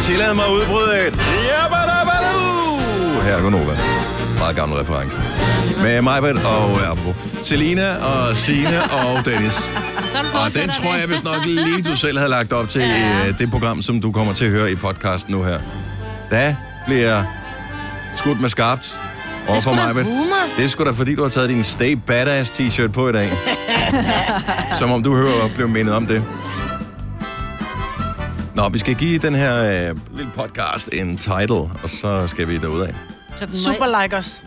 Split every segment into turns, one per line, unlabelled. Tillad mig at udbryde et. Jabba-dabba-du! Her er Gunova. Meget gammel reference. Med Majbert og øh, apropos, Selina og Sine og Dennis.
Sådan
Og Ah, den tror jeg vist nok lige, du selv havde lagt op til ja. det program, som du kommer til at høre i podcasten nu her. Da bliver skudt med skarpt over for
sgu da
mig.
humor.
Det er sgu da, fordi du har taget din Stay Badass t-shirt på i dag. som om du hører at blive mindet om det. Nå, vi skal give den her øh, lille podcast en title, og så skal vi derudad.
Super like os.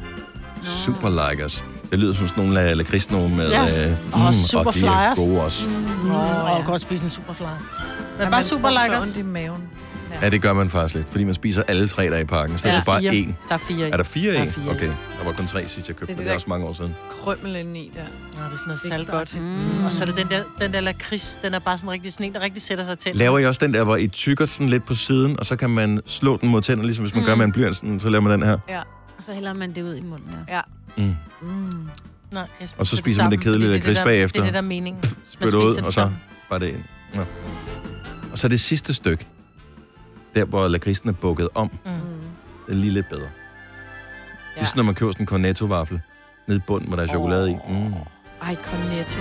Super likers. Det lyder som sådan nogle la- lakridsnogen med...
Ja.
Øh,
Og super
og de er
flyers.
gode også.
Mm, og jeg kan godt spise en superflies. Men bare
man
super
får så
like os.
ondt i maven.
Ja, det gør man faktisk lidt, fordi man spiser alle tre der i pakken, så ja. det er bare
fire.
én.
Der er fire i.
Er der fire
Der
af?
er fire i.
Okay, der var kun tre sidst, jeg
Det er
købte, det,
det
det er
der-
også mange år siden.
Krømmel indeni der.
Nå, det er sådan noget
Det er
salt
godt.
godt. Mm. Og så er det den der, den der lakrids, den er bare sådan rigtig sådan en, der rigtig sætter sig til.
Laver I også den der, hvor I tykker sådan lidt på siden, og så kan man slå den mod tænder, ligesom hvis man mm. gør med en blyant, sådan, så laver man den her.
Ja.
Og så hælder man det ud i munden, ja.
ja.
Mm.
Mm.
Nej, jeg spiser
Og så spiser man det
samme,
kedelige
fordi
lakrids
det er det, der- Det
bagefter.
er det, der er meningen.
Spytter ud,
det
og så
sammen.
bare det ind. Nå. Og så det sidste stykke, der hvor lakrisen er bukket om, det
Mm.
er lige lidt bedre. Ja.
Ja.
Ligesom når man køber sådan en cornetto-vaffel, nede i bunden, hvor der er chokolade oh. i. Mm.
Ej, Cornetto.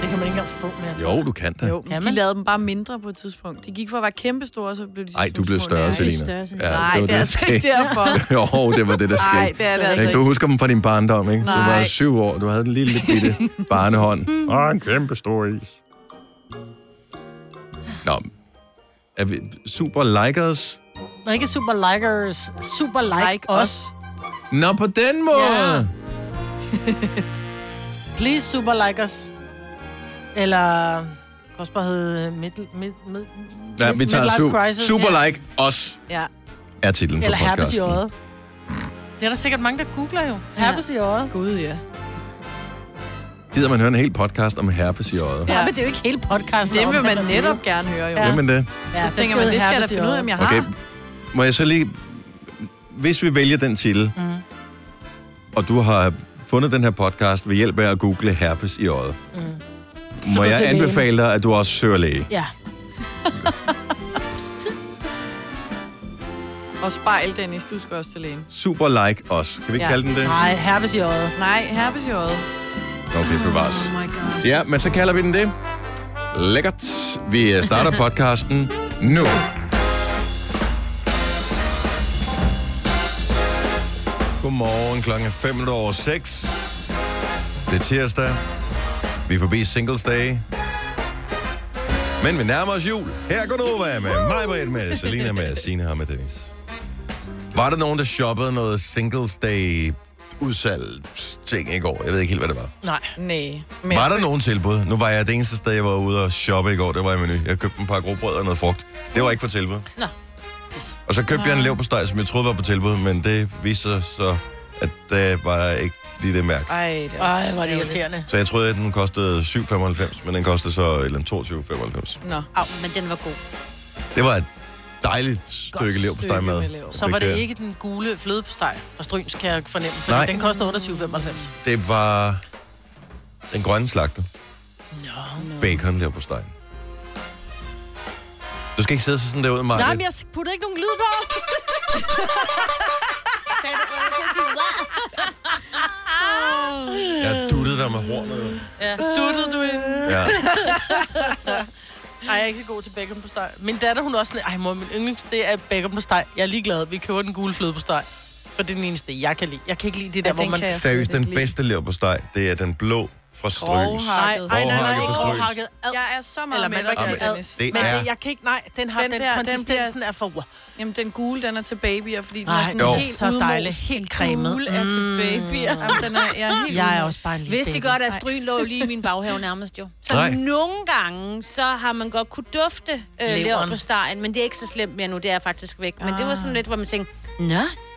Det kan man ikke engang få mere.
Jo, du kan da.
Jo,
Kan
men de
man?
lavede dem bare mindre på et tidspunkt. De gik for at være kæmpestore, og så blev de
Ej,
sådan
du blev
små
større,
nærmere.
Selina.
større, Selina.
Nej, det er
der
altså ikke
skete.
derfor.
Jo, det var det, der skete.
Nej, det er det altså
Ikke?
ikke.
Du husker dem fra din barndom, ikke? Du var
Nej.
syv år, du havde en lille bitte barnehånd. Og en kæmpe stor is. Nå, er vi super likers?
Nå, ikke super likers. Super like,
Like
like
os.
os.
Nå, på den måde!
Ja. Please super like us. Eller... Det kan også bare hedde øh, mid, mid, mid,
Ja, vi tager
Midlife
su-
crisis,
super like os,
Ja.
er titlen
eller
på
herpes i
podcasten.
øjet. Det er der sikkert mange, der googler jo. Herpes i øjet.
Gud, ja.
Gider man høre en hel podcast om herpes i øjet?
Ja. men det er jo ikke hele podcasten.
Det
der
vil man
omhandler
netop gerne høre, jo.
Ja.
Jamen det.
Ja,
Jeg tænker, man, det skal jeg da finde ud af, om jeg har.
Okay, må jeg så lige... Hvis vi vælger den titel, mm.
Mhm.
og du har fundet den her podcast ved hjælp af at google herpes i øjet, mm.
går
må jeg
Mhm. til lægen.
anbefale dig, at du også søger læge?
Ja.
Og spejl, Dennis, du skal også til lægen.
Super like os. Kan vi ikke ja.
Ja.
kalde den det?
Nej, herpes i øjet.
Nej, herpes i øjet.
Okay, bevares.
Oh my god.
Ja, men så kalder vi den det. Lækkert. Vi øh, starter podcasten nu. Godmorgen klokken 5 over 6. Det er tirsdag. Vi er forbi Singles Day. Men vi nærmer os jul. Her går du over med mig, Britt, med Selina, med Sina og med Dennis. Var der nogen, der shoppede noget Singles Day udsalgsting i går? Jeg ved ikke helt, hvad det var.
Nej.
Nej.
Men var der nogen tilbud? Nu var jeg det eneste sted, jeg var ude og shoppe i går. Det var i menu. Jeg købte en par grobrød og noget frugt. Det var ikke på tilbud.
Nå. Yes.
Og så købte jeg en leverpostej, som jeg troede var på tilbud, men det viste sig så, at det var ikke lige det mærke.
Ej, det er
Ej,
også
hvor er det
ærgerligt.
irriterende.
Så jeg troede, at den kostede 7,95, men den kostede så eller 22,95.
Nå.
Au, men den var god.
Det var et dejligt stykke leverpostej
stykke
med.
med lever.
Så var det ikke den gule flødepostej og stryns, kan jeg fornemme, for
Nej.
den koster 28,95.
Det var den grønne slagter.
Nå.
Bacon leverpostej. Du skal ikke sidde så sådan derude, Maja.
Nej, men jeg putter ikke nogen lyd på.
Jeg duttede dig med hornet.
Duttede du ind?
Ja.
Ej, jeg er ikke så god til bacon på steg. Min datter, hun er også sådan, ej mor, min yndlings, det er bacon på steg. Jeg er ligeglad, vi køber den gule fløde på steg. For det er den eneste, jeg kan lide. Jeg kan ikke lide det der,
Ja,
hvor
den
man...
kan jeg.
Seriøst,
slet
den
ikke lide.
bedste leverpostej, det er den blå fra Strøs.
Grovhakket.
Ej, nej, nej,
Overhakket
ikke
for strøs.
overhakket. Ad.
Jeg er så meget
Eller
med dig,
malbaks- ad.
Dennis.
Det
Men
er-
det, jeg kan ikke, nej, den har den,
Den
den
der, den
konsistensen er for...
Jamen, den gule, den er til babyer, fordi den
Nej,
er sådan
jo.
helt
Så
udmost.
dejlig, helt cremet.
Den
Mm.
gule er til babyer. Jamen, den er, jeg er helt
Jeg er
udmost.
også bare en lille
Vidste I
baby.
godt, at stryn lå lige i min baghave nærmest jo. Så
Nej.
Nej. nogle gange, så har man godt kunne dufte øh,
Leveren.
lever på stegen, men det er ikke så slemt mere nu, det er faktisk væk. Men det var sådan lidt, hvor man tænkte, nå,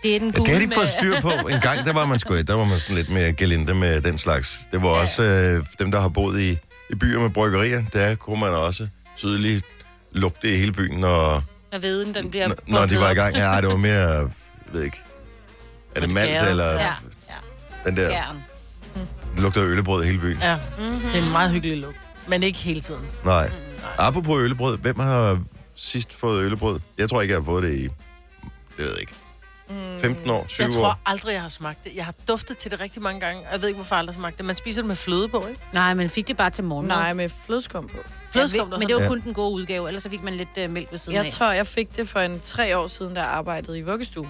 det er den
Det
gule
kan de få styr på. En gang, der var man sgu, der var man sådan lidt mere gelinde med den slags. Det var også øh, dem, der har boet i, i byer med bryggerier. Der kunne man også tydeligt lugte i hele byen, når,
med veden, den bliver...
n- når de var i gang. Ja, ej, det var mere, jeg ved ikke, er det malt
gære.
eller
Ja,
den der,
ja.
det lugter af øllebrød i hele byen.
Ja, det er en meget hyggelig lugt. Men ikke hele tiden.
Nej. Apropos øllebrød, hvem har sidst fået øllebrød? Jeg tror ikke, jeg har fået det i, jeg ved ikke, 15 år, 20
Mm, Jeg
år.
tror aldrig, jeg har smagt det. Jeg har duftet til det rigtig mange gange, og jeg ved ikke, hvorfor jeg aldrig har smagt det. Man spiser det med fløde på, ikke?
Nej, men fik det bare til morgen.
Nej, med flødskum på.
Flødeskum, der
men det var
Ja.
kun den gode udgave, ellers så fik man lidt øh, mælk ved siden
Jeg
af.
tror, jeg fik det for en tre år siden, da jeg arbejdede i vuggestue.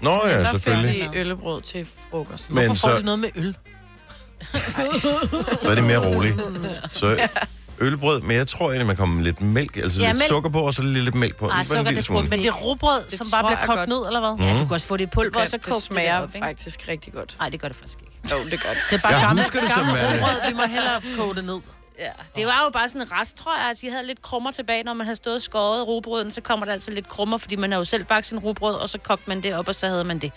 Nå ja,
der
selvfølgelig.
fik de øllebrød til frokost.
Men
Hvorfor får
så-
de noget med øl?
Så er det mere roligt. Så ølbrød, men jeg tror egentlig, man kommer lidt mælk, altså
Ja,
lidt
mælk.
sukker på, og så lidt, lidt mælk på.
Ej,
Bare en
sukker,
lille
det
smule.
brugte
Men det er rugbrød, som bare
tror
bliver
jeg
kogt
godt.
ned, eller hvad?
Ja, du kan også få det i pulver, og så koge
det smager
det derop, ikke?
faktisk rigtig godt.
Nej, det gør det faktisk ikke.
Jo, det er godt.
Det er bare
Jeg
gammel,
husker det som
gammel
værre.
rugbrød, vi må hellere koge det ned.
Ja, det var jo bare sådan en rest, tror jeg, at de havde lidt krummer tilbage, når man havde stået og skåret rugbrøden, så kommer der altid lidt krummer, fordi man har jo selv bagt sin rugbrød, og så kogte man det op, og så havde man det.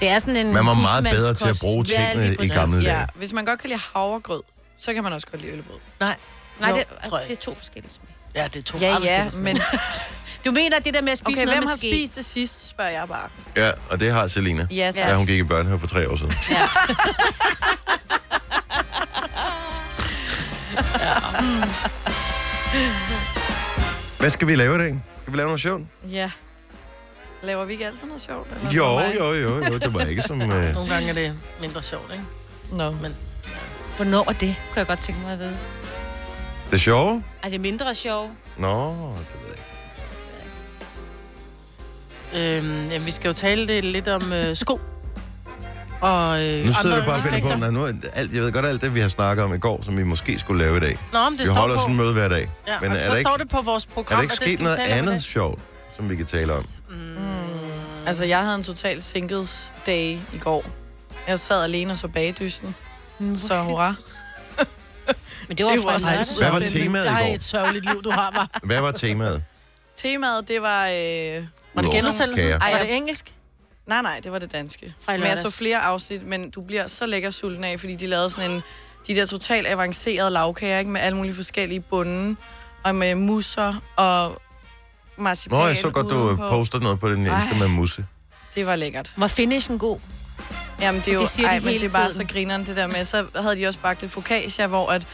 Det er sådan en
Man var meget bedre
husmandskost.
til at bruge
Ja, lige
tingene i
præcis.
gamle dage.
Ja, hvis man godt kan lide havregrød, så kan man også godt lide øllebrød.
Nej.
Nej, det,
Jo, tror jeg
det er to forskellige smag.
Ja, det er to
Ja,
meget
ja,
forskellige
men
Du mener, at det der med at spise
okay,
noget
hvem
med
har
ske?
spist det sidst, spørger jeg bare.
Ja, og det har Selina.
Ja, tak.
Ja, hun gik i børnehave for tre år siden.
Ja.
Hvad skal vi lave i dag? Skal vi lave noget sjovt?
Ja. Laver vi ikke altid noget sjovt? Eller
Jo,
for mig?
jo, jo, jo. Det var ikke som... Øh...
Nogle gange er det mindre sjovt, ikke?
Nå, men
Hvornår er det, kunne jeg godt tænke mig at vide.
Det sjove?
Er det mindre sjovt?
Nå, det ved jeg ikke.
Øhm, jamen, vi skal jo tale det lidt om øh, sko. Og, øh,
Nu sidder
andre
du bare og finder på,
effekter.
at nu er alt, jeg ved godt alt det, vi har snakket om i går, som vi måske skulle lave i dag.
Nå, men det
Vi
står
holder
på.
sådan en møde hver dag.
ja,
Men
men og
er
så
der
står
ikke-
det på vores
Er
program,
der
og
ikke
det skal
sket
vi
noget
tale om i
andet
dag.
sjovt, som vi kan tale om?
altså, jeg havde en total singles day i går. Jeg sad alene og så bagdysten.
Mm,
Så hurra.
Men det var
Det
fra
var
en
altså
lørdag.
sjovt.
Hvad var
Spændende.
temaet i
Ej,
går?
et sørgeligt liv, du har, var.
Hvad var temaet?
Temaet, det var... Øh...
Var det
Udover
genudsendelsen?
kager.
Ej, var
ja.
det engelsk?
Nej, nej, det var det danske.
Fra i
Men jeg så
lørdags.
flere afsnit, men du bliver så lækker sulten af, fordi de lavede sådan en... De der totalt avancerede lavkager, ikke? Med alle mulige forskellige bunde, og med musser og marcipan
Nå, jeg så godt, du øh,
udenpå.
poster noget på den
Ej.
eneste med musse.
Det var lækkert.
Var finishen god?
Jamen, det er
Og
jo,
det siger de
ej, men
hele
det er bare så
tiden.
grineren, det der med. Så havde de også bagt et focaccia, hvor at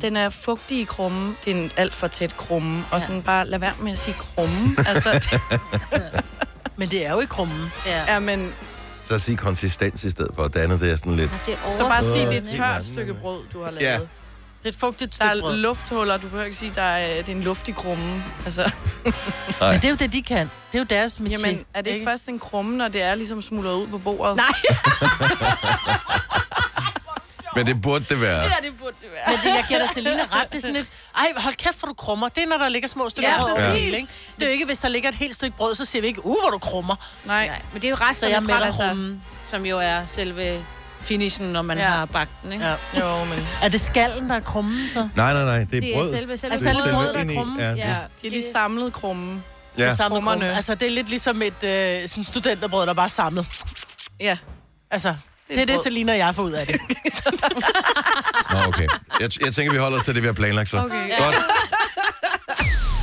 den er fugtig i krummen. Det er en alt for tæt krumme. Og
Ja.
sådan bare, lad være med at sige krumme. altså, det,
Men det er jo i krummen.
Ja.
ja, men,
Så sig konsistens i stedet for, og det andet det er sådan lidt...
Det er
så bare sig, det er
Åh,
et
det er
tørt
sådan,
stykke
ja.
brød, du har lavet.
Ja.
Det er et fugtigt
Der
stykke
er
brød.
lufthuller, du behøver ikke sige, der er, det er en luftig krumme. Altså,
Men det er jo det, de kan. Det er jo deres metier.
jamen, er det ikke først en krumme, når det er ligesom smuldret ud på bordet?
Nej,
Men det burde det være.
ja, det burde det være.
Men det, jeg giver dig Selina ret. Det er sådan et, ej, hold kæft, hvor du krummer. Det er, når der ligger små stykker
Ja,
brød over det
præcis.
hele, ikke? Det er jo ikke, hvis der ligger et helt stykke brød, så siger vi ikke, uh, hvor du krummer.
Nej.
Nej, men det er jo
Så jeg
resterne
er med
fra
dig.
krummen, som jo er selve finishen, når man
Ja.
har bagt den, ikke?
Ja.
Jo, men
Er det skallen, der er krummen, så?
Nej, nej, nej, det
Det
er
er
brød.
selve, selve
Altså,
brødet.
brødet, der er
ind i.
krumme.
Ja, det-
Ja.
ja, de har lige samlet krummen.
ja.
Det samlede
Krummerne.
krumme. Altså, det er lidt ligesom et øh, sådan studenterbrød, der bare er samlet.
Ja,
Altså, det er det,
brød.
Selina og jeg får ud af det.
Nå, okay. Jeg, jeg tænker, vi holder os til det, vi har planlagt så.
Okay.
Godt.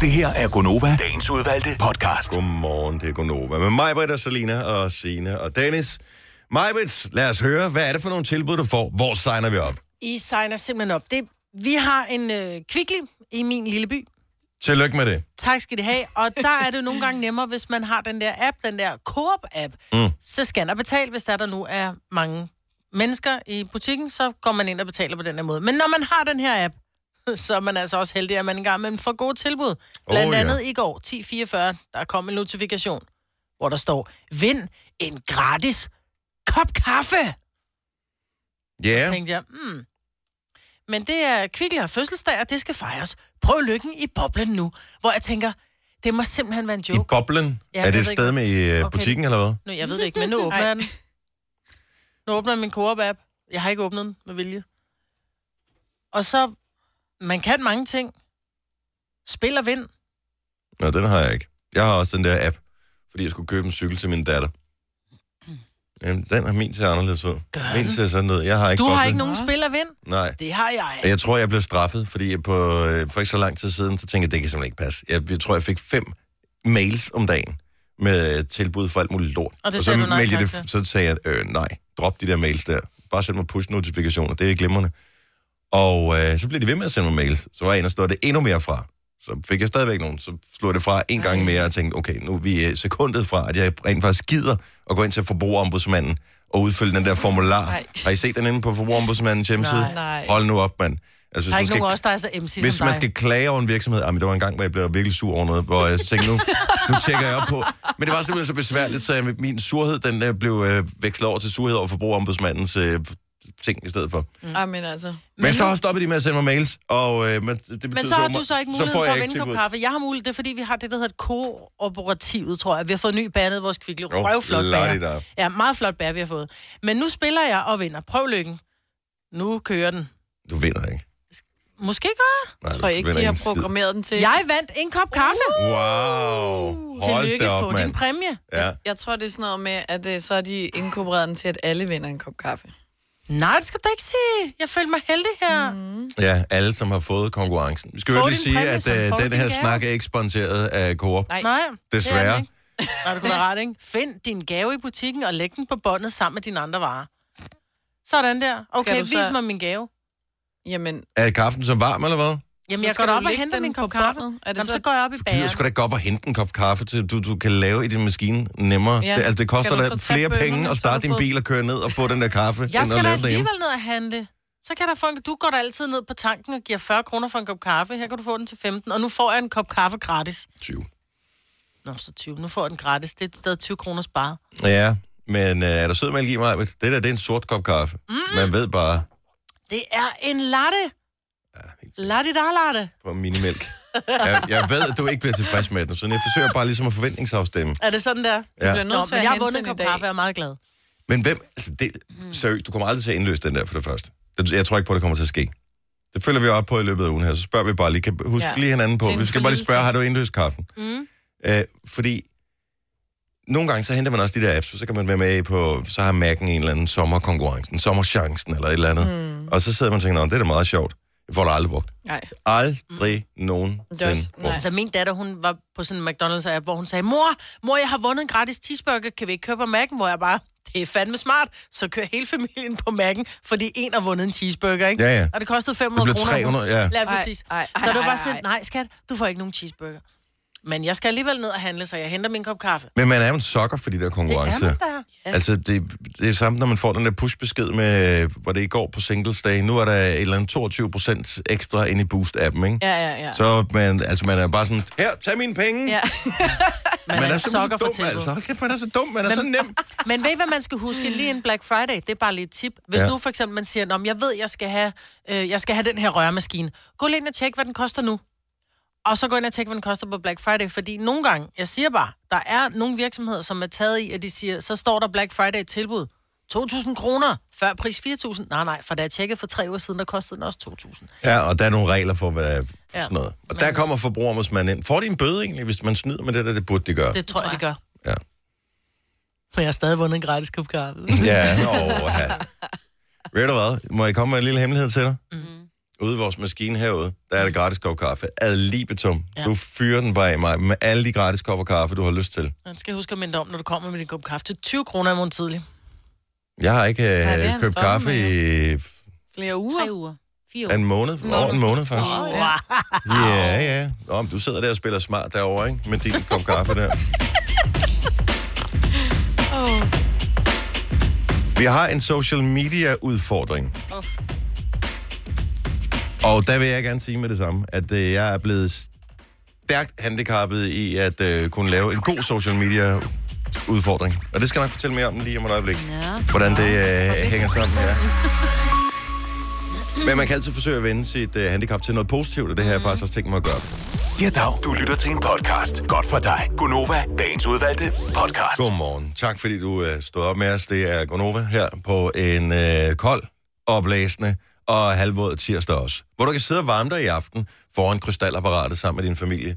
Det her er Gonova, dagens udvalgte podcast.
Godmorgen, det er Gonova. Med mig, Britt og Selina og Sine og Dennis. Majbrits, lad os høre, hvad er det for nogle tilbud, du får? Hvor signer vi op?
I signer simpelthen op. Det, vi har en øh, kvickly i min lille by.
Tillykke med det.
Tak skal det have. Og der er det nogle gange nemmere, hvis man har den der app, den der Coop-app. Mm. Så scan og betal, hvis der, der nu er mange mennesker i butikken, så går man ind og betaler på den her måde. Men når man har den her app, så er man altså også heldig, at man engang imellem får gode tilbud. Blandt
ja.
andet i går, 10.44, der kom en notifikation, hvor der står, vind en gratis kop kaffe.
Ja,
Ja.
yeah.
tænkte jeg, mm. Men det er Kvickly har fødselsdag, og det skal fejres. Prøv lykken i boblen nu. Hvor jeg tænker, det må simpelthen være en
i
joke.
boblen.
Ja,
er
jeg
det et
ved
sted
ikke.
med i øh,
Okay.
butikken, eller hvad?
Nu, jeg ved det ikke, men nu åbner
Ej.
jeg den. Nu åbner jeg min Coop-app. Jeg har ikke åbnet den med vilje. Og så, man kan mange ting. Spil og vind.
Nå, den har jeg ikke. Jeg har også den der app, fordi jeg skulle købe en cykel til min datter. Jamen, den har min ser anderledes ud.
Mm. Gør
Min ser sådan ud. Jeg har ikke
Du har
boblen.
ikke nogen spil og vind?
Nej.
Det har jeg.
Og Jeg tror, jeg blev straffet, fordi jeg på, øh, for ikke så lang tid siden, så tænkte jeg, det kan simpelthen ikke passe. Jeg, jeg tror, jeg fik fem mails om dagen med øh, tilbud for alt muligt lort.
Og det
så,
sagde du nej
meldte jeg
tak
det, så sagde jeg, øh, nej, drop de der mails der. Bare send mig push-notifikationer, det er glimrende. Og øh, så blev de ved med at sende mig mails. Så var jeg inde og slå det endnu mere fra. Så fik jeg stadigvæk nogen, så slog det fra en gang mere og tænkte, okay, nu er vi øh, sekundet fra, at jeg rent faktisk gider at gå ind til forbrugerombudsmanden og udfylde den der formular.
Nej.
Har I set den inde på forbrugerombudsmandens hjemmeside?
Nej.
Nej.
Hold nu op, mand. Altså, hvis
Der er
man
ikke
skal-
nogen af os, der er så MC
hvis
som
man
dig.
skal klage over en virksomhed, jamen, der var en gang, hvor jeg blev virkelig sur over noget, hvor jeg tænkte, nu, nu tjekker jeg op på. Men det var simpelthen så besværligt, så jeg, min surhed den øh, blev øh, vekslet over til surhed over forbrugerombudsmandens øh, ting i stedet for. Mm.
Ej, men altså.
Men, så har stoppet de med at sende mig mails, og øh, men, det betyder
Men så har
åbenbart-
du så ikke
får
mulighed for
jeg
at
ikke
vinde en kop
tilbud.
kaffe. Jeg har mulighed, det er fordi, vi har det, der hedder kooperativet, tror jeg. Vi har fået ny bær nede i vores kvikle.
Jo,
Røvflot
la-di-da.
bær. Ja, meget flot bær, vi har fået. Men nu spiller jeg og vinder. Prøv lykken. Nu kører den.
Du vinder ikke.
Måske gør jeg.
Nej,
Jeg tror
du
ikke,
vinder
de har
ikke en skid.
programmeret den til.
Jeg vandt en kop kaffe.
Wow! Hold
Tillykke,
da op,
få din
mand.
præmie.
Ja.
Jeg tror, det er sådan noget med, at øh, så er de inkorporeret den til, at alle vinder en kop kaffe.
Nej, det skal du da ikke sige. Jeg føler mig heldig her. Mm.
ja, alle, som har fået konkurrencen. Vi skal
Få
jo lige
din
sige,
præmie,
at
så får
øh,
du
den
din
her
gave.
snak er ikke sponsoreret af Coop.
Nej.
Nej, det er
Desværre.
den ikke. Nej, det kunne være ret, ikke? Find din gave i butikken og læg den på båndet sammen med dine andre varer. Sådan der. Okay,
du
vis
så-
mig min gave.
Jamen,
Er kaffen som varm, eller hvad?
Jamen,
Så
jeg går
skal
op
du
og
lægge
henter
den
min
på
kop kaffe.
båndet? Er det
Jamen,
så-
så går jeg op i
Du gider
bageren.
sgu da ikke gå op og hente en kop kaffe, til du, du kan lave i din maskine nemmere. Ja.
Ja.
Det, altså, det koster
Skal du
da
så tage
flere
bønnerne,
penge at
så
starte
du
din
får-
bil og køre ned og få den der kaffe,
Jeg
end at
skal da
lave det derhjemme.
alligevel ned og handle. Så kan der få en, du går da altid ned på tanken og giver 40 kroner for en kop kaffe. Her kan du få den til 15, og nu får jeg en kop kaffe gratis.
20.
Nå, så 20. Nu får jeg den gratis. Det er stadig 20 kroner sparet.
Ja, men øh, er der sødmælk i mig? Det der, det er en sort kop kaffe. Mm. Man ved bare,
Det er en latte.
helt
Latte da latte.
på minimælk. jeg, jeg ved, at du ikke bliver tilfreds med den, så jeg forsøger bare ligesom at forventningsafstemme.
Er det sådan der?
du
Ja.
bliver nødt
Nå,
til
men
at
jeg har
hente
vundet en
den i
kop
dag.
kaffe, jeg er meget glad.
Men hvem, altså det, seriøst, du kommer aldrig til at indløse den der for det første. Det- Jeg tror ikke på, at det kommer til at ske. Det følger vi op på i løbet af ugen her, så spørger vi bare lige, kan husk ja.
Ja.
lige hinanden på.
Det er en
Vi skal bare
forlydelse.
lige spørge, har du indløst kaffen?
Mm.
Øh, fordi nogle gange, så henter man også de der apps, så kan man være med i på, så har Mac'en en eller anden sommerkonkurrencen, sommerchancen eller et eller andet. Mm. Og så sidder man og tænker, "Nå, det er da meget sjovt. Det får du aldrig brugt.
Nej.
Aldrig mm. nogen
Det er også- nej.
Altså, min datter, hun var på sådan en McDonald's-app, hvor hun sagde, mor, mor, jeg har vundet en gratis cheeseburger, kan vi ikke køre på Mac'en? Hvor jeg bare, det er fandme smart, så kører hele familien på Mac'en, fordi en har vundet en cheeseburger, ikke?
Ja, ja.
Og det kostede
Det
500
blev
kroner.
300, ja.
Ja,
Ej,
præcis.
ej, ej,
så det var
ej,
bare sådan,
ej.
et, nej skat, du får ikke nogen cheeseburger. Men jeg skal alligevel ned og handle, så jeg henter min kop kaffe.
Men man er jo en sokker for de der konkurrencer.
Det er man da.
Ja. Altså, det, det er samme, når man får den der push-besked med, øh, hvor det i går på singles day. Nu er der et eller andet 22 procent ekstra ind i Boost-appen, ikke?
Ja, ja, ja.
Så man, altså, man er bare sådan, her, tag mine penge.
Ja.
Man,
Man er,
en
simpelthen så
sokker for
dum,
tilbud.
altså. Hold kæft, man er så dum, man er så nem.
Men ved I, hvad man skal huske lige en Black Friday? Det er bare lige et tip. Hvis
Ja.
ja. nu for eksempel man siger, at jeg ved, jeg skal, have, øh, jeg skal have den her rørmaskine. Gå lige ind og tjek, hvad den koster nu. Og så gå ind og tjek, hvad den koster på Black Friday. Fordi nogle gange, jeg siger bare, der er nogle virksomheder, som er taget i, at de siger, så står der Black Friday tilbud. 2.000 kroner, før pris 4.000. Nej, nej, for da jeg tjekkede for tre uger siden, der kostede den også 2.000.
Ja, og der er nogle regler for, hvad for
Ja.
sådan noget. Og der kommer forbrugermusmanden ind. Får de en bøde egentlig, hvis man snyder med det der, det burde de gøre?
Det tror jeg, de gør.
Ja.
For jeg har stadig vundet en gratis kop kaffe.
Ja, åh, ja. Ved du hvad? Må jeg komme med en lille hemmelighed til dig? Mm.
Mhm.
Ude i vores maskine herude, der er det gratis kop kaffe. Ad libitum. Ja.
Ja.
Du fyrer den bare af mig med alle de gratis kopper kaffe, du har lyst til.
Man skal huske at minde om, når du kommer med din kop kaffe til 20 kroner i morgen tidlig.
Jeg har ikke
Ja, det er
ja,
en
købt
strømme,
kaffe i
Flere uger.
Tre uger. Fire
ja,
uger.
en måned. Over en måned, faktisk.
Wow.
Ja, ja. Nå, men du sidder der og spiller smart derovre, ikke? Med din kop kaffe der. Vi har en social media udfordring. Og der vil jeg gerne sige med det samme, at øh, jeg er blevet stærkt handicappet i at øh, kunne lave en god social media udfordring. Og det skal jeg nok fortælle mere om lige om et øjeblik.
Ja.
Hvordan det øh, hænger sammen, ja. Men man kan altid forsøge at vende sit øh, handicap til noget positivt, og det har jeg faktisk også tænkt mig at gøre.
Ja, dag. Du lytter til en podcast. Godt for dig. Gunova, dagens udvalgte podcast.
Godmorgen. Tak fordi du øh, stod op med os. Det er Gonova her på en øh, kold, opblæsende og halvvåd tirsdag også. Hvor du kan sidde og varme dig i aften foran krystalapparatet sammen med din familie,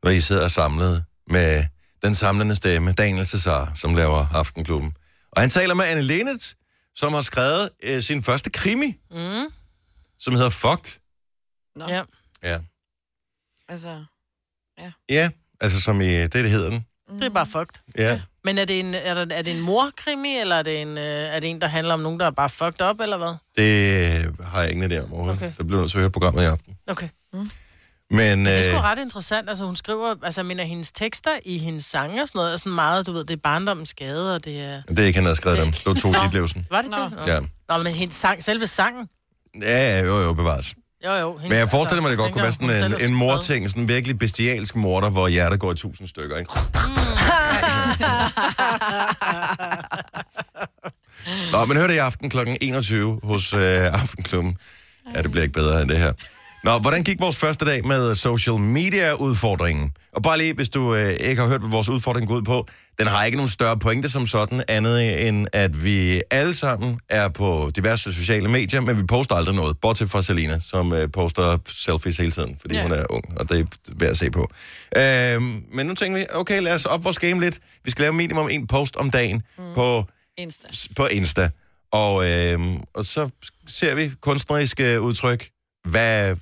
hvor I sidder samlet med den samlende stemme, Daniel Cesar, som laver Aftenklubben. Og han taler med Anne Lenet, som har skrevet øh, sin første krimi, mm. som hedder Fucked.
Nå,
Ja.
Ja.
altså,
Ja, altså som i, det, det hedder den.
Mm. Det er bare fucked.
Ja.
Men er det en, er det, er det en morkrimi, eller er det en, øh, er det en, der handler om nogen, der er bare fucked op, eller hvad?
Det har jeg ingen idé om overhovedet. Okay.
Okay.
Det bliver nødt til at høre programmet i aften.
Okay.
Men,
Det er sgu
øh,
ret interessant. Altså, hun skriver, altså, mener hendes tekster i hendes sange og sådan noget, er sådan meget, du ved, det er barndommens skade, og det er...
det er ikke, han havde skrevet dem. Det var to Ditlevsen.
Var det
Nå.
det? Nå.
Mm. Ja.
Nå, men hendes sang, selve sangen.
Ja, ja, jo, jo, bevares.
Jo, jo. Hendes,
Men jeg forestiller
altså,
mig, det godt
tænker,
kunne
hun
være sådan
selv
en,
er
en
skrevet.
morting, sådan en virkelig bestialsk morter, hvor hjertet går i tusind stykker. Ikke? Nå, men hør det i aften kl. 21 hos øh, Aftenklubben. Ja, det bliver ikke bedre end det her. Nå, hvordan gik vores første dag med social media-udfordringen? Og bare lige, hvis du øh, ikke har hørt, hvad vores udfordring går ud på, den har ikke nogen større pointe som sådan, andet end, at vi alle sammen er på diverse sociale medier, men vi poster aldrig noget, bortset fra Selina, som øh, poster selfies hele tiden, fordi
Ja.
hun er ung, og det er værd at se på. Øh, men nu tænker vi, okay, lad os op vores game lidt. Vi skal lave minimum en post om dagen mm. på
Insta.
på Insta. Og, øh, og så ser vi kunstneriske udtryk. Hvad,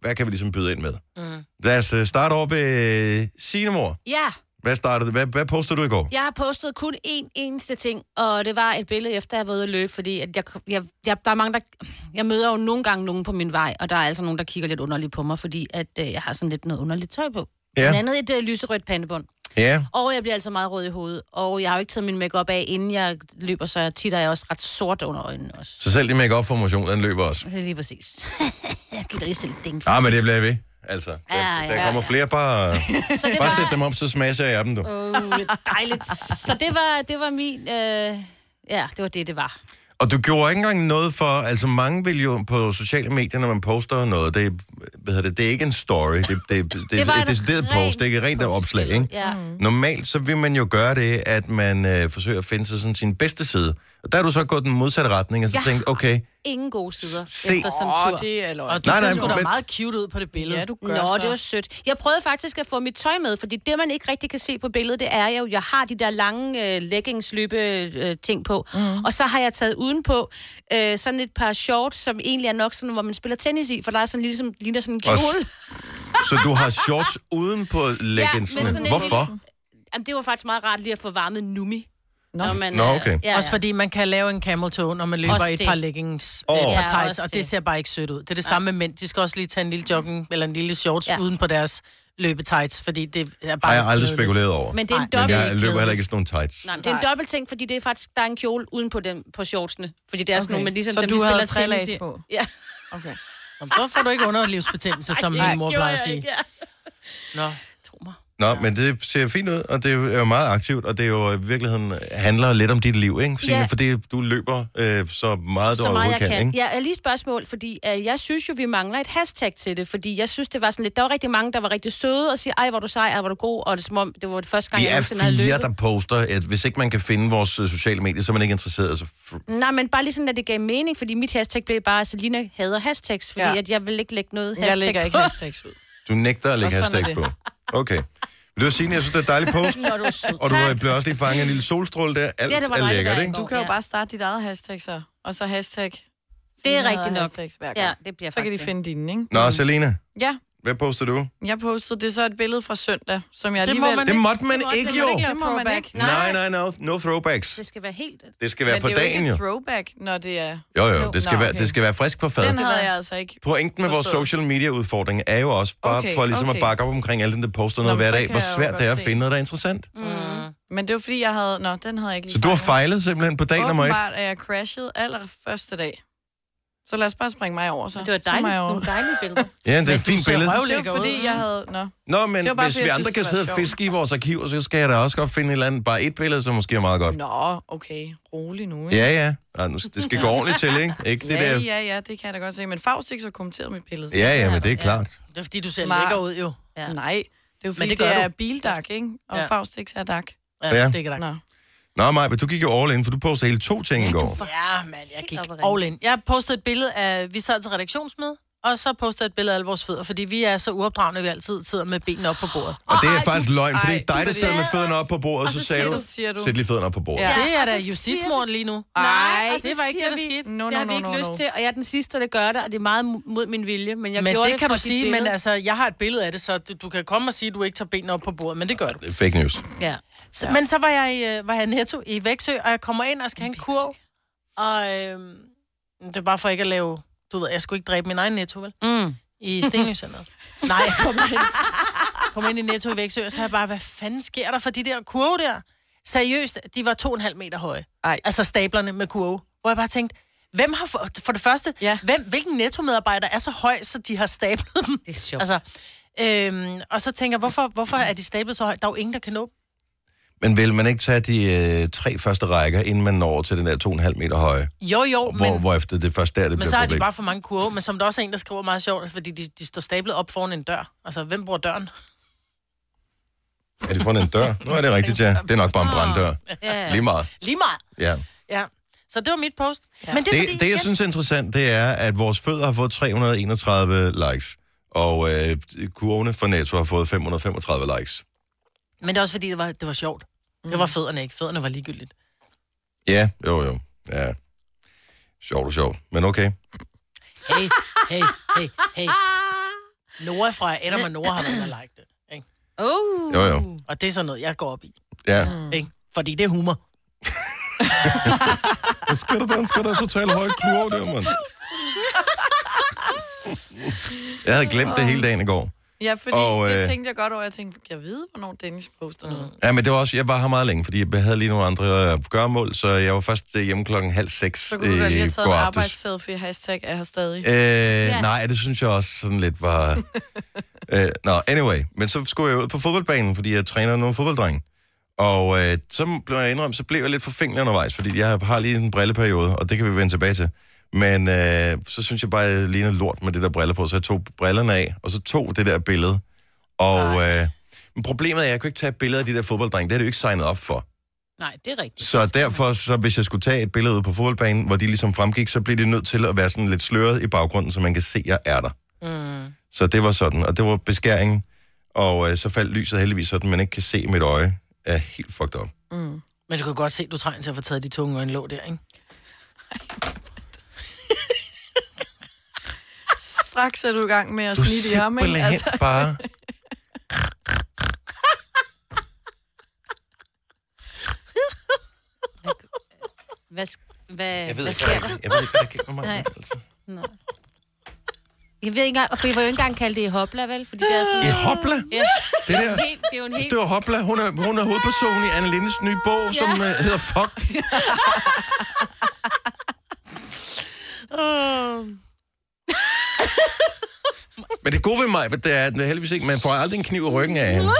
hvad kan vi ligesom byde ind med? Mm. Lad os øh, starte over ved øh, Signe Mor.
Ja,
Hvad, startede, hvad, hvad postede du i går?
jeg har postet kun én eneste ting, og det var et billede, efter jeg var ude at løbe, fordi at jeg, jeg, jeg, der er mange, der, jeg møder jo nogle gange nogen på min vej, og der er altså nogen, der kigger lidt underligt på mig, fordi at, øh, jeg har sådan lidt noget underligt tøj på.
Ja.
Blandt andet et øh, lyserødt pandebånd.
Ja.
Og jeg bliver altså meget rød i hovedet, og jeg har jo ikke taget min makeup af, inden jeg løber, så tit er jeg også ret sort under øjnene også.
Så selv din make formation den løber også.
Det er lige præcis. jeg giver lige selv et ding.
Ah, men det bliver ved. Altså, der,
Ja, ja,
der kommer flere. Bare,
Så det
bare
var-
sæt dem op, så smager jeg af dem, du.
Uh, det er dejligt. Så det var, det var min... Øh, ja, det var det, det var.
Og du gjorde ikke engang noget for, altså mange vil jo på sociale medier, når man poster noget, det, er- hvad hedder det, det er ikke en story, det, det, det, det, det
var
er
en
et decideret
ren
post, det er ikke rent
post,
opslag, ikke?
ja. Mm.
Normalt så vil man jo gøre det, at man øh, forsøger at finde sig sådan sin bedste side. Og der er du så gået den modsatte retning, og så
Jeg
tænkt,
har
okay,
Ingen gode sider
Se.
Se. efter sådan en
Åh,
tur.
oh, det er løgn.
Og du
Nej,
nej, nej,
nej,
ser sgu da
men-
meget cute ud på det billede.
Ja, du gør
Nå,
så.
det var sødt. Jeg prøvede faktisk at få mit tøj med, fordi det, man ikke rigtig kan se på billedet, det er jo, jeg har de der lange øh, leggings-løbe-ting på, mm. og så har jeg taget udenpå øh, sådan et par shorts, som egentlig er nok sådan, hvor man spiller tennis i, for der er sådan ligesom, ligner sådan en
Og s-
kjole.
så du har shorts uden på
med sådan
leggingsene.
en
Hvorfor?
lille- Jamen, det var faktisk meget rart lige at få varmet nummi.
Nå.
Når man,
Nå,
øh,
okay.
Ja, ja.
Også fordi man kan lave en camel toe, når man løber
Også
i et
det.
par leggings
Åh.
oh.
Ja,
par tights,
også
og det
det.
ser bare ikke sødt ud. Det er det samme med mænd. De skal også lige tage en lille jogging eller en lille shorts ja.
Ja.
uden på deres løbetights, fordi det er bare...
Har jeg aldrig
kedeligt.
spekuleret over.
Men det er en
Men
dobbelt...
jeg løber heller ikke i sådan nogle tights.
Nej, men det er en dobbelt ting, fordi det er faktisk, der er en kjole uden på, dem, på shortsene. Fordi det er sådan
Okay.
nogle, men ligesom
Så
dem,
du
vi
havde
spiller
trælags
tennis i.
på?
Ja.
Okay.
Nå, men så får du ikke underlivsbetændelse, som
Ej,
min mor
gjorde
plejer at
jeg
sige.
ikke, Ja.
Nå.
Tro mig.
Nå, men det ser fint ud, og det er jo meget aktivt, og det er jo i virkeligheden handler lidt om dit liv, ikke? Signe?
Ja.
Fordi du løber øh, så meget, du
så meget
overhovedet
jeg
kan,
kan.
ikke?
Ja, jeg har lige et spørgsmål, fordi øh, jeg synes jo, vi mangler et hashtag til det, fordi jeg synes, det var sådan lidt, der var rigtig mange, der var rigtig søde og siger, ej, hvor er du sej, ej, hvor er du god, og det er som om, det var det første gang,
Vi
jeg
er
nogensinde havde
fire,
løbet.
der poster, at hvis ikke man kan finde vores øh, sociale medier, så er man ikke interesseret. Altså, f-
Nej, men bare lige sådan, at det gav mening, fordi mit hashtag blev bare, Selina hader hashtags, fordi
Ja.
ja. at jeg vil ikke lægge noget hashtag
Jeg lægger ikke
på.
hashtags ud.
du nægter at lægge
Og sådan er
hashtags på. Okay. Vil du sige, jeg synes, det er et dejligt post?
Når du er sød.
Og du øh, blev også lige fanget af en lille solstråle der. Alt
Ja, det var
er
dejligt
lækkert,
der i
ikke?
går.
Du kan jo
Ja.
bare starte dit eget hashtag så, og så hashtag.
Det er
Sine
rigtigt
hedder
nok.
hashtags Hver gang.
Ja, det bliver
så kan de
faktisk det.
finde dine, ikke?
Nå, Selina,
Ja,
hvad poster du?
jeg postede, det er så et billede fra søndag, som jeg
Det må
alligevel...
man
Det måtte man ikke jo.
lave Det må man ikke.
Nej, nej, no, no throwbacks.
Det skal være helt...
Det skal være
Men
på
det er jo
dagen
ikke
jo.
et throwback, når det er...
Jo, jo, det skal
Nå,
være,
okay.
det skal være frisk på fadet.
Den havde jeg altså ikke.
Pointen med vores
Forstået.
social media udfordring er jo også bare
Okay,
for ligesom at
okay.
bakke op omkring alle dem, der poster noget
Nå, men
hver
så
dag,
kan
hvor
jeg jo
svært
godt
det er at
se.
finde noget, der er interessant.
Øh, Men det var fordi, jeg havde... Nå, den havde jeg ikke lige
Så du har
fanget.
fejlet simpelthen på dag nummer et.
Åbenbart er jeg crashet aller første dag. Så lad os bare springe mig over, så.
Det var
Så må
dejligt.
jeg jo-
Nogle dejlige billeder.
Ja, det er
Men
et
du
fint
ser
billede.
Det var
røvlækker ud.
fordi, jeg havde... Nå.
Nå, men
Det var bare,
hvis
fordi
vi
jeg
andre
synes,
kan
det var
sidde og
sjovt.
fiske i vores arkiver, så skal jeg da også godt finde et eller andet, bare et billede, som måske er meget godt.
Nå, okay. Rolig nu, ikke?
Ja, ja. Ej, nu- Det skal gå ordentligt til, ikke? Ikke det
ja,
der...
ja, ja, det kan jeg da godt se. Men Faust ikke så kommenteret mit billede. så-
Ja, ja, men det er
Ja.
klart.
Det er fordi, du ser
Mar-
lækker ud jo.
Ja.
Nej, det er jo fordi,
Men
det,
det
det
gør
er
du.
bildak, ikke? Og
Ja.
ja. Faust ikke er dak.
Ja,
Ja.
ja. det kan da
Nå.
Nå, Maja, men du gik jo all in, for du postede hele to ting i går.
Ja, mand, jeg gik
op at ringe.
all in. Jeg postede et billede af, vi sad til redaktionsmøde, og så postede jeg et billede af alle vores fødder, fordi vi er så uopdragende, at vi altid sidder med benene op på bordet.
Og det er faktisk løgn, for det er
ej,
dig,
du
der sidder med
forlader
fødderne op på bordet, og så,
så
sagde
siger
du,
du- siger du-
sæt lige fødderne op på bordet.
Ja.
Ja.
Det er
og
da
så
justitsmorden lige nu.
Nej,
og så
det var ikke
siger
det, der
vi,
skete.
No,
det har
no,
vi
no,
ikke
no,
lyst
no.
til, og jeg er den sidste, der gør det, og det er meget mod min vilje, men jeg
Men
gjorde
det kan
for
du
dit
sige,
billede.
men altså, jeg har et billede af det, så du, du kan komme og sige, at du ikke tager benene op på bordet, men det gør du.
Det er Fake news.
Ja.
Så, Men så var jeg, i, øh, var jeg netto i Vægtsø, og jeg kommer ind og skal have en kurv, øhm, og øh, det er bare for ikke at lave, du ved, jeg skulle ikke dræbe min egen netto, vel?
Mm.
i Stenløscenteret. Nej, jeg kom ind, kom ind i Netto i Vægtsø, og så har jeg bare, hvad fanden sker der for de der kurve der? Seriøst, de var to og en halv meter høje.
Ej.
Altså stablerne med kurve. Hvor jeg bare tænkte, hvem har for, for det første,
Ja.
hvem, hvilken nettomedarbejder er så høj, så de har stablet dem?
Det er sjovt.
Altså, øhm, og så tænker jeg, hvorfor, hvorfor er de stablet så højt? Der er jo ingen, der kan nå dem.
Men vil man ikke tage de øh, tre første rækker, inden man når til den der 2,5 meter høje?
Jo, jo,
Hvor,
men,
hvor efter det først der, det
men
bliver
så har
et
de
problem.
bare for mange kurve. Men som der også er en, der skriver meget sjovt, fordi de, de står stablet op foran en dør. Altså, hvem bruger døren?
Er det foran en dør? Nu er det rigtigt, ja. Det er nok bare en branddør.
Ja.
Lige meget,
Lige meget.
ja.
Ja. Så det var mit post. Ja. Men det er
Det,
fordi,
det, jeg
igen-
synes er interessant, det er, at vores fødder har fået 331 likes, og øh, kurvene for Netto har fået 535 likes.
Men det er også fordi, det var, det var sjovt. Mm. Det var fødderne ikke. Fødderne var ligegyldigt.
Ja, jo, jo. Ja. Sjovt og sjovt, men okay.
Hey, hey, hey, hey. Nora fra Adam og Nora har været inde og like det. Ikke?
Oh. Mm.
Jo, jo.
Og det er sådan noget, jeg går op i.
Ja.
Ikke? Fordi det er humor.
Skal der den, skal der totalt høje kurve der, mand. Jeg havde glemt det hele dagen i går.
Ja, fordi
Og,
og,
øh, Mm.
det tænkte jeg godt over. Jeg tænkte, jeg ved, hvornår Dennis poster noget.
Ja, men det var også, jeg var her meget længe, fordi jeg havde lige nogle andre øh, gøremål, så jeg var først øh, hjemme klokken halv seks
Så
øh,
kunne du da lige have taget
går
en
aftes.
arbejdsselfie. Hashtag er her stadig.
Øh, Nej, det synes jeg også sådan lidt var... øh, Nå, anyway. Men så skulle jeg ud på fodboldbanen, fordi jeg træner nogle fodbolddrenge. Og øh, så blev jeg indrømt, så blev jeg lidt forfængelig undervejs, fordi jeg har lige en brilleperiode, og det kan vi vende tilbage til. Men øh, så synes jeg bare, at jeg ligner lort med det der briller på, så jeg tog brillerne af, og så tog det der billede. Og øh, men problemet er, at jeg kunne ikke tage billeder af de der fodbolddrenge. Det har de jo ikke signet op for.
Nej, det er rigtigt.
Så derfor, så hvis jeg skulle tage et billede ud på fodboldbanen, hvor de ligesom fremgik, så blev det nødt til at være sådan lidt sløret i baggrunden, så man kan se, at jeg er der.
Mm.
Så det var sådan, og det var beskæringen. Og øh, så faldt lyset heldigvis sådan, man ikke kan se mit øje. er helt fucked up.
Mm.
Men du kan godt se, du trænger til at få taget de tunge øjenlåg der, ikke?
Straks er du i gang med at
Du er
snitte i ham,
simpelthen
ikke? Altså,
altså. bare...
Hvad, sk- hvad,
Jeg ved
hvad
ikke,
sker der?
hvad, jeg ved ikke, hvad der gælder mig.
Nej.
Altså.
Jeg ved ikke engang, for I var jo ikke engang kaldt det hopla, vel? Fordi det er sådan...
I Hopla,
Ja.
det der...
Helt, det er jo en helt...
Det var Hopla, hun er, hun er hovedpersonen i Anne Lindes nye bog, ja. som uh, hedder Fucked. Men det gode ved mig, det er, at heldigvis ikke, man får aldrig en kniv i ryggen af hende.
Nej.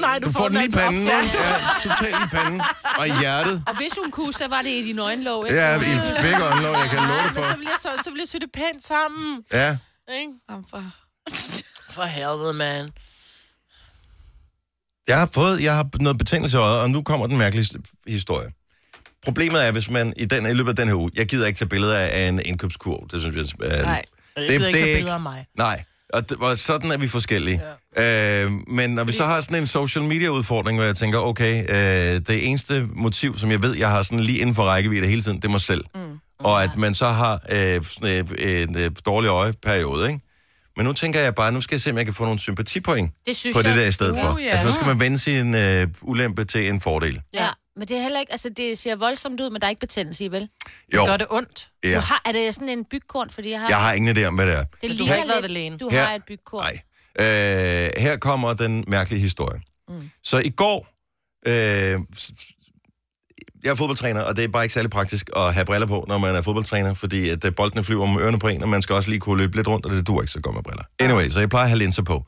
Nej,
Du får den lige i
altså op
panden,
for-
ikke? Ja, totalt i panden. Og i hjertet.
Og hvis hun kunne, så var det i dine øjenlåg, ikke?
Ja, i begge øjenlåg, jeg kan love
Nej, men
det for.
så vil jeg, så, så vil jeg sy det pænt sammen,
Ja.
ikke?
ham for-
For helvede, man.
Jeg har fået jeg har noget betændelse i øjet, og nu kommer den mærkeligste historie. Problemet er, hvis man i, den, i løbet af den her uge... Jeg gider ikke tage billeder af en indkøbskurv. Det synes jeg er...
Nej.
Jeg
Det-
gider ikke
det er
tage
ikke-
billeder af mig.
Nej, og, det, og sådan er vi forskellige. Ja. Øh, men når vi så har sådan en social media-udfordring, hvor jeg tænker, okay, øh, det eneste motiv, som jeg ved, jeg har sådan lige inden for rækkevidde hele tiden, det er mig selv. Mm. Og at man så har øh, sådan, øh, en øh, dårlig øjeperiode, ikke? Men nu tænker jeg bare, nu skal jeg se, om jeg kan få nogle sympatipoint
Det synes
på det
jeg.
der i stedet for.
Uh, ja.
Altså, nu skal man vende sin øh, ulempe til en fordel.
Ja, men det er heller ikke... Altså, det ser voldsomt ud, men der er ikke betændelse i, vel?
Jo,
Gør det ondt?
Du
ja.
har, er det sådan en bygkorn? Fordi jeg har...
jeg har ingen idé om, hvad det er.
Det
Men du
ligner
har ikke været
lidt-
ved lægen.
Du
Her-
har et bygkorn.
Nej. Øh, her kommer den mærkelige historie. Mm. Så i går... Øh, s- s- jeg er fodboldtræner, og det er bare ikke særlig praktisk at have briller på, når man er fodboldtræner, fordi at øh, boldene flyver om ørerne på en, og man skal også lige kunne løbe lidt rundt, og det dur ikke så godt med briller. Anyway, så jeg plejer at have linser på.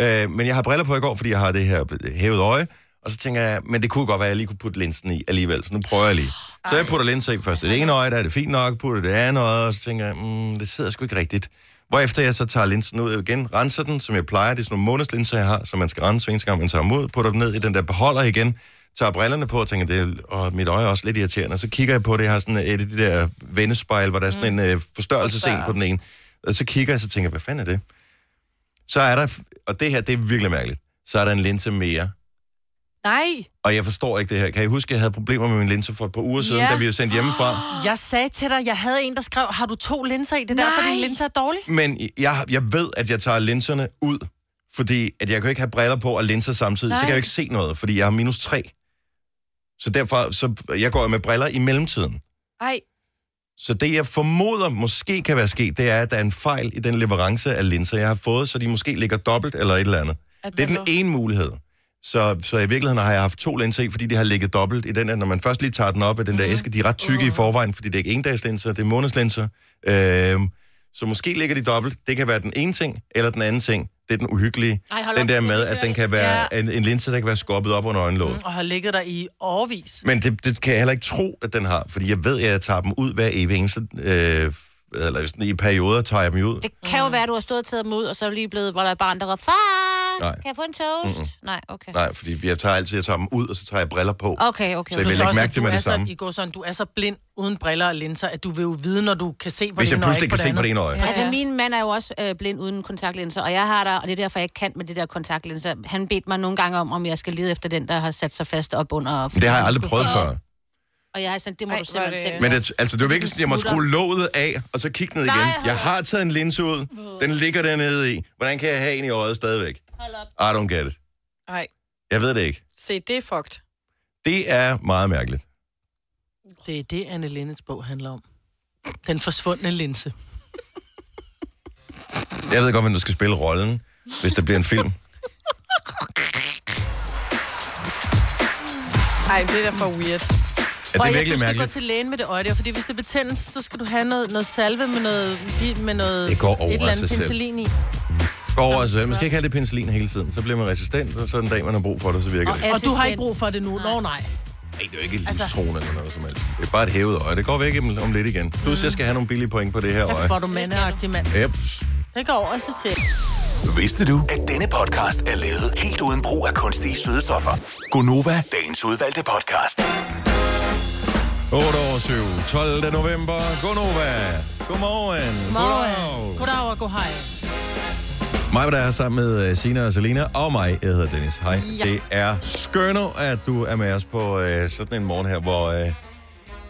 Øh, men jeg har briller på i går, fordi jeg har det her øh, hævet øje, og så tænker jeg, men det kunne godt være, at jeg lige kunne putte linsen i alligevel, så nu prøver jeg lige. Så jeg putter linser i først i det ene øje, der er det fint nok, putter det andet øje, og så tænker jeg, mm, det sidder sgu ikke rigtigt. Hvorefter jeg så tager linsen ud igen, renser den, som jeg plejer. Det er sådan nogle månedslinser, jeg har, som man skal rense, hver eneste gang man tager dem ud, putter dem ned i den der beholder igen, tager brillerne på og tænker, det er, og mit øje er også lidt irriterende. Og så kigger jeg på det, jeg har sådan et af de der vendespejl, hvor der er sådan en øh, forstørrelsescen på den ene. Og så kigger jeg, så tænker jeg, hvad fanden er det? Så er der, og det her, det er virkelig mærkeligt, så er der en linse mere.
Nej.
Og jeg forstår ikke det her. Kan I huske, at jeg havde problemer med min linse for et par uger siden,
Ja.
da vi var sendt hjemmefra?
Jeg sagde til dig, jeg havde en, der skrev, har du to linser i? Det er derfor,
Nej.
dine linser er dårlige.
Men jeg, jeg ved, at jeg tager linserne ud, fordi at jeg kan jo ikke have briller på og linser samtidig. Nej.
Nej.
Så kan jeg jo ikke se noget, fordi jeg har minus 3. Så derfor, så jeg går jo med briller i mellemtiden.
Ej.
Så det, jeg formoder måske kan være sket, det er, at der er en fejl i den leverance af linser, jeg har fået, så de måske ligger dobbelt eller et eller andet.
At
Det er den
hvorfor?
ene mulighed. Så, så i virkeligheden har jeg haft to linser i, fordi de har ligget dobbelt i den her. Når man først lige tager den op af
Mhm.
den der æske, de er ret tykke i forvejen, fordi det er ikke endagslinser, det er månedslinser. Øhm, så måske ligger de dobbelt. Det kan være den ene ting, eller den anden ting. Det er den uhyggelige.
Ej, hold
den
op,
der
det
med,
kan
at
jeg
den kan være en, en linse, der kan være skubbet op under øjenlåget.
Og har ligget der i overvis.
Men det, det kan jeg heller ikke tro, at den har, fordi jeg ved, at jeg tager dem ud hver evig eneste... Øh, eller sådan, i perioder tager jeg dem ud.
Det kan jo være, at du har stået og taget dem ud, og så er du lige blevet, hvor der er barn, der råber, far,
Nej.
kan jeg få en toast? Mm-mm. Nej, okay.
Nej, fordi jeg tager altid jeg tager dem ud, og så tager jeg briller på.
Okay, okay.
Så jeg
Du
vil
så
ikke
også,
mærke
at
til
du
med
er
det
så-
samme.
I går sådan, du er så blind uden briller og linser, at du vil jo vide, når du kan se på
Hvis
det
jeg
ene øje,
pludselig
ikke
kan
på
se
det
på det
andet.
ene øje.
Altså,
Yes.
min mand er jo også øh, blind uden kontaktlinser, og jeg har der, og det er derfor, jeg ikke kan med det der kontaktlinser. Han bedte mig nogle gange om, om jeg skal lede efter den, der har sat sig fast op under.
Det har jeg aldrig prøvet før.
Og jeg har sådan, det må
Ej,
Ej, du
hvor er
simpelthen
det-
selv.
Men det, altså, det var virkelig sådan, jeg måtte
smutter.
skrue låget af, og så kigge ned
Nej,
igen.
hold
Jeg har taget en linse ud. Den ligger dernede i. Hvordan kan jeg have en i øjet stadigvæk?
Hold op.
I don't get it.
Nej,
Jeg ved det ikke.
se, det er fucked.
Det er meget mærkeligt.
Det er det, Anne Lindets bog handler om. Den forsvundne linse.
Jeg ved godt, hvem der skal spille rollen, hvis det bliver en film.
Ej, det er da for weird.
Ja,
Og
det
jeg, du
er
skal
virkelig
gå
mærkeligt.
til lægen med det øje der, fordi hvis det er betændelse, så skal du have noget, noget salve med noget, med noget
Det går over
et eller
af
andet
sig selv.
penicillin i.
Gå over og selv. Man skal ikke have det penicillin hele tiden. Så bliver man resistent, og så den dag, man har brug for det, så virker det.
Og altså- du har ikke brug for det nu. Nå nej.
Nej, det er jo ikke livstroende eller noget som helst. Det er bare et hævet øje. Det går væk om om lidt igen. Plus, jeg skal have nogle billige point på det her
Her
øje.
får du mandeagtig mand.
Eps.
Det går over sig selv.
Vidste du, at denne podcast er lavet helt uden brug af kunstige sødestoffer? Gonova, dagens udvalgte podcast.
8 over 7. 12. november. Godnova. Godmorgen.
Goddag. Goddag og god hej.
Mig, der er her sammen med øh, Sina og Selina, og mig, jeg hedder Dennis. Hej. Ja. Det er skønner, at du er med os på øh, sådan en morgen her, hvor... Øh,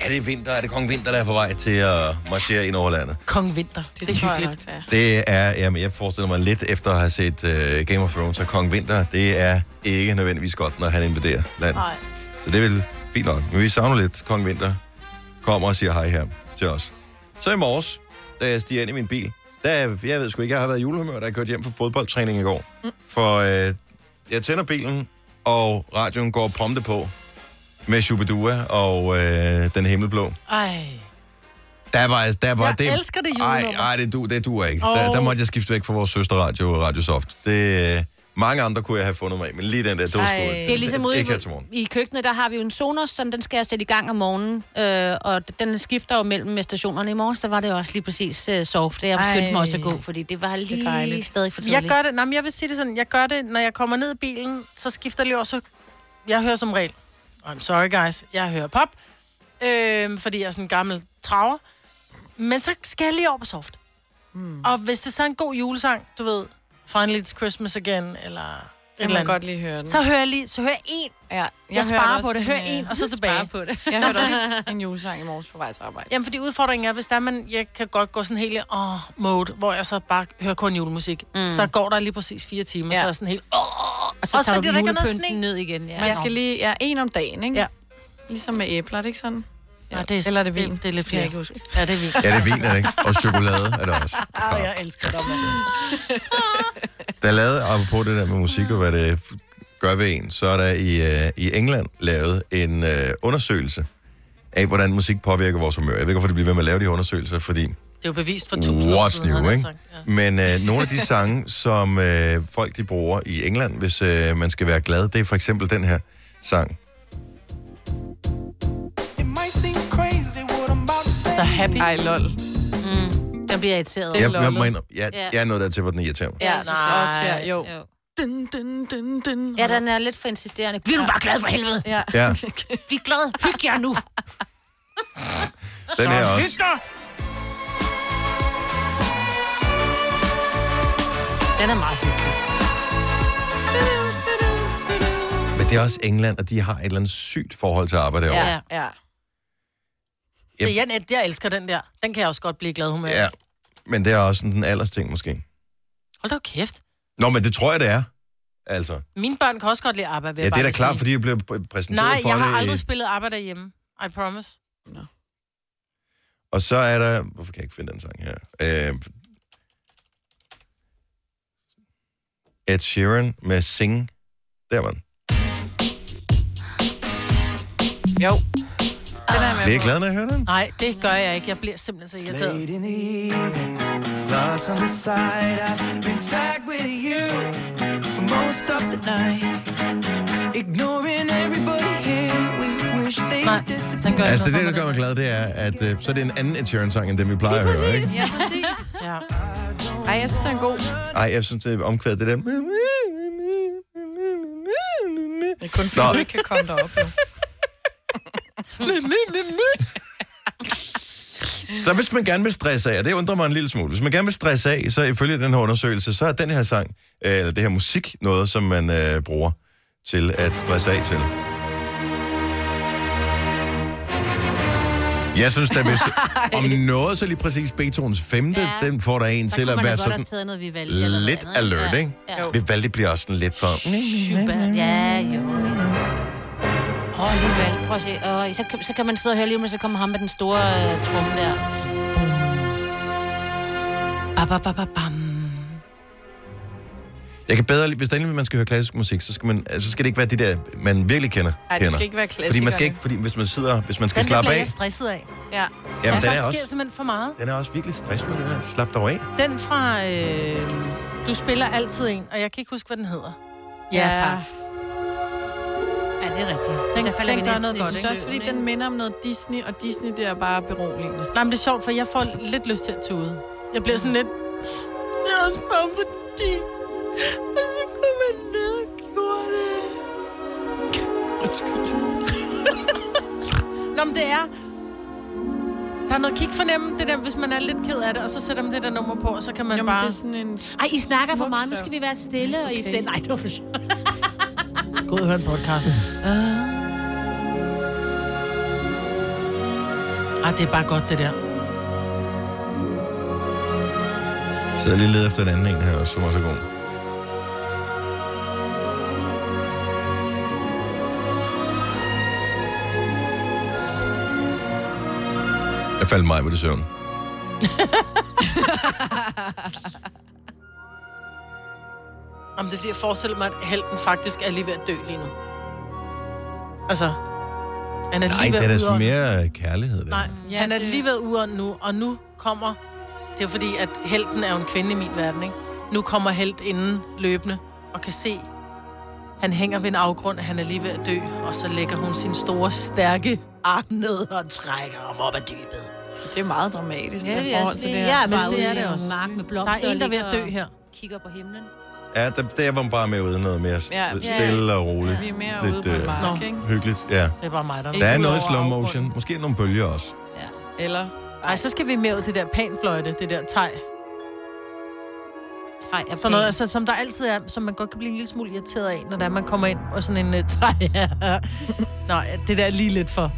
er det vinter? Er det kong Vinter, der er på vej til at marchere ind over landet?
Kong Vinter. Det, det er hyggeligt.
nok, det er.
Det er, jamen, jeg forestiller mig lidt efter at have set uh, Game of Thrones og Kong Vinter, det er ikke nødvendigvis godt, når han invaderer landet.
Nej.
Så det er vel fint nok. Men vi savner lidt, Kong Vinter kommer og siger hej her til os. Så i morges, da jeg stiger ind i min bil, der, jeg ved sgu ikke, jeg har været i julehumør, da jeg kørte hjem fra fodboldtræning i går. Mm. For øh, jeg tænder bilen, og radioen går prompte på med Shubidua og øh, Den Himmelblå.
Ej.
Der var, der var
Jeg
det...
elsker det
Ej,
julenummer.
ej, det, du, det duer ikke. Oh.
Åh.
Der, der, måtte jeg skifte væk fra vores søsterradio, Radio Soft. Det, øh, mange andre kunne jeg have fundet mig i, men lige den der, det var sgu...
Ej.
Det er ligesom ude
Ikke her til morgen.
i, i køkkenet, der har vi jo en Sonos, sådan den skal jeg sætte i gang om morgenen. Øh, og d- den skifter jo mellem stationerne. I morges, der var det jo også lige præcis øh, soft. Det jeg
Ej.
forskyndte mig også at gå, fordi det var lige det
dejligt.
stadig for tidligt.
Jeg gør det, nej, men jeg vil sige det sådan, jeg gør det, når jeg kommer ned i bilen, så skifter jeg lige over, så jeg hører som regel, I'm sorry guys, jeg hører pop, øh, fordi jeg er sådan en gammel traver, men så skal jeg lige over på soft. Mm.
Hmm.
Og hvis det så er en god julesang, du ved, Finally It's Christmas Again, eller
Det må
et
jeg
eller andet,
godt lige høre den.
så hører jeg lige, så hører jeg en,
ja, jeg,
jeg, jeg sparer
hørte
på det,
også
hører
en,
en,
øh,
og så tilbage. På det.
Jeg hørte også en julesang i morges på vej til arbejde.
Jamen, fordi udfordringen er, hvis der er man, jeg kan godt gå sådan helt åh, oh, mode, hvor jeg så bare hører kun julemusik, mm. så går der lige præcis fire
Ja.
timer, ja. så er jeg sådan helt, åh, oh,
og så
også
tager
fordi
du
der ikke er noget
julepynten
sne.
ned igen. Ja.
Man skal lige, ja, en om dagen, ikke?
Ja.
Ligesom med æbler, er det ikke sådan?
Ja, det er,
Eller er det vin?
Det, det er
Det
lidt
kan jeg
flere.
ikke huske.
Ja, det er vin.
Ja, det er vin, er det ikke? Og chokolade er det også.
Ah, jeg elsker dig, mand.
Der er lavet, apropos det der med musik og hvad det f- gør ved en, så er der i, øh, i England lavet en øh, undersøgelse af, hvordan musik påvirker vores humør. Jeg ved ikke, hvorfor det bliver ved med at lave de undersøgelser, fordi
Det er jo bevist for tusind år
what's
siden. havde
new,
jeg
ikke?
sagt. Ja.
Men øh, nogle af de sange, som øh, folk de bruger i England, hvis øh, man skal være glad, det er for eksempel den her sang.
Så happy.
Ej, lol.
Den bliver irriteret.
Jeg,
lollet.
jeg, må indrømme, jeg,
Ja.
jeg er noget der til, hvor den irriterer mig.
Ja,
Nej. Også her, jo.
Jo.
Dun, dun, dun, dun.
Ja, den er lidt for insisterende. Bliv nu bare glad for helvede.
Ja.
Ja,
Bliv glad. Hyg jer nu.
den her også.
Den er meget hyggelig.
Men det er også England, og de har et eller andet sygt forhold til arbejde derovre.
Ja.
ja.
Yep.
Det er jeg, jeg elsker den der. Den kan jeg også godt blive glad humør.
Ja. Men det er også sådan den alders ting, måske.
Hold da kæft.
Nå, men det tror jeg, det er. Altså.
Mine børn kan også godt lide ABBA, vil
Ja,
jeg
det er
bare
da
lige
klart,
sige.
fordi jeg blev præ- præsenteret
Nej,
for
jeg har
det.
aldrig
i-
spillet ABBA derhjemme. I promise.
Og så er der... Hvorfor kan jeg ikke finde den sang her? Øh, Ed Sheeran med Sing. Der var den.
Jo.
Den er jeg med
Bliver I
på.
glad, når jeg hører den?
Nej, det gør jeg ikke. Jeg bliver simpelthen så irriteret.
Late in the evening, lost on the side. I've been sad with you for most of the night. Ignoring everybody here, we wish they
Nej, den gør
Altså, det,
ikke
det,
noget
der gør
for
mig
mig.
glad, det er, at øh, så er det en anden Ed Sheeran-sang, end den, vi plejer at høre, ikke?
Ja, præcis.
Ja.
Ej, jeg synes, den er god.
Ej, jeg synes, det er omkvædet, det der.
Det er kun fordi,
Nå.
du ikke kan komme derop, jo.
Så hvis man gerne vil stresse af, og det undrer mig en lille smule, hvis man gerne vil stresse af, så ifølge den her undersøgelse, så er den her sang, øh, eller det her musik, noget, som man øh, bruger til at stresse af til. Jeg synes da, hvis om noget, så lige præcis Beethovens femte, ja.
Ja.
den får der en
Så
til
kunne
at
man da
være
godt
sådan
have taget noget Vivaldi eller noget
lidt
andet,
alert,
ja.
ikke?
Ja.
Vivaldi bliver også sådan lidt for...
Schubert. Ja, jo. Åh, alligevel. Prøv at se. Åh, så, kan- så kan man sidde og høre lige med, så kommer ham med den store øh, tromme der.
Ba, ba, ba, ba, bam.
Jeg kan bedre lide, hvis det er endelig, man skal høre klassisk musik, så skal, man, altså, så skal det ikke være det der, man virkelig kender.
Ej, det
kender.
skal ikke være
Fordi man skal
klassikerne.
ikke, fordi hvis man sidder, hvis man skal
Den der
slappe
bliver
af,
jeg stresset af.
Ja.
jamen,
der
den er,
sker
også,
simpelthen for meget.
den er også virkelig stressende, den her. Slap dig af.
Den fra... Øh, du spiller altid en, og jeg kan ikke huske, hvad den hedder.
Ja, det er rigtigt.
Den- den gør noget godt,
Det
ikke?
er også fordi, den minder om noget Disney, og Disney, det er bare beroligende.
Nej, men det er sjovt, for jeg får lidt lyst til at tude. Jeg bliver sådan lidt... Det er også bare fordi... Og så kunne man Altså, ned og gjorde det. Undskyld. Nå, men det er... Der er noget kig fornemme, det der, hvis man er lidt ked af det, og så sætter man det der nummer på, og så kan man
Jamen,
bare...
det er sådan en...
Ej, I snakker for
Smuk
meget. Nu
søvn.
skal vi være stille, og I
Okay.
selv... Nej, det var for sjovt.
Gå ud og hør en podcast. Ah, det er bare godt, det der.
Jeg sidder lige og leder efter en anden en her, også, som også er god. Jeg faldt mig med det søvn.
Jamen, det er fordi, jeg forestiller mig, at helten faktisk er lige ved at dø lige nu. Altså, han er
Nej,
lige ved
det er
at
da sådan
udånde.
mere kærlighed. Der.
Nej,
Ja,
han er
det-
lige ved at udånde nu, og nu kommer... Det er fordi, at helten er jo en kvinde i min verden, ikke? Nu kommer helt inden løbende og kan se, han hænger ved en afgrund, at han er lige ved at dø, og så lægger hun sin store, stærke arm ned og trækker ham op ad dybet.
Det er meget dramatisk, det her
jeg
forhold til det her.
Ja, men
Men
det er det også. Mark med
Der
blomster,
er en, der er ved at
ligger
dø her.
og Kigger på himlen.
Ja, der, der var man bare med uden noget mere
Ja.
ja. stille og roligt.
Vi er mere
Lidt,
ude på en
øh,
mark,
Nå.
ikke?
Hyggeligt, ja.
Det er bare mig, der
Der er
Ikke
noget
udover
i slow
afgrunden.
motion. Måske nogle bølger også.
Ja.
Eller...
Ej, så skal vi med ud det der panfløjte, det der teg.
Træ er
Sådan noget, altså, som der altid er, som man godt kan blive en lille smule irriteret af, når det er, man kommer ind og sådan en uh, træ. Nå, ja, det der er lige lidt for.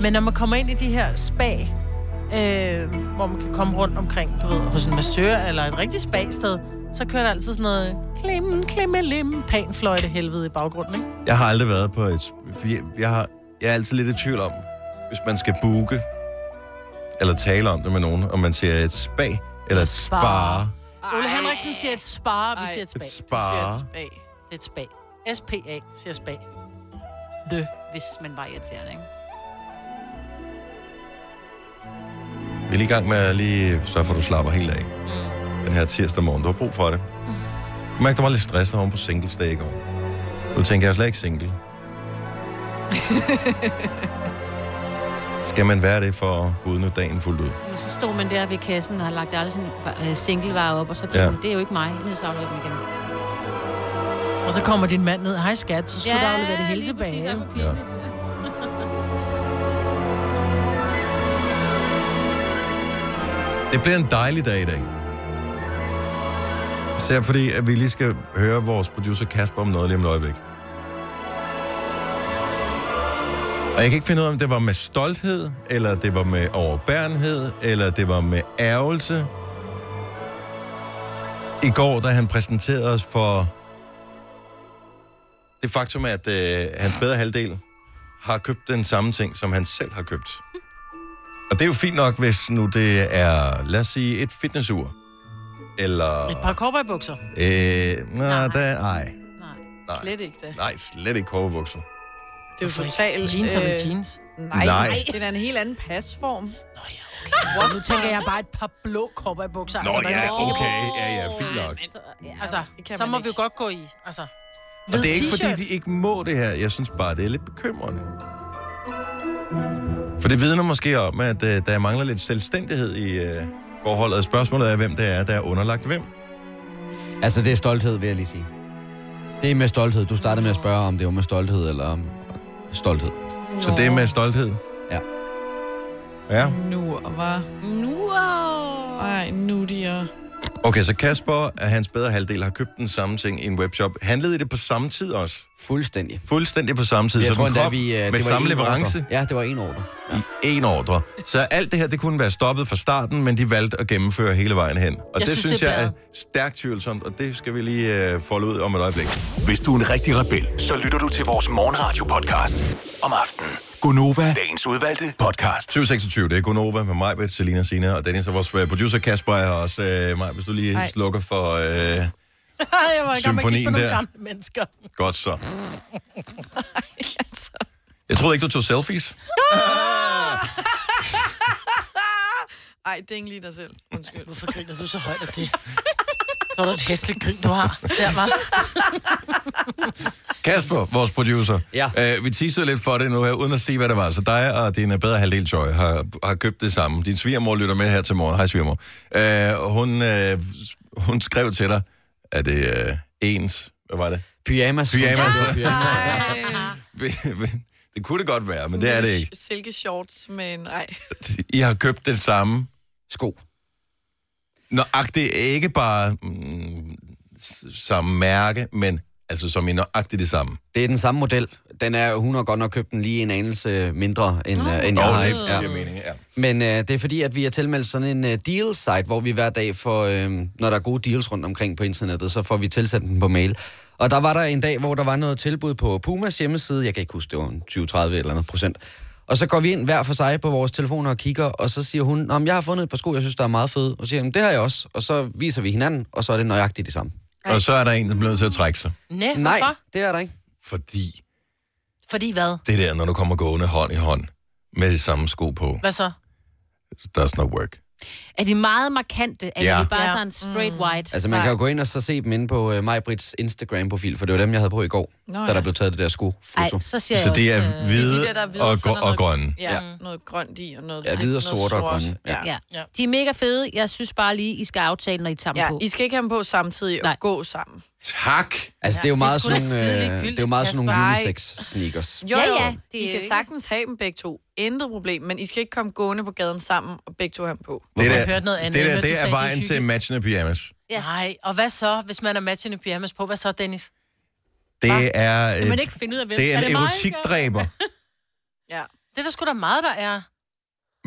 Men når man kommer ind i de her spa, øh, hvor man kan komme rundt omkring, du ved, hos en massør eller et rigtigt spa-sted, så kører der altid sådan noget klim, klimme, lim, panfløjte helvede i baggrunden, ikke?
Jeg har aldrig været på et... for Jeg, jeg, har, jeg er altid lidt i tvivl om, hvis man skal booke eller tale om det med nogen, om man siger et spa eller et
Spa.
spa.
Ej. Ole Henriksen siger et spa, vi
Ej.
siger et spa.
Et
Det
spa.
bag.
er et spa. S-P-A siger spa.
dø, hvis man var irriterende, ikke?
Vi er lige i gang med at lige sørge for, at du slapper helt af.
Mm.
Den her tirsdag morgen. Du har brug for det. Jeg mærkte, du var lidt stresset oven på singles dag i går. Nu tænker jeg, jeg er slet ikke single. Skal man være det for at kunne udnytte dagen fuldt ud?
Men så stod man der ved kassen og har lagt alle sine øh, singlevarer op, og så tænkte
Ja.
ja. det er jo ikke mig. Nu savner jeg dem igen.
Og så kommer din mand ned, hej skat, så skulle ja, du aflevere det hele
lige
tilbage.
præcis,
ikke?
ej, hvor pinligt. Altså.
Det bliver en dejlig dag i dag. Især fordi, at vi lige skal høre vores producer Kasper om noget lige om et øjeblik. Og jeg kan ikke finde ud af, om det var med stolthed, eller det var med overbærenhed, eller det var med ærgelse. I går, da han præsenterede os for det faktum, at øh, hans bedre halvdel har købt den samme ting, som han selv har købt. Og det er jo fint nok, hvis nu det er, lad os sige, et fitnessur. Eller...
Et par cowboybukser.
Øh, nej, nej. Der, nej. Nej.
Slet ikke det.
nej, slet ikke kåbebukser.
Det er jo totalt...
Jeans er vel
øh,
jeans.
Nej,
Nej.
nej. Det er en helt anden pasform.
What? Nu tænker jeg bare et par blå cowboybukser.
Nå
der
ja,
kan-
okay, ja, ja, fint nok.
Altså,
kan
så
man
må
ikke.
vi jo godt gå i. Altså,
Og det er ikke,
t-shirt.
fordi de ikke må det her. Jeg synes bare, det er lidt bekymrende. For det vidner måske om, at øh, der mangler lidt selvstændighed i øh, forholdet. Spørgsmålet er, hvem det er, der er underlagt hvem.
Altså, det er stolthed, vil jeg lige sige. Det er med stolthed. Du startede med at spørge, om det var med stolthed eller om stolthed.
Så det er med stolthed.
Ja.
Ja,
Nu og var...
Nu
Ej, nu de er...
okay, så Kasper og hans bedre halvdel har købt den samme ting i en webshop. Handlede I det på samme tid også?
Fuldstændig.
Fuldstændig på samme tid,
Jeg
så
tror
den
endda,
kom
vi... øh, det
med
var
samme
én
leverance
Ordre. Ja, det var en ordre.
i én ordre. Så alt det her, det kunne være stoppet fra starten, men de valgte at gennemføre hele vejen hen. Og jeg det
synes,
synes
det er
jeg er
bedre.
stærkt tvivlsomt, og det skal vi lige øh, folde ud om et øjeblik.
Hvis du er en rigtig rebel, så lytter du til vores morgenradio-podcast om aftenen. Gunova, dagens udvalgte podcast.
2026, det er Gunova med mig, Britt, Selina, Sina og Dennis, og vores øh, producer Kasper er her også. Øh, mig, hvis du lige Ej.
Ej.
slukker for... Øh,
jeg var i gang med at
Symfonien
kigge på nogle
der.
gamle mennesker. altså.
godt så. Jeg troede ikke, du tog selfies.
Ej, det er ikke lige dig selv. Undskyld.
Hvorfor griner du så højt af det? Så er der et hæsligt grin, du har. Der, var.
Kasper, vores producer.
Ja.
Øh, vi teasede lidt for det nu her, uden at sige, hvad det var. Så dig og din øh, bedre halvdel, Joy, har, har købt det samme. Din svigermor lytter med her til morgen. Hej, svigermor. Øh, og hun, øh, hun skrev til dig, at det øh, ens... Hvad var det?
Pyjamas.
Pyjamas.
Ja, pyjamas.
det kunne det godt være, men det er det ikke.
Silke shorts med en... Ej.
I har købt det samme.
Sko.
Nøjagtigt ikke bare mm, s- samme mærke, men altså som i nøjagtigt det samme.
Det er den samme model. Den er, hun har godt nok købt den lige en anelse mindre, end, oh, end
Nå,
jeg har.
det
ikke?
giver mening, ja.
Men øh, det er fordi, at vi er tilmeldt sådan en øh, deal-site, hvor vi hver dag får, øh, når der er gode deals rundt omkring på internettet, så får vi tilsendt den på mail. Og der var der en dag, hvor der var noget tilbud på Pumas hjemmeside. Jeg kan ikke huske, det var en 20-30 eller andet procent. Og så går vi ind hver for sig på vores telefoner og kigger, og så siger hun, "Nå, men jeg har fundet et par sko, jeg synes, der er meget fede. Og så siger hun, det har jeg også. Og så viser vi hinanden, og så er det nøjagtigt det samme.
Og så er der en, der bliver nødt til at trække sig.
Næ,
Nej,
hvorfor?
det er der ikke.
Fordi
Fordi hvad?
det der, når du kommer gående hånd i hånd med de samme sko på,
Hvad så?
does not work.
Er de meget markante? Er
Ja.
de bare
Ja.
sådan straight
Mm.
white?
Altså, man kan jo gå ind og så se dem inde på øh, Majbrits Instagram-profil, for det var dem, jeg havde på i går, Nå,
Nå,
ja. da
ja.
der blev taget det der skofoto.
Ej, så siger
Så
jeg
det
også,
er
øh,
hvide,
De der, der er hvide,
og,
så er
gr-
der
og
noget-
grønne.
Ja, noget grønt i og noget...
Ja, hvide og
noget
sorte og grønne, ja.
Ja.
Ja. De er mega fede. Jeg synes bare lige, I skal aftale, når I tager dem
ja,
på.
I skal ikke have dem på samtidig
Nej.
og gå sammen.
Tak!
Altså, ja, det er jo
det er
meget
sgu
sådan
da
nogle,
skide
øh,
ligegyldigt,
det er jo meget sådan nogle
Kasper.
unisex-sneakers.
Jo,
Ja,
jo,
ja, det
I
er jo
kan
ikke-
sagtens have dem begge to. Intet problem, men I skal ikke komme gående på gaden sammen og begge to have dem på.
Det
Jeg
der,
hørte noget andet,
det
men
der
du
det
sagde,
er
det er
vejen til
hyggeligt.
matchende pyjamas.
Ja.
Nej, og hvad så, hvis man har matchende pyjamas på? Hvad så, Dennis?
Det er, øh,
man ikke finde ud af, hvem
det er en
mig,
erotikdræber.
Ja.
Det er der sgu da meget, der er.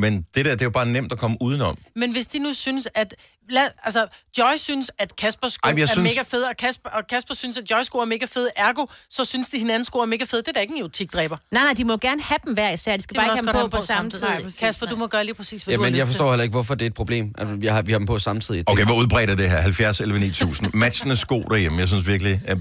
Men det der, det er jo bare nemt at komme udenom.
Men hvis de nu synes, at... Lad, altså, Joy synes, at Kaspers sko
Ej,
Ej,
men jeg
er
synes-
synes... mega fede, og Kasper, og Kasper synes, at Joys sko er mega fede. Ergo, så synes de, hinandens sko er mega fede. Det er da ikke en erotikdræber. Det
Nej, nej, de må gerne have dem hver især. De skal
må
bare
man
ikke
også
have
godt
dem på på samme tid.
samtidig. Kasper, du må gøre lige præcis, hvad
Jamen,
du har
jeg
lyst
forstår heller ikke, hvorfor det er et problem, at vi har, vi har dem på samtidig.
Okay, hvor udbredt er det her? 70, 11, 9000. Matchende sko derhjemme, jeg synes virkelig... Er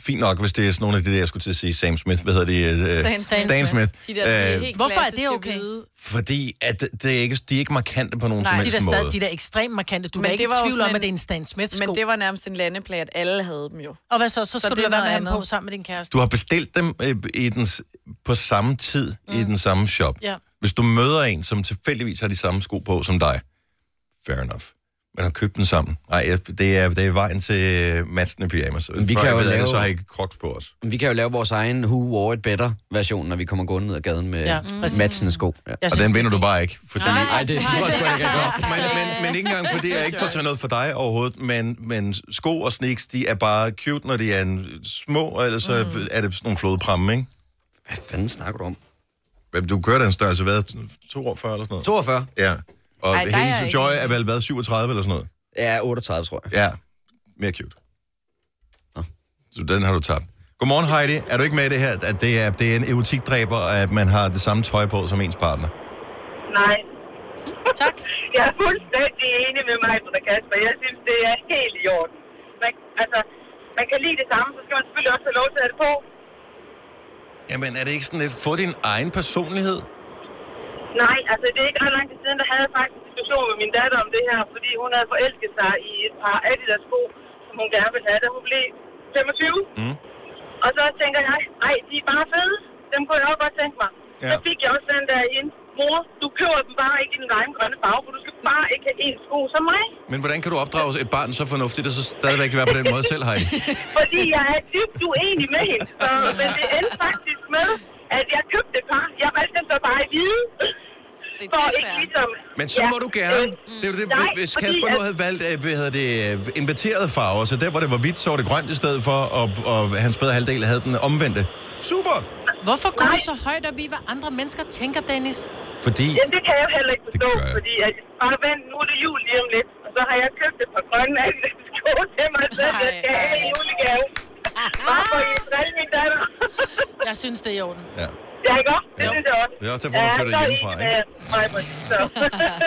fint nok, hvis det er sådan nogle af de der, jeg skulle til at sige, Sam Smith, hvad hedder de? Øh,
Stan Smith.
Stan Smith.
De der, de er
Øh,
helt
hvorfor er det
klassiske
okay?
hvide.
fordi at det er ikke, de er ikke markante på nogen Nej, som
til.
helst
De er
måde.
stadig de der ekstremt markante. Du
Men
er da ikke i
det var jo
tvivl
sådan
om,
en-
at det er en Stan Smith-sko.
Men det var nærmest en landeplag, at alle havde dem jo.
Og hvad så? Så skal
det
du lade
er
være med at
noget
have dem på
andet.
sammen med din kæreste.
Du har bestilt dem øh, i den, s- på samme tid mm. i den samme shop.
Ja.
Hvis du møder en, som tilfældigvis har de samme sko på som dig, fair enough. Men har købt dem sammen. Nej, det er, det er vejen til øh, matchende pyjamas. Vi
kan
jeg
jo
ved, lave...
lave-
det, så har jeg ikke crocs på os.
Vi kan jo lave vores egen Who Wore It Better version, når vi kommer gående ned ad gaden med
Ja,
ja,
præcis.
matchende sko. Ja.
Jeg
Og
synes,
den
det er
vinder du
fint.
bare ikke. Fordi... Nej,
Ej, det tror jeg sgu ikke, jeg gør.
Men, men, men ikke engang fordi jeg ikke får taget noget for dig overhovedet, men, men sko og sneaks, de er bare cute, når de er en små, og ellers mm. er det sådan nogle flodpramme, ikke?
Hvad fanden snakker du om?
Hvem- Du kører den størrelse, hvad? 42 eller sådan noget?
42?
Ja. Og
Ej,
Ej,
der er
hendes
jeg
Joy
ikke.
er vel hvad, 37 eller sådan noget?
Ja, 38, tror jeg.
Ja. Mere cute. Så den har du tabt. Godmorgen, Heidi. Er du ikke med i det her, at det er, det er en erotikdræber, at man har det samme tøj på som ens partner?
Nej,
Tak.
jeg er fuldstændig enig med mig, Britta Kasper. Jeg synes, det er helt i orden. Man, altså, man kan lide det samme, så skal man selvfølgelig også have lov til at have det på.
Jamen, er det ikke sådan lidt, få din egen personlighed?
Nej, altså det er ikke ret lang tid siden, der havde jeg faktisk en diskussion med min datter om det her, fordi hun havde forelsket sig i et par Adidas sko, som hun gerne ville have, da hun blev 25.
Mm.
Og så tænker jeg, nej, de er bare fede. Dem kunne jeg også godt tænke mig.
Ja.
Ja. Så fik jeg også den der ind. Mor, du køber dem bare ikke i den egen grønne farve, for du skal bare ikke have en sko som mig.
Men hvordan kan du opdrage et barn så fornuftigt, og så stadigvæk være på den måde selv, Heidi?
Fordi jeg er dybt uenig med hende. Så, men det endte faktisk med, at jeg købte et par. Jeg valgte dem så bare i hvide.
Se, det
For
er
ikke
fair. Mm.
ligesom...
Men så må du gerne. Det er jo det,
Nej,
hvis
fordi
Kasper nu
at-
havde valgt øh, hvad hedder det, øh, inverterede farver, så der, hvor det var hvidt, så var det grønt i stedet for, og, og hans bedre halvdel havde den omvendte. Super!
Hvorfor går
Nej.
du så højt op i, hvad andre mennesker tænker, Dennis?
Fordi...
Jamen, det kan jeg jo heller ikke forstå,
gør jeg.
fordi at, bare vent, nu er det jul lige om lidt, og så har jeg købt et par grønne Adidas sko til mig selv, jeg skal have i julegave. Bare for at irritere min datter.
Jeg synes, det er i orden.
Ja.
ja, ikke også? Det
Jo.
synes jeg også.
Det er også derfor, hun flytter
så er
hjemmefra,
en, øh, mig, Britt, så.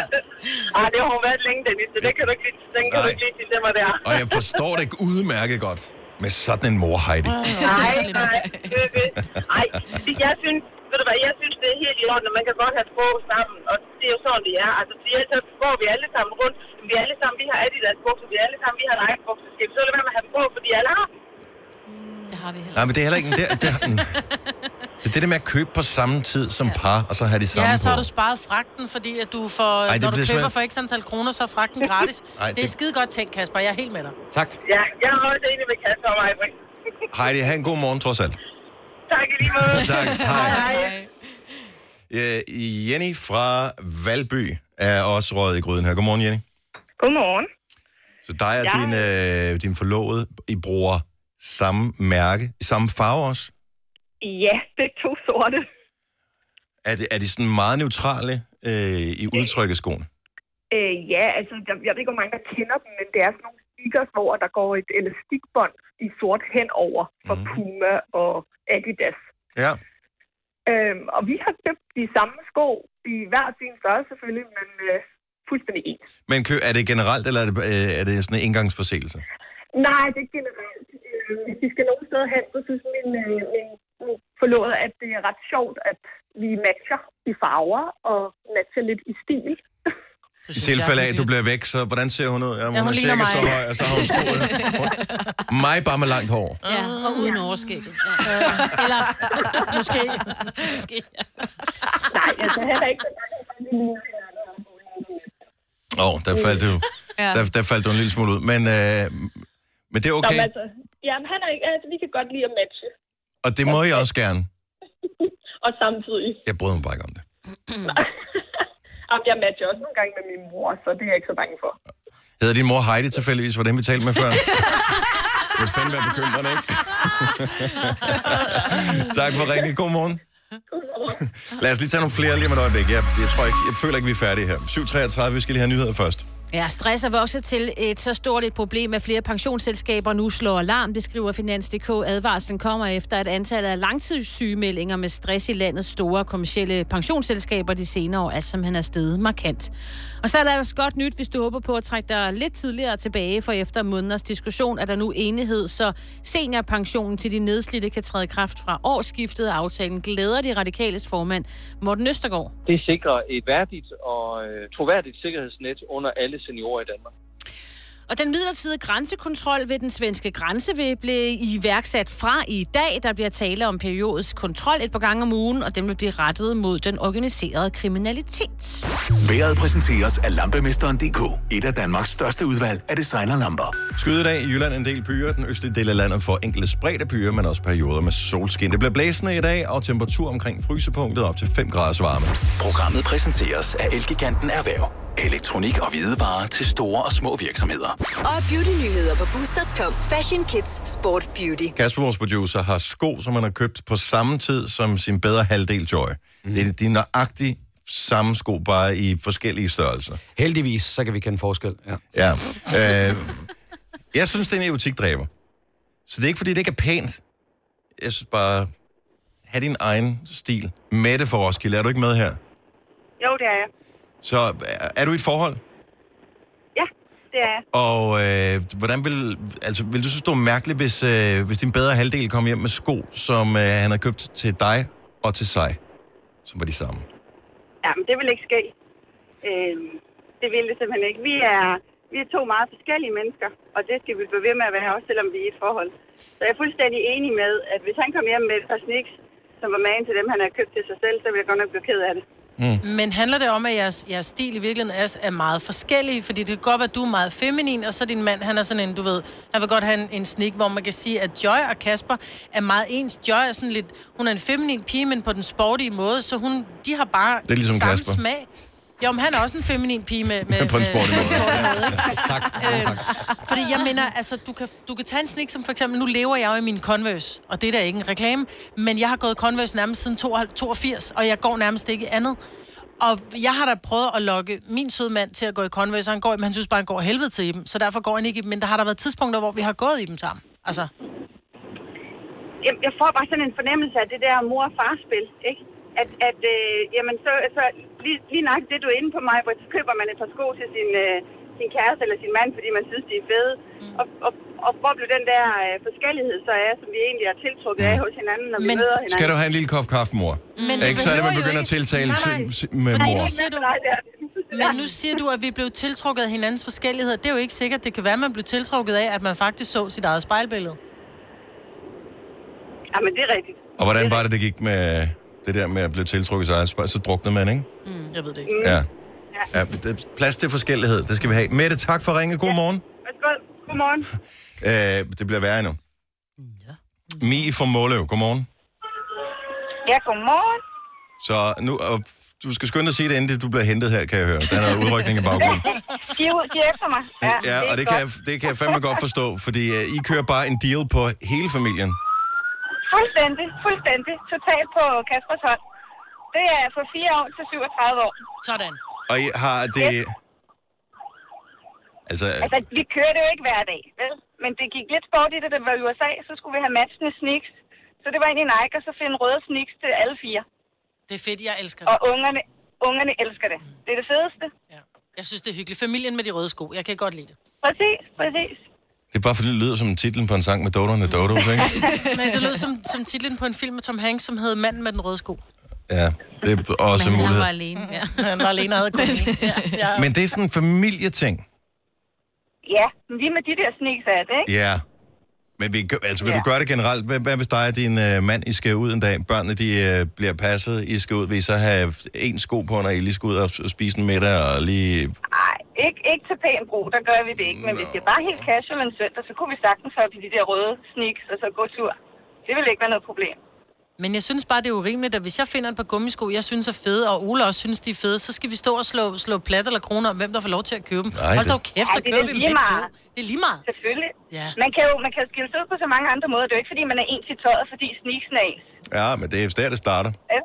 Ej, det har hun været længe, Dennis, så det kan du ikke lige, den kan du
Nej.
ikke lige sige til mig der.
Og jeg forstår det udmærket godt med sådan en mor, Heidi.
Nej, nej, det er det. Ej, det- jeg synes, ved du hvad, jeg synes, det er helt i orden, at man kan godt have sprog sammen, og det er jo sådan, det er. Altså, fordi ellers så går vi alle sammen rundt, vi alle sammen, vi har Adidas bukser, vi alle sammen, vi har Nike bukser, skal vi så lade være med at have dem på, fordi alle har dem.
Det har vi heller.
Nej, men det er heller ikke... Det er det, er, det, er det der med at købe på samme tid som par, og så have de samme
Ja, så har
på.
du sparet fragten, fordi at du får,
det
Ej, når du
bliver
køber
svært.
for ekstra antal kroner, så er fragten gratis. Ej, det... det er
det-
skide godt tænkt, Kasper. Jeg er helt med dig.
Tak.
Ja, jeg er også enig med Kasper og mig, Britt.
Heidi, have en god morgen trods alt.
Tak i lige måde.
Tak. Hej.
Nej.
Øh, Jenny fra Valby er også røget i gryden her. Godmorgen, Jenny.
Godmorgen.
Så dig og
Jeg-
din, øh, din forlovede, I bruger samme mærke, samme farve også?
Ja, begge to sorte.
Er, det, er de sådan meget neutrale øh, i udtrykket skoene?
Øh, ja, altså, jeg, jeg ved ikke, hvor mange, der kender dem, men det er sådan nogle sneakers, hvor der går et elastikbånd i sort henover for
Mhm.
Puma og Adidas.
Ja.
Øhm, og vi har købt de samme sko i hver sin størrelse selvfølgelig, men øh, fuldstændig ens.
Men kø, er det generelt, eller er det, øh, er det sådan en engangsforseelse?
Nej, det er generelt. Øh, hvis vi skal nogen steder hen, så synes min, øh, min, min forlovede, at det er ret sjovt, at vi matcher i farver og matcher lidt i stil.
Det
I
synes
tilfælde
jeg
af,
er
at du bliver væk, så hvordan ser hun ud? Jamen,
Ja, hun
er
ligner
cirka
mig.
Så høj, og så har hun skoene. Hun- mig bare med langt hår.
Ja, og uden overskægget. Ja. Eller, måske. måske.
Nej, altså heller ikke. så mange, der ligner hinanden og sådan noget.
Åh, oh, der
Uh.
faldt du.
Ja.
Der, der faldt du en lille smule ud. Men, øh, men det er
Nå,
okay,
men altså, jamen, han er ikke, altså, vi kan godt lide at matche,
og det må jeg også gerne.
og samtidig.
Jeg bryder mig bare ikke om det.
Jamen, jeg matcher også nogle gange med min mor, så det er jeg ikke så bange for.
Hedder din mor Heidi tilfældigvis, hvordan vi talte med før? Det vil fandme være bekymrende, ikke? tak for ringen. God morgen. Lad os lige tage nogle flere lige om et øjeblik. Jeg, jeg, tror ikke, jeg føler ikke, vi er færdige her. 7.33, vi skal lige have nyheder først.
Ja, stress er vokset til et så stort et problem, at flere pensionsselskaber nu slår alarm, det skriver Finans.dk. Advarslen kommer efter, at antallet af langtidssygemeldinger med stress i landets store kommersielle pensionsselskaber de senere år, altså som han er steget markant. Og så er der altså godt nyt, hvis du håber på at trække dig lidt tidligere tilbage, for efter måneders diskussion er der nu enighed, så seniorpensionen til de nedslidte kan træde i kraft fra årsskiftet. Aftalen glæder de radikales formand, Morten Østergaard.
Det sikrer et værdigt og øh, troværdigt sikkerhedsnet under alle seniorer i Danmark.
Og den midlertidige grænsekontrol ved den svenske grænse vil blive iværksat fra i dag. Der bliver tale om periodisk kontrol et par gange om ugen, og den vil blive rettet mod den organiserede kriminalitet.
Været præsenteres af lampemesteren.dk. Et af Danmarks største udvalg af designerlamper.
Skydedag i Jylland en del byer. Den østlige del af landet får enkelte spredte byer, men også perioder med solskin. Det bliver blæsende i dag, og temperatur omkring frysepunktet op til 5 graders varme.
Programmet præsenteres af Elgiganten Erhverv. Elektronik og hvidevarer til store og små virksomheder.
Og beautynyheder på Boost.com. Fashion Kids Sport Beauty.
Kasper, vores producer, har sko, som han har købt på samme tid som sin bedre halvdel Joy. Mm. Det er de nøjagtige samme sko, bare i forskellige størrelser.
Heldigvis, så kan vi kende forskel. Ja.
Ja. Øh, jeg synes, det er en erotikdræber. Så det er ikke, fordi det ikke er pænt. Jeg synes bare, have din egen stil. Mette for Roskilde, er du ikke med her?
Jo, det er jeg.
Så er- er du i et forhold?
Ja, det er jeg.
Og øh, hvordan vil, altså, vil du synes, det var mærkeligt, hvis, øh, hvis din bedre halvdel kom hjem med sko, som øh, han havde købt til dig og til sig, som var de samme?
Ja, men det vil ikke ske. Øhm, det vil det simpelthen ikke. Vi er, vi er to meget forskellige mennesker, og det skal vi blive ved med at være, også selvom vi er i et forhold. Så jeg er fuldstændig enig med, at hvis han kom hjem med et par sneaks, som var magen til dem, han havde købt til sig selv, så ville jeg godt nok blive ked af det.
Mm. Men handler det om, at jeres, jeres stil i virkeligheden er, er meget forskellig? Fordi det kan godt være, at du er meget feminin, og så din mand, han er sådan en, du ved, han vil godt have en, en snik, hvor man kan sige, at Joy og Kasper er meget ens. Joy er sådan lidt, hun er en feminin pige, men på den sportige måde, så hun, de har bare
Det er ligesom
samme
Kasper.
smag. Jo, men han er også en feminin pige med... med
På en
med-
sportig måde.
på en sportig måde, ikke?
Tak.
Øhm, fordi jeg mener, altså, du kan, du kan tage en snik, som for eksempel, nu lever jeg jo i min Converse, og det er da ikke en reklame, men jeg har gået Converse nærmest siden 82, og jeg går nærmest ikke andet. Og jeg har da prøvet at lokke min søde mand til at gå i Converse, og han går, i dem. han synes bare, han går helvede til i dem, så derfor går han ikke i dem, men der har der været tidspunkter, hvor vi har gået i dem sammen. Altså,
jeg, jeg får bare sådan en fornemmelse af det der mor- og farspil, ikke? At, at øh, jamen, så, så lige, lige nok det, du er inde på mig, hvor så køber man et par sko til sin, øh, sin kæreste eller sin mand, fordi man synes, de er fede. Mm. Og, og, og hvor blev den der øh, forskellighed så er, som vi egentlig er tiltrukket af hos hinanden, når vi møder hinanden?
Mm. Skal du have en lille kop kaffe, mor?
Men det
ikke så er det,
behøver
man
jo
begynder at
ikke-
tiltale
Nej, nej.
s- s- med
Fordi
mor.
nu siger du, men nu siger du, at vi blev tiltrukket af hinandens forskelligheder. Det er jo ikke sikkert. Det kan være, at man blev tiltrukket af, at man faktisk så sit eget spejlbillede.
Jamen, det er rigtigt.
Og hvordan var det, det gik med det der med at blive tiltrukket sig? Så, så druknede man, ikke?
Mm. Jeg ved det
ikke.
Ja. ja det, plads til forskellighed, det skal vi have. Mette, tak for at ringe. God morgen.
Værsgo. Godmorgen.
Øh, det bliver værre endnu. Ja. Mi fra Måløv, godmorgen.
Ja, godmorgen.
Så nu, og f- du skal skynde dig at sige det, inden du bliver hentet her, kan jeg høre. Der er noget udrykning i baggrunden.
de, er, de er efter mig.
Ja, og det kan, jeg, det kan jeg fandme godt forstå, fordi uh, I kører bare en deal på hele familien.
Fuldstændig, fuldstændig. Totalt på Kaspers hånd. Det er fra 4 år til 37 år.
Sådan.
Og I har det... Altså,
Altså, vi kører det jo ikke hver dag, vel? Men det gik lidt sport i det, da det var i USA, så skulle vi have matchende sneaks. Så det var ind i Nike, og så finde røde sneaks til alle fire.
Det Mm. er fedt, jeg elsker
Og ungerne, ungerne elsker det. Det er det fedeste.
Jeg synes, det er hyggeligt. Familien med de røde sko. Jeg kan godt lide det.
Præcis, præcis.
det er bare fordi, det lyder som titlen på en sang med Dodo og Dodo, ikke?
Men det lød som, som titlen på en film med Tom Hanks, som hed Manden med den røde sko.
Ja, det er også en mulighed.
alene. Ja. Han var alene og havde kun en. ja. ja.
Men det er sådan en familieting.
Ja, men lige med de der sneaks er det, ikke?
Ja. Men vi, gør- altså, vil du
Ja.
gøre det generelt? Hvad, hvad hvis dig og din øh, mand, I skal ud en dag? Børnene, de øh, bliver passet. I skal ud. Vil I så have en sko på, når I lige skal ud og s- og spise en middag? Og lige...
Nej, ikke, ikke til pæn brug, der gør vi det ikke. Men hvis det er bare helt casual en søndag, så kunne vi sagtens hoppe i de der røde sneaks og så gå tur. Det ville ikke være noget problem.
Men jeg synes bare, det er urimeligt, at hvis jeg finder et par gummisko, jeg synes er fede, og Ole også synes, de er fede, så skal vi stå og slå, slå plat eller kroner om, hvem der får lov til at købe dem.
Nej,
Hold
det-
dog kæft, så
Ej, det er
køber
da
vi dem
lige
begge to.
meget.
Det er lige meget.
Selvfølgelig.
Ja.
Man kan jo man kan jo skille sig ud på så mange andre måder. Det er jo ikke, fordi man er ens i tøjet, fordi sneaksen er ens.
Ja, men det er der, det starter.
vel?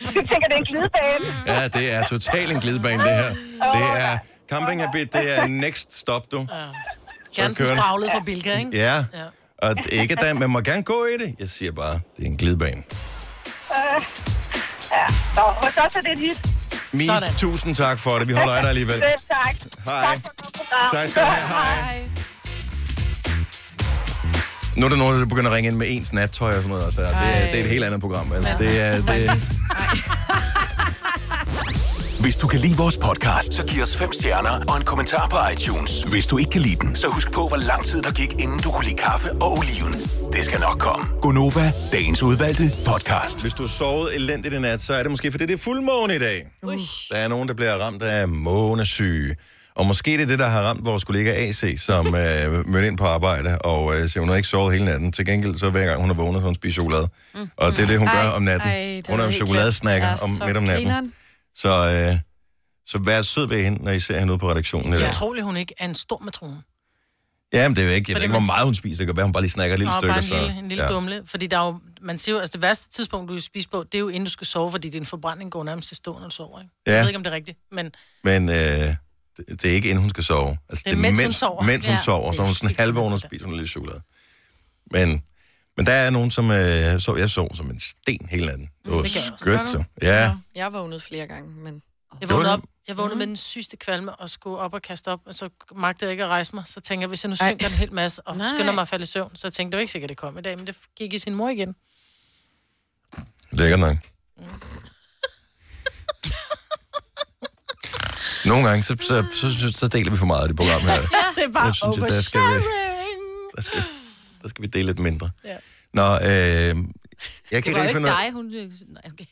du tænker, det er en glidebane.
Ja, det er totalt en glidebane, det her. Det er camping a bit, det er next stop, du.
Gerne den
kører den.
spraglet fra Bilka, ikke?
Ja, og det- ikke at der, man må gerne gå i det. Jeg siger bare, det er en glidebane.
Øh, ja, så hos os er det et hit.
Mi, tusind tak for det. Vi holder af dig alligevel.
Selv tak.
Hej.
Tak for et godt program.
Tak skal du have. Hej. Nu er der nogen, der begynder at ringe ind med ens nattøj og sådan noget. Altså, det, er, det er et helt andet program. Altså, det er, det,
Hvis du kan lide vores podcast, så giv os fem stjerner og en kommentar på iTunes. Hvis du ikke kan lide den, så husk på, hvor lang tid der gik, inden du kunne lide kaffe og oliven. Det skal nok komme.
Gonova, dagens udvalgte podcast. Hvis du har sovet elendigt i nat, så er det måske, fordi det er fuldmåne i dag. Der er nogen, der bliver ramt af månesyge. Og måske det er det, der har ramt vores kollega AC, som øh, mødte ind på arbejde og øh, siger, hun har ikke sovet hele natten. Til gengæld, så hver gang hun har vågnet, så hun spiser chokolade. Mm. Og det er det, hun gør om natten. hun er jo chokoladesnacker om, midt om natten. Så, øh, så vær sød ved hende, når I ser hende ude på redaktionen.
Det
Ja,
er utroligt, hun ikke er en stor matrone.
ja men det er jo ikke.
Fordi
Jeg ved ikke, hvor
man-
meget hun spiser. Det kan være, hun bare lige snakker et lille
og
stykke.
bare en lille,
så,
en lille
ja.
dumle. Fordi der er jo, man siger jo, altså det værste tidspunkt, du kan spise på, det er jo inden du skal sove, fordi din forbrænding går nærmest til stå, når du sover. Ikke?
Ja.
Jeg ved ikke, om det er rigtigt, men
Men øh, det, det er ikke inden hun skal sove. Altså,
Det er mens hun sover.
Mens hun
Ja.
sover, så er hun sådan halvvågen og spiser hun lidt chokolade. Men, men der er nogen, som øh, sov. Jeg sov som en sten hele natten. Det var
Mm,
det kan jeg også.
skønt.
Gør
så.
du?
Ja.
Jeg vågnede flere gange, men Mhm.
Jeg
Det var
vågnede,
en-
op, jeg vågnede med den sygeste kvalme og skulle op og kaste op, og så magtede jeg ikke at rejse mig. Så tænkte jeg, hvis jeg nu synker en hel masse og
Nej.
skynder mig at falde i søvn, så jeg tænkte jeg, det var ikke sikkert, det kom i dag, men det gik i sin mor igen.
Lækker nok. Nogle gange, så, så, så, så, så deler vi for meget af det program her.
det er bare
Jeg synes, at der skal vi, der, skal, der skal vi dele lidt mindre.
Ja.
Nå, øh, jeg kan
Det
ikke
var
rigtig
jo
finde
ikke
ud af-
dig, hun... Nej, okay.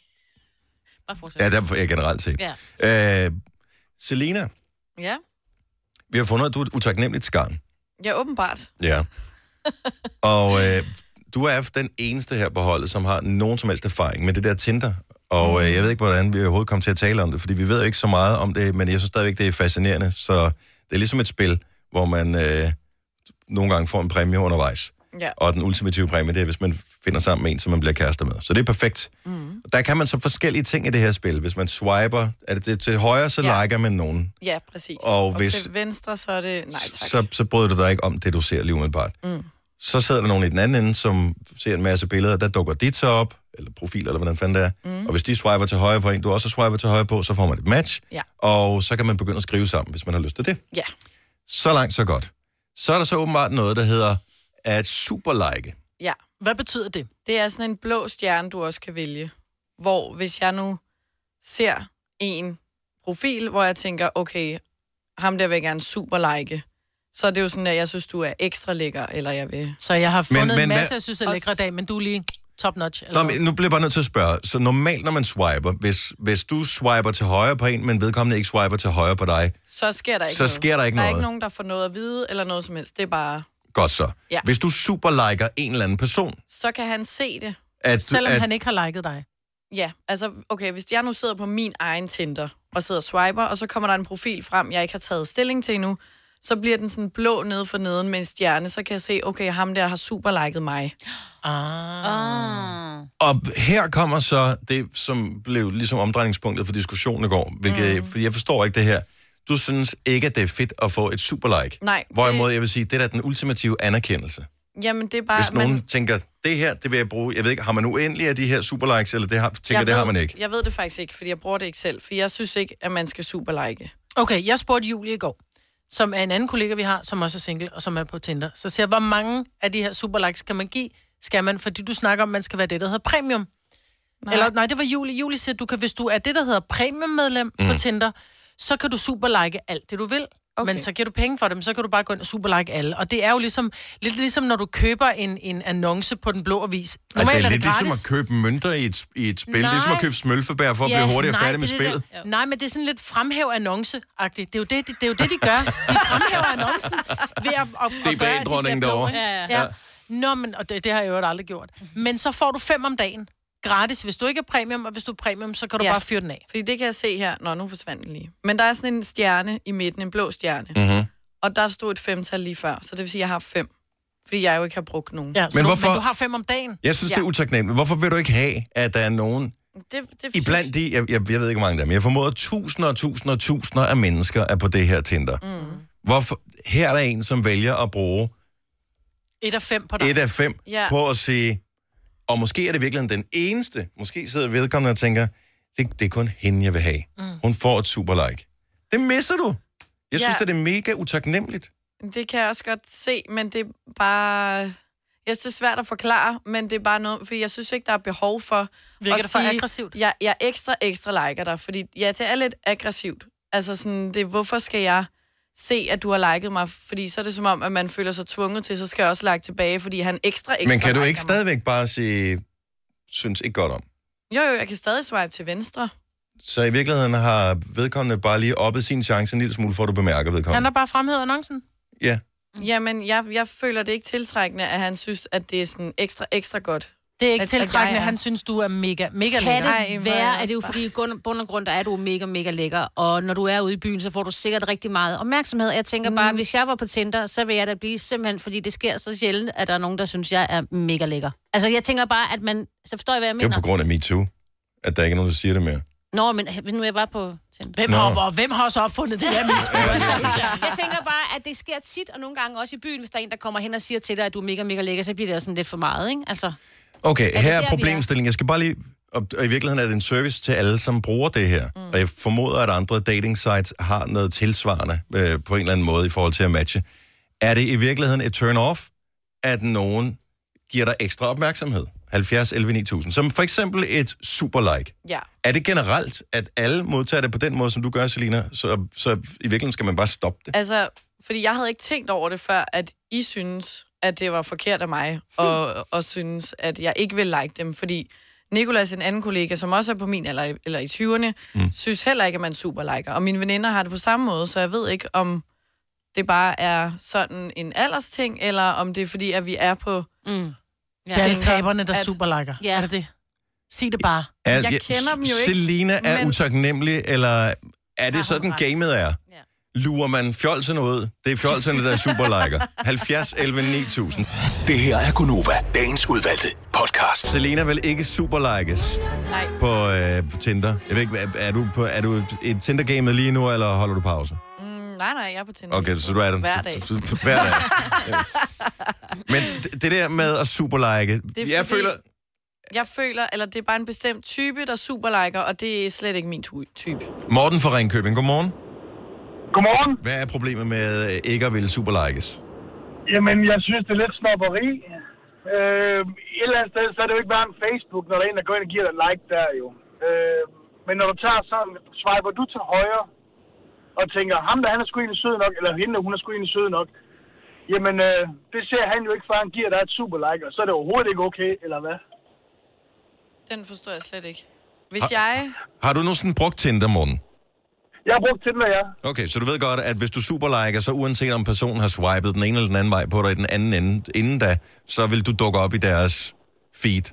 Bare fortsæt.
Ja, derfor jeg generelt set.
Ja.
Ja. Øh, Selina,
Ja.
vi har fundet, at du er et utaknemmeligt skarn.
Ja, åbenbart.
Ja. Og øh, du er den eneste her på holdet, som har nogen som helst erfaring med det der Tinder. Og øh, jeg ved ikke, hvordan vi overhovedet kom til at tale om det, fordi vi ved jo ikke så meget om det, men jeg synes stadigvæk, det er fascinerende. Så det er ligesom et spil, hvor man øh, nogle gange får en præmie undervejs.
Ja.
Og den ultimative præmie, det er, hvis man finder sammen med en, som man bliver kærester med. Så det er perfekt.
Mm.
Der kan man så forskellige ting i det her spil. Hvis man swiper, er det, det til højre, så
Ja.
ja. liker man nogen.
Ja, præcis.
Og
og
hvis-
til venstre, så er det... Nej, tak.
Så, så bryder du dig ikke om det, du ser lige umiddelbart.
Mm.
Så sidder der nogen i den anden ende, som ser en masse billeder, der dukker dit så op, eller profil, eller hvordan fanden det er. Mm. Og hvis de swiper til højre på en, du også swiper til højre på, så får man et match.
Ja.
Og så kan man begynde at skrive sammen, hvis man har lyst til det.
Ja.
Så langt, så godt. Så er der så åbenbart noget, der hedder at superlike.
Ja.
Hvad betyder det?
Det er sådan en blå stjerne, du også kan vælge. Hvor hvis jeg nu ser en profil, hvor jeg tænker, okay, ham der vil jeg gerne super like, så er det jo sådan, at jeg synes, du er ekstra lækker, eller jeg vil...
Så jeg har fundet men, men, en
hvad-
masse, jeg synes er lækre i dag, men du er lige top notch. Eller?
Nå, men nu bliver jeg bare nødt til at spørge. Så normalt, når man swiper, hvis, hvis du swiper til højre på en, men vedkommende ikke swiper til højre på dig,
Så sker der ikke
Så
noget.
sker der ikke
der er
noget.
ikke nogen, der får noget at vide, eller noget som helst. Det er bare...
godt så.
Ja.
Hvis du superliker en eller anden person,
Så kan han se det.
at,
Selvom
at
han ikke har liket dig.
Ja, altså, okay, hvis jeg nu sidder på min egen Tinder og sidder og swiper, og så kommer der en profil frem, jeg ikke har taget stilling til endnu, så bliver den sådan blå nede for neden med en stjerne, så kan jeg se, okay, ham der har super liket mig.
Ah.
Og her kommer så det, som blev ligesom omdrejningspunktet for diskussionen i går, hvilket, mm. fordi jeg forstår ikke det her. Du synes ikke, at det er fedt at få et superlike.
Nej,
Hvorimod jeg vil sige, det er da den ultimative anerkendelse.
Jamen, det er bare...
Hvis nogen man... tænker, det her, det vil jeg bruge. Jeg ved ikke, har man uendelig af de her superlikes, eller det har, tænker,
jeg
det
ved,
har man ikke.
Jeg ved det faktisk ikke, fordi jeg bruger det ikke selv, for jeg synes ikke, at man skal super like.
Okay, jeg spurgte Julie i går, som er en anden kollega, vi har, som også er single, og som er på Tinder. Så siger jeg, hvor mange af de her superlikes kan man give? Skal man, fordi du snakker om, man skal være det, der hedder premium. Nej. Eller, nej, det var Julie. Julie siger, du kan, hvis du er det, der hedder premium-medlem mm. på
Mm.
Tinder, så kan du superlike alt det, du vil. Okay. Men så giver du penge for dem, så kan du bare gå ind og superlike alle. Og det er jo ligesom, lidt ligesom, når du køber en, en annonce på den blå avis.
At
Normalt
det
er
er
det
lidt
gratis.
ligesom at købe mønter i et, i et spil. Det er ligesom
Nej.
at købe smølfebær for at blive hurtigere færdig med
det, er det
spillet.
der- Nej, men det er sådan lidt fremhæv annonce -agtigt. Det er jo det, det, det, er jo det de gør. De fremhæver annoncen ved at, at,
Det
at gøre, at
er
de
bagdronningen
bliver blå,
derovre.
ikke?
Ja, ja.
Ja.
Ja.
Nå, men og det, det har jeg jo aldrig gjort. Men så får du fem om dagen. Gratis, hvis du ikke er premium, og hvis du er premium, så kan du ja. bare fyre den af.
Fordi det kan jeg se her. Nå, nu forsvandt den lige. Men der er sådan en stjerne i midten, en blå stjerne.
Mm-hmm.
Og der stod et femtal lige før, så det vil sige, at jeg har fem. Fordi jeg jo ikke har brugt nogen.
Ja,
så Men du- hvorfor- men du har
fem om dagen.
Jeg synes, ja. det er utaknemmeligt. Hvorfor vil du ikke have, at der er nogen,
Det, det
I blandt de, jeg, jeg, jeg ved ikke, hvor mange der er, men jeg formoder, at tusinder og tusinder og tusinder af mennesker er på det her Tinder. Mm. Hvorfor, her er der en, som vælger at bruge
Et af fem på dig.
et af fem
Ja.
yeah. på at sige, og måske er det virkelig den eneste, måske sidder vedkommende og tænker, det, det er kun hende, jeg vil have. Mm. Hun får et super like. Det misser du. Jeg synes,
Ja.
yeah. det er mega utaknemmeligt.
Det kan jeg også godt se, men det er bare... Jeg synes, det er svært at forklare, men det er bare noget... Fordi jeg synes ikke, der er behov for
Virker
at
det for
sige,
aggressivt?
Jeg, jeg ekstra, ekstra liker dig, fordi ja, det er lidt aggressivt. Altså sådan, det, er, hvorfor skal jeg se, at du har liket mig? Fordi så er det som om, at man føler sig tvunget til, så skal jeg også like tilbage, fordi han ekstra, ekstra
Men kan du
liker
ikke
mig.
stadigvæk bare sige, synes ikke godt om?
Jo, jo, jeg kan stadig swipe til venstre.
Så i virkeligheden har vedkommende bare lige oppet sin chance en lille smule, for at du bemærker vedkommende.
Han har bare fremhævet annoncen.
Ja.
Mm. Jamen, jeg, jeg føler det ikke tiltrækkende, at han synes, at det er sådan ekstra, ekstra godt.
Det er ikke
at- at
tiltrækkende.
jeg er.
Han synes, du er mega, mega
Kan
lækker.
det
Ej, hvor
være,
jeg
Ja, er det jo
også
fordi i grund, bund og grund, der er du mega, mega lækker. Og når du er ude i byen, så får du sikkert rigtig meget opmærksomhed. Jeg tænker bare,
Mm.
hvis jeg var på Tinder, så vil jeg da blive simpelthen, fordi det sker så sjældent, at der er nogen, der synes, jeg er mega lækker. Altså, jeg tænker bare, at man... Så forstår jeg, hvad jeg
Det er jo
mener.
på grund af MeToo, at der ikke er nogen, der siger det mere.
Nå, men nu er jeg bare på Tinder.
Hvem har- Nå.
og hvem har så opfundet det der menneske?
Jeg tænker bare, at det sker tit, og nogle gange også i byen, hvis der er en, der kommer hen og siger til dig, at du er mega, mega lækker, så bliver det også sådan lidt for meget, ikke? Altså,
Okay,
det
her
der,
er
vi er?
problemstillingen. Jeg skal bare lige... Og og i virkeligheden er det en service til alle, som bruger det her. Mm. Og jeg formoder, at andre dating sites har noget tilsvarende øh, på en eller anden måde i forhold til at matche. Er det i virkeligheden et turn-off, at nogen giver dig ekstra opmærksomhed? 70 11 9000. Som for eksempel et super like.
Ja.
Er det generelt, at alle modtager det på den måde, som du gør, Selina? Så, så i virkeligheden skal man bare stoppe det.
Altså, fordi jeg havde ikke tænkt over det før, at I synes, at det var forkert af
Hmm.
mig, og, og synes, at jeg ikke vil like dem, fordi Nikolas, en anden kollega, som også er på min eller, eller i 20'erne,
Hmm.
mm. synes heller ikke, at man super liker. Og mine veninder har det på samme måde, så jeg ved ikke, om det bare er sådan en aldersting, eller om det er fordi, at vi er på...
Mm.
Det er alle taberne, der superliker.
Ja.
Er det det? Sig det bare.
Er,
Jeg kender dem jo ikke,
Selina er men...
men-
utaknemmelig, eller er det sådan,
ret?
gamet er? Lurer man fjolserne ud? Det er fjolserne, der er superliker. 70 11 9000.
Det her er Gunova, dagens udvalgte podcast.
Selena vil ikke superlikes
Nej.
på, øh, på Tinder. Jeg ved ikke, er, er du, på, er du i Tinder-gamet lige nu, eller holder du pause?
Mm, nej, nej, jeg er på Tinder.
Okay, så du er den.
Hver dag.
Hver dag. Ja. Men det, det der med at superlike,
Det er
jeg
fordi-
føler...
Jeg føler, eller det er bare en bestemt type, der superliker, og det er slet ikke min tu- type.
Morten fra Ringkøbing, godmorgen.
Godmorgen.
Hvad er problemet med øh, ikke at ville superlikes?
Jamen, jeg synes, det er lidt snopperi. Øh, et eller andet sted, så er det jo ikke bare en Facebook, når der er en, der går ind og giver dig en like der jo. Øh, men når du tager sådan, swiper du til højre, og tænker, ham der, han er sgu egentlig sød nok, eller hende, hun er sgu egentlig sød nok. Jamen, øh, det ser han jo ikke, for han giver dig et super like, og så er det overhovedet ikke okay, eller hvad?
Den forstår jeg slet ikke. Hvis jeg...
Har du nu sådan brugt Tinder, Morten?
Jeg har brugt Tinder, ja.
Okay, så du ved godt, at hvis du superliker, så uanset om personen har swipet den ene eller den anden vej på dig i den anden ende, inden da, så vil du dukke op i deres feed,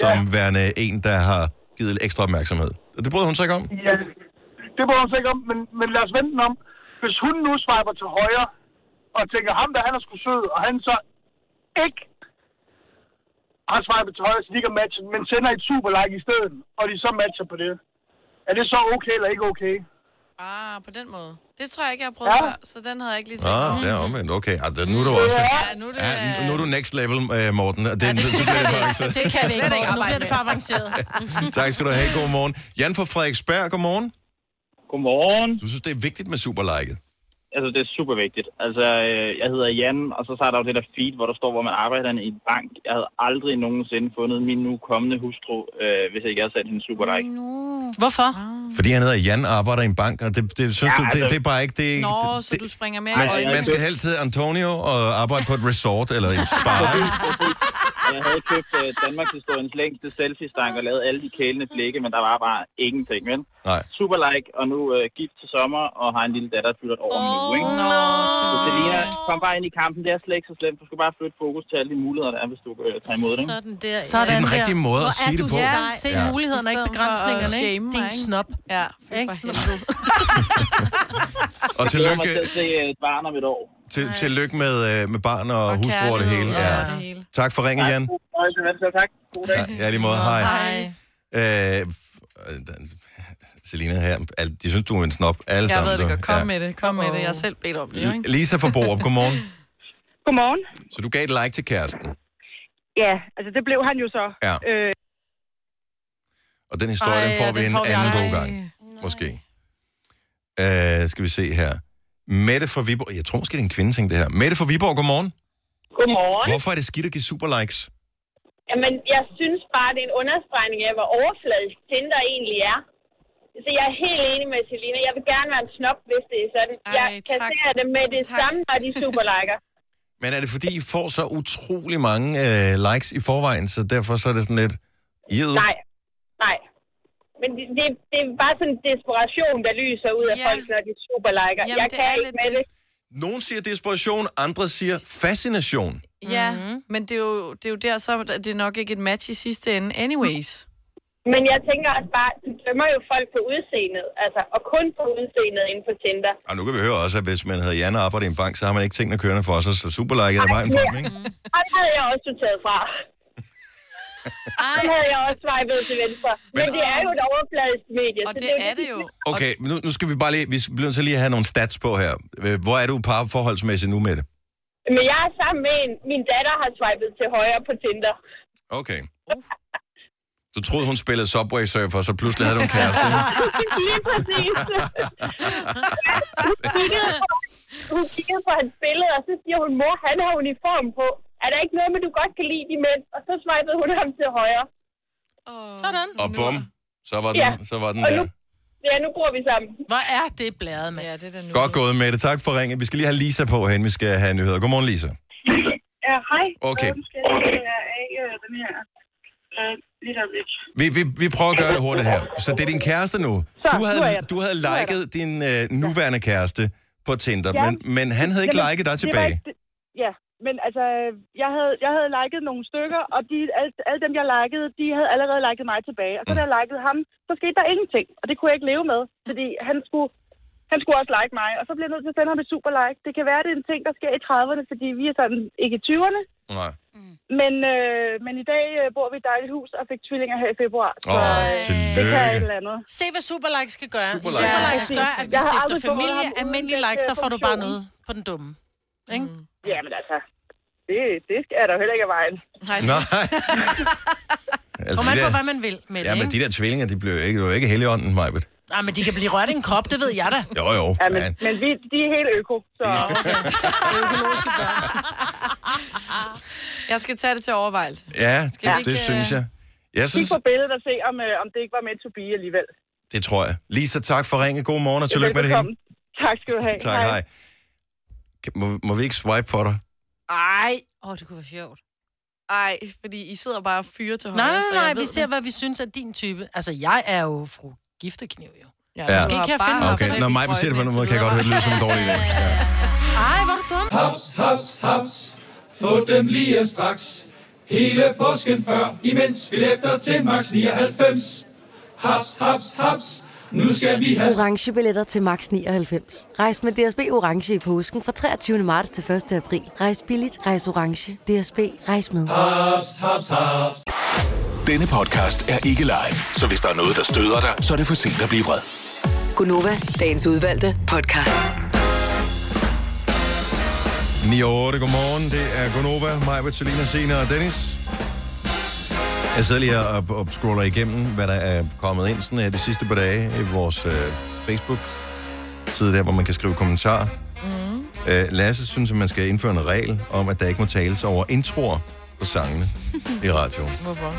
som ja. værende en, der har givet lidt ekstra opmærksomhed. Og Det bryder hun sig ikke om.
Ja, det må hun sig ikke om, men, men lad os vente den om. Hvis hun nu swiper til højre, og tænker, ham der han er sgu sød, og han så ikke har swipet til højre, så de kan matche, men sender et superlike i stedet, og de så matcher på det. Er det så okay eller ikke okay?
Ah, på den måde. Det tror jeg ikke, jeg har prøvet
Ja.
ja. før, så den havde jeg ikke lige tænkt over.
Ah, det er omvendt. Okay, ah, det- nu er du også...
Ja, nu er det...
Ja, nu er du next level, øh, Morten. Og Det, du, du bliver lidt avanceret.
Det kan vi ikke, Morten.
Nu bliver det for avanceret.
Tak skal du have. God morgen. Jan fra Frederiksberg, godmorgen.
Godmorgen.
Du synes, det er vigtigt med superliket?
Altså, det er super vigtigt. Altså, øh, jeg hedder Jan, og så er der jo det der feed, hvor der står, hvor man arbejder i en bank. Jeg havde aldrig nogensinde fundet min nu kommende hustru, øh, hvis ikke jeg havde sat hende super like.
Hvorfor?
Fordi han hedder Jan og arbejder i en bank, og det, det synes
Ja,
ja, du, det,
altså-
det er bare ikke... Det, er ikke-
Nå, så du springer mere
Man,
i øjnene.
man skal helst hedde Antonio og arbejde på et resort eller en spa.
Jeg havde købt øh, Danmarks historiens længste selfie-stang og lavet alle de kælende blikke, men der var bare ingenting, vel?
Nej.
Super like, og nu øh, gift til sommer, og har en lille datter, der fylder et år om en uge, ikke? Så Selina, kom bare ind i kampen. Det er slet ikke så slemt. Du skal bare flytte fokus til alle de muligheder, der er, hvis du øh, tager imod det, ikke?
Sådan der.
Sådan
Det er den
der.
rigtige måde at
Hvor
sige
er
det
du
på.
sej.
Ja.
Se
Ja.
mulighederne, ikke
I stedet for
begrænsningerne,
at
ikke?
shame mig,
Din
ikke?
snop.
Ja, ikke?
Og
Jeg glæder mig til
tillykke,
at se øh, et barn om et år.
til, tillykke med, øh, med barn og, og hustru og det hele. Ja. Tak for ringen, Jan.
altså, Tak. God dag.
Ja, lige måde. Hej. Øh, f- øh, Selina her, al- de synes, du er en snop. Alle
Jeg
sammen,
ved det
du.
godt. Kom med det, kom med det. Jeg har selv bedt om det, jo, ikke?
Lisa fra Borup, godmorgen.
Godmorgen.
Så du gav et like til kæresten,
Ja, altså det blev han jo så.
Ja.
Øh,
og den historie, Ej, den får vi en anden god gang. Måske. Øh, skal vi se her. Mette fra Viborg. Jeg tror måske, det er en kvinde, ting, det her. Mette fra Viborg, godmorgen.
Godmorgen.
Hvorfor er det skidt at give superlikes?
Jamen, jeg synes bare, det er en understregning af, hvor overfladisk Tinder egentlig er. Så jeg er helt enig med Selina. Jeg vil gerne være en snop, hvis det er sådan. Ej, jeg kasserer det med det tak. samme, når de superliker.
Men er det fordi, I får så utrolig mange øh, likes i forvejen, så derfor så er det sådan lidt... Jed.
Nej, nej. Men det, det, det er bare sådan en desperation, der lyser ud af
Ja.
folk, når de superliker.
Jamen,
jeg
det
kan
er
ikke
lidt
med det.
Nogen siger desperation, andre siger fascination.
Ja,
Mhm.
mm-hmm. men det er, jo, det er jo der, så det er nok ikke et match i sidste ende anyways.
Men jeg tænker også bare, du dømmer jo folk på udseendet, altså, og kun på udseendet inden for Tinder.
Og nu kan vi høre også, at hvis man hedder Jan og arbejder i en bank, så har man ikke tingene kørende for sig, så superliket er vejen frem, ikke?
Mm.
Og det havde jeg også sorteret fra. Det havde jeg også swipet til venstre. Men,
Men-
det er jo et overfladisk medie.
Og
så
det er det jo.
Okay, men nu, nu skal vi bare lige... Vi bliver nødt til lige at have nogle stats på her. Øh, Hvor er du parforholdsmæssigt nu, Mette?
Men jeg er sammen med en. Min datter har swipet til højre på Tinder.
Okay. Så troede hun spillede Subway Surfer, så pludselig havde hun kæreste.
Lige præcis. hun, kiggede på, hun kiggede på hans billede, og så siger hun, mor, han har uniform på. Er der ikke noget med, du godt kan lide de mænd? Og så swipede hun ham til højre.
Sådan.
Og bum, så var den,
Ja.
så var den
Og
der.
nu- Ja, nu bor vi sammen.
Hvor er det blæret, mand.
Ja, det er nu.
Godt gået, Mette. Tak for ringet. Vi skal lige have Lisa på hen. Vi skal have nyheder. Godmorgen, Lisa.
Ja, hej.
Okay.
Hvordan skal jeg tage jer af øh, den her? Øh, lige der lidt.
Vi, vi, vi prøver at gøre det hurtigt her. Så det er din kæreste nu.
Så,
du
nu er
havde,
jeg der.
du havde liket din øh, nuværende kæreste på Tinder,
Ja.
men, men han havde ikke
Jamen, det
liket dig
var
tilbage.
ikke- Ja, men altså, jeg havde, jeg havde liket nogle stykker, og de, alle, alle dem, jeg likede, de havde allerede liket mig tilbage. Og så da jeg likede ham, så skete der ingenting, og det kunne jeg ikke leve med, fordi han skulle, han skulle også like mig. Og så bliver jeg nødt til at sende ham et super like. Det kan være, det er en ting, der sker i 30'erne, fordi vi er sådan ikke i 20'erne.
Nej.
Men, øh, men i dag øh, bor vi i et dejligt hus og fik tvillinger her i februar. Så
Åh,
øh, det
tillykke.
kan et eller andet.
Se, hvad superlikes skal gøre.
Superlikes.
Superlikes,
Ja,
superlikes gør,
præcis.
at vi
Jeg har
stifter
aldrig fået
familie.
ham uden
Almindelige
den,
likes,
øh,
der får du bare
funktion.
noget på den dumme. Ikke?
Ja, men altså, det, det skal jeg da heller ikke af vejen.
Nej.
Nej.
Og
altså,
man
de
får,
der,
hvad man vil med det,
ja, men
ikke?
de der tvillinger, de blev jo ikke, det var jo ikke helligånden, Majbet.
Nej, men de kan blive rørt i en kop, det ved jeg da.
Jo, jo.
Ja, men,
men-
men vi, de er helt øko, så...
Jeg skal tage det til overvejelse.
Ja,
Skal vi
det,
ikke,
det
øh,
synes jeg. Jeg
Kig
synes,
på billedet og se, om, øh, om det ikke var meant to be alligevel.
det tror jeg. Lisa, tak for ringet. God morgen og tillykke med det hele.
Velbekomme. Tak skal du have.
Tak, hej. Kan- Må, må vi ikke swipe for dig?
Ej.
Åh, oh, det kunne være sjovt.
Ej, fordi I sidder bare og fyrer til højre.
Nej,
så jeg
nej, nej,
ved
vi
det.
ser, hvad vi synes er din type. Altså, jeg er jo fru Giftekniv, jo.
Ja,
Måske ikke kan jeg finde mig
okay.
til
Når
rigtig
Majbet siger det på den måde, kan jeg godt høre, det lyder som en dårlig idé.
Ej, hvor er du dum.
Haps, haps, haps. Få dem lige straks. Hele påsken før, imens billetter til max 99. Haps, haps, haps. Nu skal vi have
orange billetter til max 99. Rejs med DSB orange i påsken fra 23. marts til 1. april. Rejs billigt, rejs orange. DSB rejs med.
Hops, hops, hops. Denne podcast er ikke live, så hvis der er noget, der støder dig, så er det for sent at blive vred.
Gunova, dagens udvalgte podcast.
9 og 8, godmorgen. Det er Gonova, Majbet, Selina, Sina og Dennis. Jeg sidder lige her og, og scroller igennem, hvad der er kommet ind sådan her de sidste par dage i vores øh, Facebook-side der, hvor man kan skrive kommentarer. Mm. Øh, Lasse synes, at man skal indføre en regel om, at der ikke må tales over introer på sangene i radioen.
Hvorfor?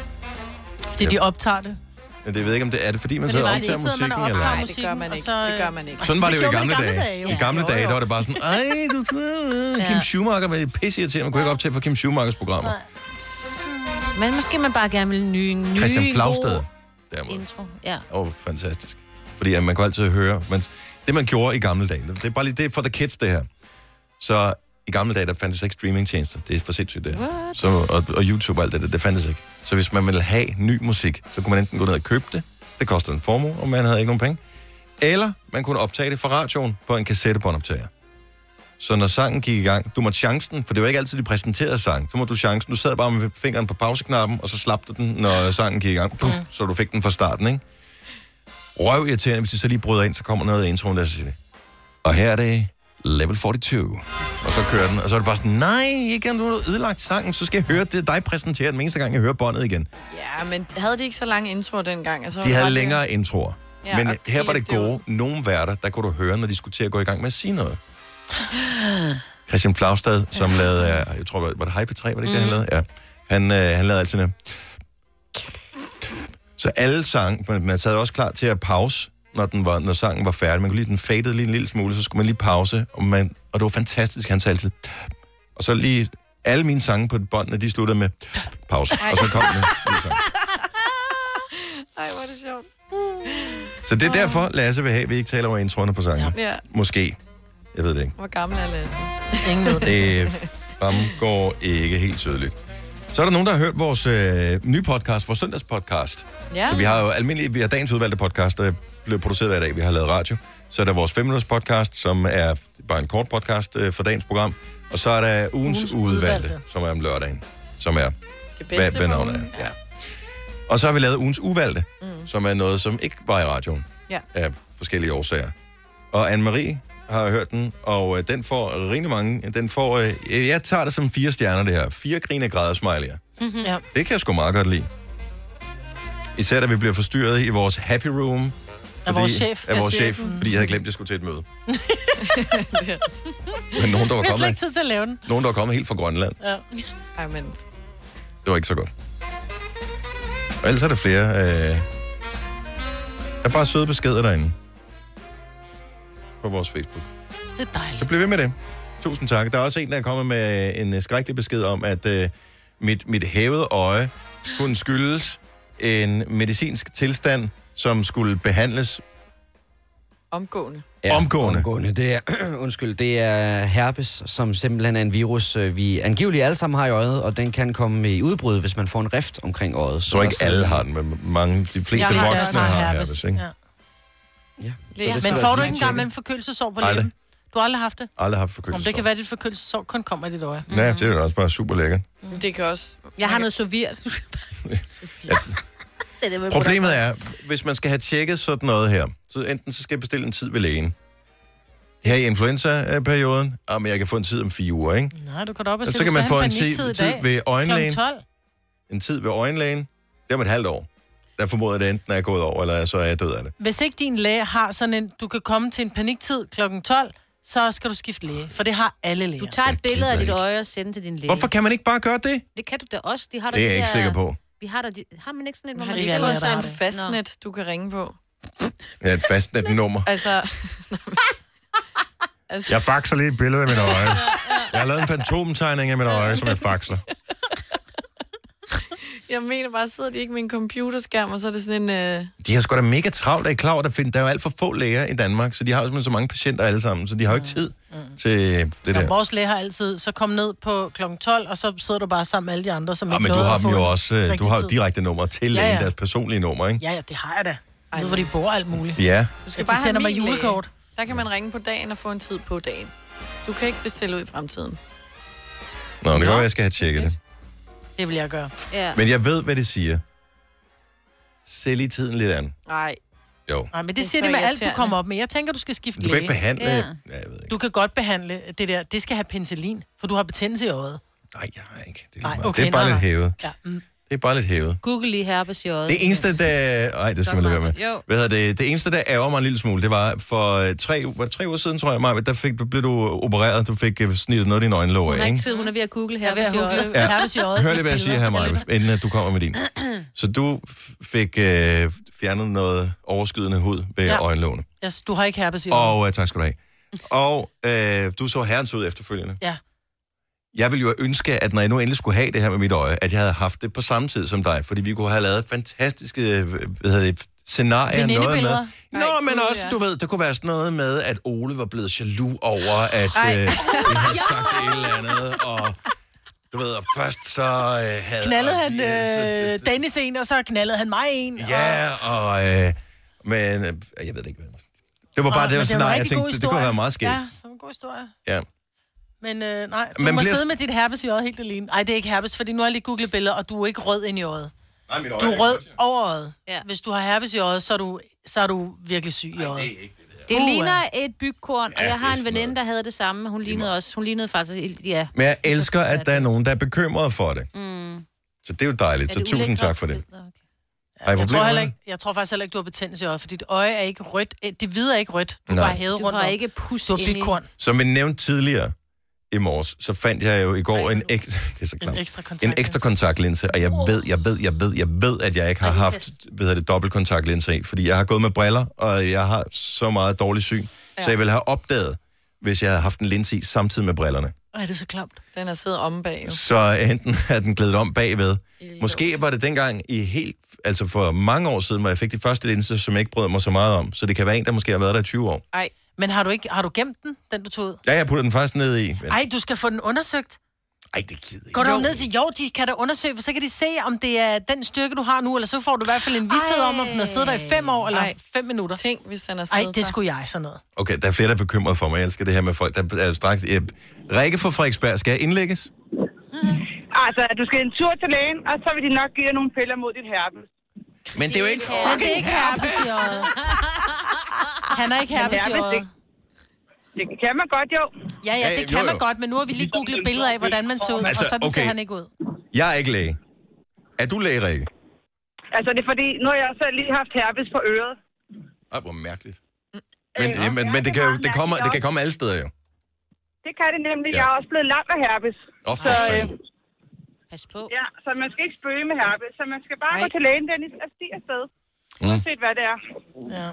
Fordi de optager det.
Men det ved jeg ikke, om det er det, fordi man
Men
sidder
det var
og
lige
optager
sidder
musikken.
man og
eller?
optager
Nej, det gør
musikken,
man
og
ikke.
så... øh,
Det gør man ikke.
Sådan var det, jo i
gjorde man
gamle, dage.
jo.
I gamle
Jo,
dage,
jo.
der var det bare sådan, ej, du, du, du, Kim Schumacher, hvad pisse irriterende, man kunne ikke optage fra Kim Schumachers programmer.
Men måske man bare gerne vil nye, nye
Christian Flagstad.
god intro. Ja.
Åh, oh, fantastisk. Fordi at man kunne altid høre, men det man gjorde i gamle dage, det er bare lige det er for the kids, det her. Så i gamle dage, der fandtes ikke streamingtjenester. Det er for sindssygt, det her. Så, og, og YouTube og alt det der, det fandtes ikke. Så hvis man ville have ny musik, så kunne man enten gå ned og købe det, det kostede en formue, og man havde ikke nogen penge, eller man kunne optage det fra radioen på en kassettebåndoptager. Så når sangen gik i gang, du måtte chancen, for det var ikke altid, de præsenterede sang, så måtte du chancen. Du sad bare med fingeren på pauseknappen, og så slap du den, når sangen gik i gang. Puh, Så du fik den fra starten, ikke? Røv irriterende, hvis de så lige bryder ind, så kommer noget i introen, der så siger det. Og her er det level 42. Og så kører den, og så er det bare sådan, nej, ikke om du har ødelagt sangen, så skal jeg høre det dig præsentere den eneste gang, jeg hører båndet igen.
Ja, men havde de ikke så lange introer dengang? Altså,
De havde
ret-
længere introer.
Ja,
Men
og
her var det
klippe det
gode. Nogle værter, der kunne du høre, når de skulle til at gå i gang med at sige noget. Christian Flagstad, som lavede, øh, jeg tror, var det Hype 3, var det ikke mm. det, han lavede? Ja. Han, øh, han lavede altid noget. Så alle sang, man, man sad også klar til at pause, når, den var, når sangen var færdig. Man kunne lige, den fadede lige en lille smule, så skulle man lige pause. Og, man, og det var fantastisk, han sagde altid. Og så lige alle mine sange på et bånd, når de sluttede med pause. Og så kom den.
Ej, hvor er det sjovt.
Så det er derfor, Lasse vil have, at vi ikke taler over introerne på sangen.
Ja. Ja.
Måske. Jeg ved det ikke.
Hvor gammel er Lasse?
Ingen ved
Det fremgår ikke helt tydeligt. Så er der nogen, der har hørt vores øh, nye podcast, vores søndagspodcast.
Ja.
Så vi har jo almindelig, vi har dagens udvalgte podcast, der bliver produceret hver dag. Vi har lavet radio. Så er der vores 5 minutters podcast, som er bare en kort podcast øh, for dagens program. Og så er der ugens, ugens udvalgte, udvalgte, som er om lørdagen, som er
Det
hvad,
bedste for
hvad navnet
ugen.
er. Ja. Og så har vi lavet ugens uvalgte, mm. som er noget, som ikke var i radioen
Ja.
af forskellige årsager. Og Anne-Marie har hørt den, og øh, den får rigtig mange. Den får, øh, jeg tager det som fire stjerner, det her. Fire grine grader smiley'er.
Mm-hmm. Ja.
Det kan jeg sgu meget godt lide. Især da vi bliver forstyrret i vores happy room.
Af vores chef.
Af
Af
vores chef,
chefen.
fordi jeg havde glemt, at jeg skulle til et møde.
det er også-
Men nogen, der var
Vi har slet
kommet,
ikke tid til at lave den.
nogen, der var kommet helt fra Grønland.
Ja.
Ej, men...
Det var ikke så godt. Og ellers er der flere. Øh... Der er bare søde beskeder derinde. På vores Facebook.
Det er dejligt.
Så bliv ved med det. Tusind tak. Der er også en, der er kommet med en øh, skrækkelig besked om, at øh, mit, mit hævede øje kunne skyldes en medicinsk tilstand, som skulle behandles
Omgående.
ja, omgående.
omgående. Det er, undskyld, det er herpes, som simpelthen er en virus, øh, vi angiveligt alle sammen har i øjet, og den kan komme i udbrud, hvis man får en rift omkring øjet. Så
tror ikke, alle har den, men mange, de fleste
Jeg har
voksne
også
har herpes, ikke?
Ja.
det skal
Men
vi
får
altså
du
lige
ikke engang
tjekke.
med en forkølelsesår på
Aldrig.
læben? Du har aldrig haft det?
Aldrig haft
Om
forkølelse.
det kan være, at dit forkølelsesår kun kommer i dit øje.
Ja, det er da også bare super lækkert.
Mm.
Det kan også...
Jeg har noget sovirt.
Problemet er, hvis man skal have tjekket sådan noget her, så enten så skal jeg bestille en tid ved lægen. Her i influenza-perioden, ah, men jeg kan få en tid om fire uger, ikke?
Nej, du kan da op og
Og
se,
så kan
du
man
skal
få
have
en tid,
paniktid i
tid
dag.
ved øjenlægen.
Klokken 12.
En tid ved øjenlægen. Det er om et halvt år. Der formoder jeg, det enten er jeg gået over, eller så er jeg død af det.
Hvis ikke din læge har sådan en, du kan komme til en paniktid klokken 12, så skal du skifte læge, for det har alle læger.
Du tager et billede af dit øje og sender til din læge.
Hvorfor kan man ikke bare gøre det?
Det kan du da også. De har da
Det er
de
jeg ikke
der-
sikker på.
Vi har, der de... har man ikke sådan et, hvor
Har
man
de
ikke
ikke
låser
også
en
en fastnet, du kan ringe på?
Jeg er et fastnet nummer.
Altså... altså
Jeg faxer lige et billede af mit øje. Jeg har lavet en fantomtegning af mit øje, som jeg faxer.
jeg mener bare, sidder de ikke med en computerskærm, og så er det sådan en... Øh...
De har sgu da mega travlt, er I klar over, der, find, der er jo alt for få læger i Danmark, så de har jo simpelthen så mange patienter alle sammen, så de har jo ikke tid til det
Det
der.
vores læge har altid, så kom ned på klokken 12, og så sidder du bare sammen med alle de andre, som
Ja,
ikke
Ah, men du
nåede
har
at
dem
få
jo
en
også, øh, du
rigtig
har jo
tid.
direkte nummer til
Ja,
lægen,
ja.
deres personlige nummer, ikke?
Ja, ja, det har jeg da. Nu hvor de bor alt muligt.
Ja.
Du skal
Ja, de
bare have øh,
sender mig
min læge.
julekort.
Der kan man ringe på dagen og få en tid på dagen. Du kan ikke bestille ud i fremtiden.
Nå, det kan godt være, jeg skal have tjekket det.
Det vil jeg gøre.
Ja.
Men jeg ved, hvad det siger. Se lige tiden lidt an.
Nej.
Jo.
Nej, men det,
Det er
det siger
så
de med alt, du
irriterende.
kommer op med. Jeg tænker, du skal skifte
Du kan
læge.
ikke behandle- Ja, jeg
Du kan godt behandle det der. Det skal have penicillin, for du har betændelse i øjet.
Nej, jeg har ikke. Det er,
Nej,
lige meget.
okay,
det er bare
nej,
lidt
nej.
hævet.
Ja. Mm.
Det er bare lidt hævet.
Google lige herpes i øjet.
Det eneste, der... Ej, det skal man lade være med.
Jo.
Hvad hedder det? Det eneste, der ærger mig en lille smule, det var for øh, tre, u- var det tre uger siden, tror jeg, Maja, der fik, blev du opereret, du fik øh, snittet noget af dine øjenlåg
Hun har
af,
ikke
ikke?
tid, hun er ved at google herpes i
google
øjet.
Hør lige, hvad jeg siger her, Maja, inden at du kommer med din. Så du f- fik øh, fjernet noget overskydende hud ved ja.
Ja.
øjenlågene.
Yes, du har ikke herpes i øjet.
Og øh, tak skal du have. Og øh, du så herrens ud efterfølgende.
Ja.
Jeg ville jo ønske, at når jeg nu endelig skulle have det her med mit øje, at jeg havde haft det på samme tid som dig, fordi vi kunne have lavet fantastiske øh, hvad hedder det, scenarier. Noget med.
Venindebilleder.
Nå, men også, du ved, det kunne være sådan noget med, at Ole var blevet jaloux over, at
Ej.
øh, vi havde sagt et eller andet, og du ved, og først så øh, havde...
Knaldede han øh, Dennis en, og så knaldede han mig en.
Ja, og... Øh, men øh, jeg ved det ikke, hvad. Det var
Nå,
bare
men
det, var
en
scenarie, jeg
rigtig god
tænkte, det, det kunne
historie.
være meget skægt.
Ja, det var en god historie.
Ja.
Men øh, nej, du
Man
Man må
bliver-
bliver... sidde med dit herpes i øjet helt alene. Nej, det er ikke herpes, fordi nu har jeg lige googlet billeder, og du er ikke rød ind i øjet.
Nej, mit
Du er rød over øjet. Ja. Hvis du har herpes i øjet, så er du, så er du virkelig syg i øjet.
Det
Uha.
ligner et bygkorn, og
Ja,
jeg
det er
har en
sådan
veninde, der havde det samme. men Hun lignede også. Hun lignede faktisk... Ja.
Men jeg elsker, at der er nogen, der er bekymret for det.
Mm.
Så det er jo dejligt.
Er
Så
det
tusind
ulækkert?
tak for det.
Ja,
Har I
jeg, tror
problemer
heller
med
ikke, jeg tror faktisk heller ikke, du har betændelse i øjet, for dit øje er ikke rødt. Eh, Det hvide er ikke rødt. Du
Nej.
Nej. bare hævet
Du
rundt
har
om.
ikke pus
Du har
inde i-
bigkorn.
Som vi nævnte tidligere i morges, så fandt jeg jo i går en, ek- det er så klamt.
ekstra
en ekstra kontaktlinse, og jeg ved, jeg ved, jeg ved, jeg ved, at jeg ikke har haft ved det, dobbelt kontaktlinse i, fordi jeg har gået med briller, og jeg har så meget dårlig syn, ja. så jeg ville have opdaget, hvis jeg havde haft en linse i samtidig med brillerne.
Ej, det er så klamt.
Den er siddet omme bag, jo.
Så enten er den glædet om bagved. Måske var det dengang i helt, altså for mange år siden, hvor jeg fik de første linser, som jeg ikke brød mig så meget om. Så det kan være en, der måske har været der i 20 år.
Ej.
Men har du, ikke, har du gemt den, den du tog ud?
Ja, jeg putter den faktisk ned i. Men,
Ej, du skal få den undersøgt.
ej, det gider
Går du ned til, jo, de kan da undersøge, for så kan de se, om det er den styrke, du har nu, eller så får du i hvert fald en vished om, om den har siddet der i fem år, eller
Ej.
fem minutter.
Tænk, hvis den har
Ej,
siddet
det
der.
skulle jeg sådan noget.
Okay, der er flere, der er bekymret for mig. Jeg elsker det her med folk, der er straks... Øh, Rikke fra Frederiksberg, skal jeg indlægges?
Altså, du skal en tur til lægen, og så vil de nok give dig nogle piller mod dit herpes.
Men det er jo ikke
Men det er ikke herpes i øjet. Han er ikke
Men
herpes i
herpes,
øjet.
Det kan man godt, jo.
Ja, ja, det
jo,
kan man
jo.
godt, men nu har vi lige googlet billeder af, hvordan man så ud, og
Altså,
sådan ser
okay.
han ikke ud.
Jeg er ikke læge. Er du læge, Rikke?
Altså, det er fordi, nu har jeg så lige haft herpes på øret.
Ej, hvor mærkeligt. Men, øh, men, men det, kan, jo- det, kommer, det kan komme alle steder jo.
Det kan det nemlig. Ja. Jeg er også blevet lam af herpes.
Åh, for fanden.
Pas på. Ja, så man skal ikke spøge med herpes. Så man skal bare Ej. gå til lægen, Dennis, og stige afsted.
Mm.
Mm. Uanset hvad det er. Ja.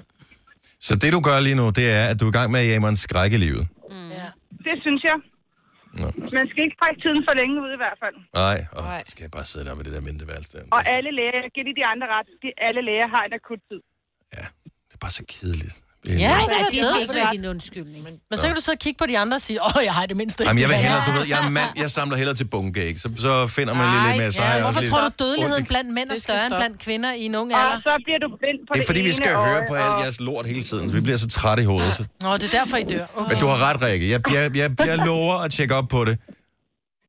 Så det, du gør lige nu, det er, at du er i gang med at jage mig en skræk i livet.
Mm. ja. Det synes jeg.
Nå.
Man skal ikke trække tiden for længe ud i hvert fald.
Nej, og skal jeg bare sidde der med det der mindeværelse der.
Og alle læger, jeg giver lige de andre ret, de, alle læger har en akut tid.
Det er bare så kedeligt.
Ja,
Nej,
det
nej,
er
det
bedre
skal ikke
ret.
være din undskyldning.
Men så kan du sidde og kigge på de andre og sige, åh, jeg har i det mindste
Jamen, jeg vil
det
hellere,
værste."
du ved, jeg er mand, jeg samler hellere til bunke, ikke? Så, så finder man lige lidt mere. Så har jeg også
Hvorfor
lidt
tror du,
ondt
dødeligheden
i-
blandt mænd er større end blandt kvinder i en ung
Og
alder?
så bliver du blind på
Det er fordi, vi skal høre på alt jeres lort hele tiden, så vi bliver så trætte i hovedet. Så.
Nå, det er derfor, I dør. Okay.
Men du har ret, Rikke. Jeg, jeg, jeg, jeg lover at tjekke op på det.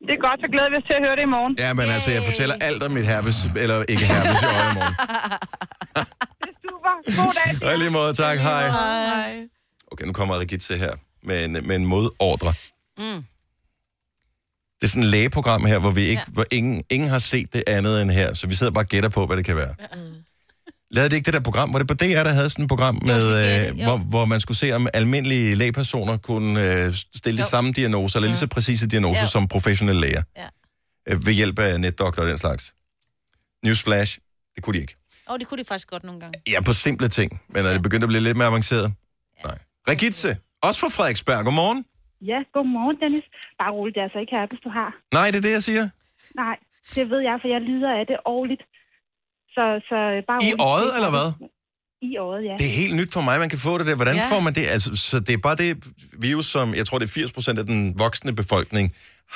Det er godt, så glæder vi os til at høre det i morgen.
Ja, men altså, jeg fortæller alt om mit herpes, eller ikke herpes i øje i morgen.
Super. God dag.
Og i lige måde, tak. Hej.
Hej.
Okay, nu kommer Rigitte her med en, med en modordre.
Mm.
Det er sådan et lægeprogram her, hvor, vi ikke, ja. hvor ingen, ingen har set det andet end her, så vi sidder bare og gætter på, hvad det kan være. Ja. Lavede det ikke det der program? Var det på DR, der havde sådan et program, med,
det,
øh,
jo.
hvor, hvor man skulle se, om almindelige lægepersoner kunne øh, stille de samme diagnoser, eller lige så præcise diagnoser
Jo.
som professionelle læger,
Ja.
øh, ved hjælp af netdoktor og den slags. Newsflash, det kunne de ikke.
Åh, oh, det kunne det faktisk godt nogle gange.
Ja, på simple ting, men er det begyndt at blive lidt mere avanceret? Ja. Nej. Regitze, også fra Frederiksberg. Godmorgen.
Ja, godmorgen, Dennis. Bare rolig, det er altså ikke herpes, du har.
Nej, det er det, jeg siger.
Nej, det ved jeg, for jeg lider af det årligt. Så, så øh, bare
I
rolig.
øjet, eller hvad?
I øjet, ja.
Det er helt nyt for mig, man kan få det der. Hvordan
Ja.
ja. får man det? Altså, så det er bare det virus, som jeg tror, det er 80% af den voksne befolkning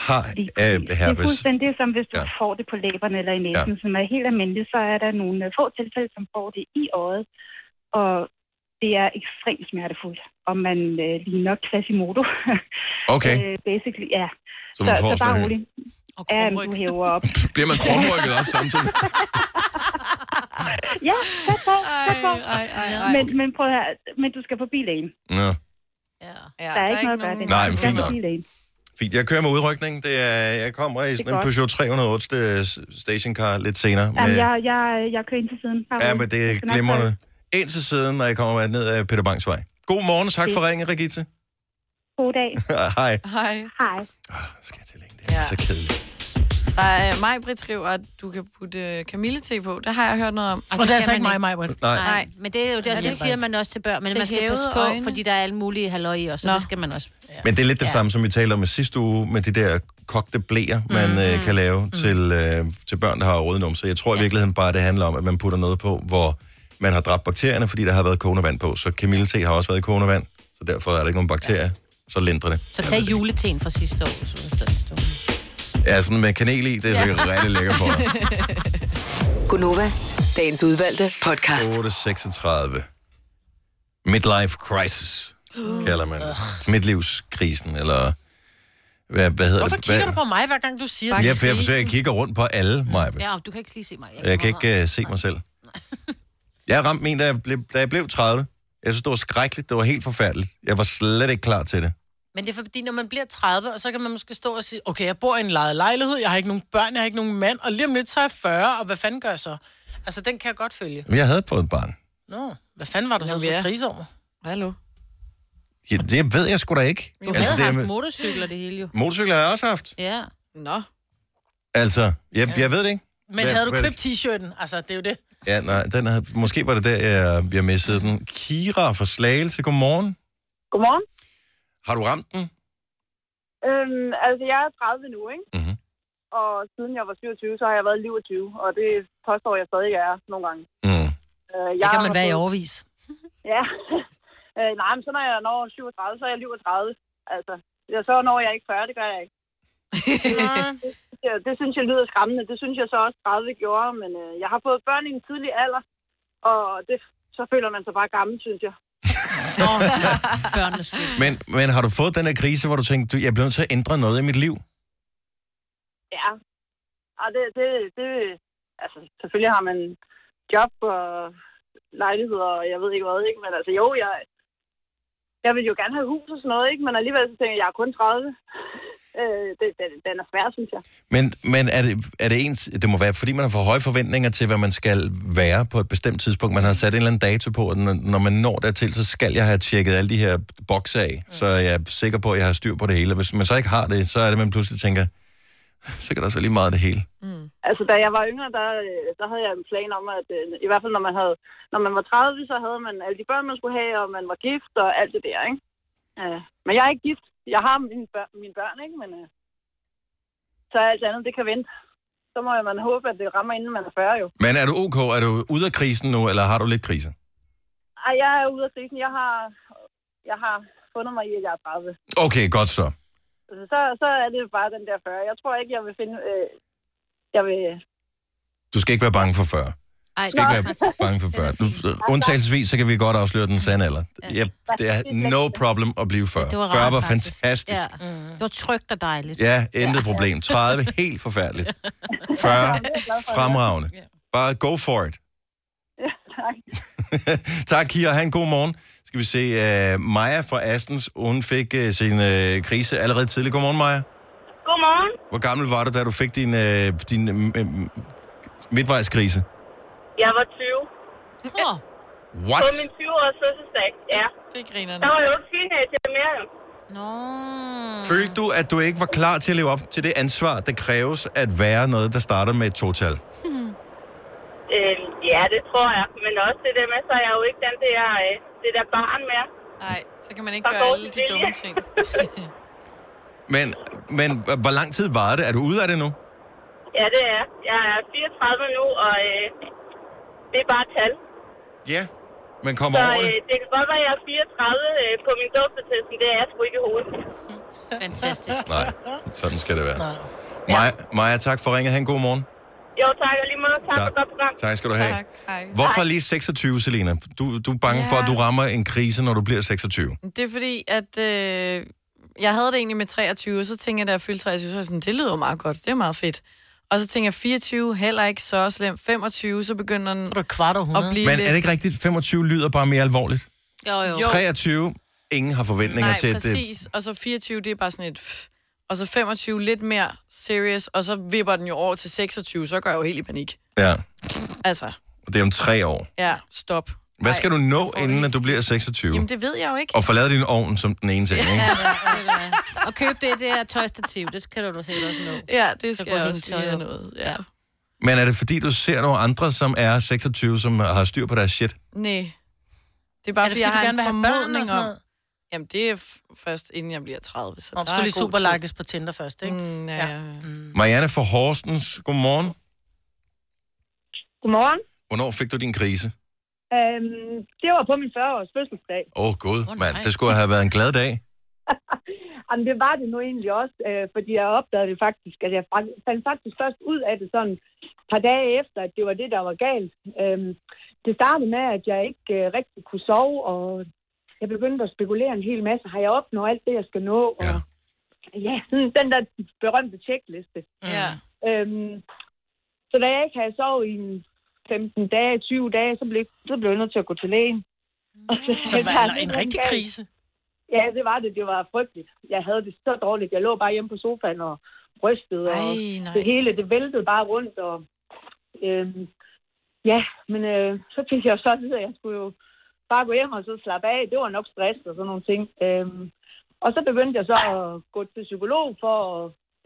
har af
Det er
herpes.
fuldstændig som hvis du
Ja.
ja. får det på læberne eller i næsen, ja. som er helt almindeligt, så er der nogle øh, få tilfælde, som får det i øjet. Og det er ekstremt smertefuldt, og man øh, ligner Quasimodo.
Okay.
øh, basically, ja.
Så man
så,
får
så bare
sådan en-
rolig.
Og
ja, men du hæver op.
Bliver man krumrykket også samtidig?
ja, tæt på, tæt på.
Ej, ej, ej.
Men, men prøv at høre, men du skal forbi lægen.
Nå,
Ja, der er ikke noget at gøre det.
Nej, men
Du skal
fint nok.
forbi lægen.
fint. Jeg kører med udrykning. Det er, jeg kommer i sådan en
godt.
Peugeot 308 stationcar lidt senere.
Jamen,
med-
jeg, jeg, jeg kører ind til siden. Bare
Ja,
rolig.
men
Jeg
det
skal nok gøre
glemmer Ind til siden, når jeg kommer ned ad Peter Bangs vej. God morgen, tak for ringen, Rigitte.
God dag.
Hej.
Hej.
Hej.
Det er
Så kedeligt.
Der er mig, Britt skriver, at du kan putte kamillete på. Det har jeg hørt noget om.
Og det er
kan
altså ikke
man
mig, Majbrit.
Nej.
Nej, men det er jo det,
Er
også,
det
det
ikke?
siger man også til børn, men
Til
man skal passe
hævede
på,
øjne.
fordi der er alle mulige halløj i os, så det skal man også.
Men det er lidt det ja. samme, som vi talte om i sidste uge, med de der kogte blæer, man mm. øh, kan lave mm. til, øh, til børn, der har røde numser. Jeg tror i virkeligheden bare, det handler om, at man putter noget på, hvor man har dræbt bakterierne, fordi der har været kogende vand på. Så Camille te har også været i kogende vand, så derfor er der ikke nogen bakterier. Ja. Så lindrer det.
Så tag juleteen fra sidste år, så er det stående.
Ja, sådan med kanel i, det er ja. rigtig lækker for dig.
Gunova, dagens udvalgte podcast.
8.36. Midlife crisis, kalder man det. Midtlivskrisen, eller... Hvad, hvad hedder
Hvorfor
det?
kigger
Hvad-
du på mig, hver gang du siger
Ja, for jeg forsøger at kigge rundt på alle, Maja.
Ja, og du kan ikke lige se mig.
Jeg kan ikke uh, se mig selv. Jeg ramte min, da jeg, blev, da jeg blev 30. Jeg synes, det var skrækkeligt. Det var helt forfærdeligt. Jeg var slet ikke klar til det.
Men det er fordi, når man bliver 30, og så kan man måske stå og sige, okay, jeg bor i en lejet lejlighed, jeg har ikke nogen børn, jeg har ikke nogen mand, og lige om lidt, så er jeg 40, og hvad fanden gør jeg så? Altså, den kan jeg godt følge.
Men jeg havde fået et barn.
Nå, hvad fanden var du havde for krise over?
Hallo?
Ja, det ved jeg sgu da ikke.
Du altså, havde
det er
haft
med-
motorcykler det hele jo.
Motorcykler har jeg også haft.
Ja.
Nå.
Altså, jeg, jeg ved det ikke.
Men
Hvad-
havde du
hvad-
købt t-shirten? Altså, det er jo det.
Ja, nej, den havde, måske var det der, jeg, jeg missede den. Kira fra Slagelse, godmorgen.
Godmorgen.
Har du ramt den?
Øhm, altså, jeg er 30 nu, ikke? Mm-hmm. Og siden jeg var 27, så har jeg været 27, og det påstår jeg stadig, jeg er nogle gange.
Mm.
Øh,
Det kan
har
man være i
fået-
overvis.
Ja. øh, nej, men så når jeg når 37, så er jeg 37. Altså, ja, så når jeg ikke 40, det gør jeg ikke. det, synes jeg- det synes jeg lyder skræmmende. Det synes jeg så også 30 gjorde, men øh, jeg har fået børn i en tidlig alder, og det, så føler man sig bare gammel, synes jeg.
Børnenes skyld.
Men, men har du fået den her krise, hvor du tænkte, du, jeg bliver nødt til at ændre noget i mit liv?
Ja. Og det, det, det, altså, selvfølgelig har man job og lejligheder, og jeg ved ikke hvad, ikke? Men altså, jo, jeg, jeg ville jo gerne have hus og sådan noget, ikke? Men alligevel så tænker jeg, jeg er kun 30.
Øh, det, den, den er svær, synes jeg.
Men, men er, det, er det ens, det må være, fordi man har for høje forventninger til, hvad man skal være på et bestemt tidspunkt. Man har sat en eller anden dato på, og når, når man når dertil, så skal jeg have tjekket alle de her bokse af, så jeg er sikker på, at jeg har styr på det hele. Og Hvis man så ikke har det, så er det, man pludselig tænker, så kan der så lige meget af det hele.
Altså, da jeg var yngre, der, øh, der havde jeg en plan om, at øh, i hvert fald når man, havde, når man var 30, så havde man alle de børn, man skulle have, og man var gift og alt det der, ikke? Øh, men jeg er ikke gift. Jeg har mine, bør- mine børn, ikke? Men øh, så er alt andet, det kan vente. Så må man håbe, at det rammer, inden man er 40 jo.
Men er du ok? Er du ude af krisen nu, eller har du lidt krise?
Ej, jeg er ude af krisen. Jeg har, jeg har fundet mig i, at jeg er 30.
Okay, godt så.
Altså, så, så er det bare den der 40. Jeg tror ikke, jeg vil finde... Øh, jeg vil...
Du skal ikke være bange for 40.
Ej,
Du skal ikke være bange for 40. Du, undtagelsesvis, så kan vi godt afsløre den sande alder. Ja, det er no problem at blive 40. 40 var fantastisk.
Ja. Det var trygt og dejligt.
Ja, intet problem. 30, helt forfærdeligt. 40, fremragende. Bare go for it. tak, Kira. Ha' en god morgen. Skal vi se, uh, Maja fra Astens, hun fik uh, sin uh, krise allerede tidligt. Godmorgen, Maja.
Godmorgen.
Hvor gammel var du, da du fik din, uh, din uh, midtvejskrise?
Jeg var 20. Oh.
What?
På min 20-års fødselsdag, ja.
Det griner
Der var jo ikke teenager mere, jo.
Nå.
Følte du, at du ikke var klar til at leve op til det ansvar, der kræves at være noget, der starter med et total?
Øhm, ja, det tror jeg. Men også det der med, så er jeg jo ikke den der, øh, det der barn mere.
Nej, så kan man
ikke
gøre alle de dumme ting.
Men, men hvor lang tid var det? Er du ude af det nu?
ja, det er. Jeg er 34 nu, og øh, det er bare et tal.
Ja. Men kom over
så
det.
øh, det kan godt være, at jeg er 34 øh, på min duftetest, men det er jeg sgu ikke i hovedet.
Fantastisk.
Nej, sådan skal det være. Maja, Maja tak for ringet. Ha' en god morgen.
Jo, tak og lige måde. Tak,
Tak.
for et godt program.
Tak skal du have.
Tak. Hej.
Hvorfor lige 26, Selina? Du, du er bange for, at du rammer en krise, når du bliver 26.
Det er fordi, at øh, jeg havde det egentlig med 23, og så tænkte jeg, da jeg fyldte 23, så var jeg sådan, det lyder jo meget godt, det er meget fedt. Og så tænker jeg, 24 heller ikke så slemt. 25, så begynder den så er
kvart
at blive
Men
lidt...
er det ikke rigtigt? 25 lyder bare mere alvorligt.
Jo, jo.
23, ingen har forventninger
Nej,
til, at det...
præcis. Og så 24, det er bare sådan et... pff. Og så 25 lidt mere serious, og så vipper den jo over til 26, så går jeg jo helt i panik.
Ja,
Altså,
og det er om tre år.
ja, stop.
Hvad skal du nå, inden at du bliver 26?
Jamen, det ved jeg jo ikke.
Og forlade din ovn som den ene ting, ikke?
Ja, ved du hvad. og køb det der tøjstativ, det kan du da sikkert også nå.
Ja, det skal
kan du
jeg
hænge
også
tøj
lige
op.
have noget. Ja.
Men er det fordi, du ser nogle andre, som er 26, som har styr på deres
Mm.
shit?
Nej. Det er bare,
Er det,
fordi, jeg
fordi du
har
gerne
en
vil have børn og
formodning
sådan
om...
noget?
Jamen, det er f- først, inden jeg bliver 30, så
Nå, du
der
skulle
er
lige
god tid.
superlakkes på Tinder først, ikke?
Mm, ja, ja. Mm.
Marianne fra Horsens, godmorgen.
Godmorgen.
Hvornår fik du din krise?
Øhm, det var på min 40-års fødselsdag.
Åh oh, gud, oh, mand, det skulle have været en glad dag.
Jamen, det var det nu egentlig også, øh, fordi jeg opdagede det faktisk, at jeg fak- fandt faktisk først ud af det sådan et par dage efter, at det var det, der var galt. Øhm, det startede med, at jeg ikke øh, rigtig kunne sove, og jeg begyndte at spekulere en hel masse. Har jeg opnået alt det, jeg skal nå? Og, ja. ja, sådan den der berømte tjekliste.
Ja.
Øhm, så da jeg ikke havde sovet i en 15 dage, 20 dage, så blev, så blev jeg nødt til at gå til lægen. Og
Så det var
Der er
en- en
lidt
rigtig
galt.
krise.
Ja, det var det. Det var frygteligt. Jeg havde det så dårligt. Jeg lå bare hjemme på sofaen og rystede, og
Ej, nej.
det hele det væltede bare rundt. Og, øhm, ja, men øh, så fik jeg jo så at vide, at jeg skulle jo bare gå hjem og så slappe af. Det var nok stress og sådan nogle ting. Øhm, og så begyndte jeg så at gå til psykolog for at,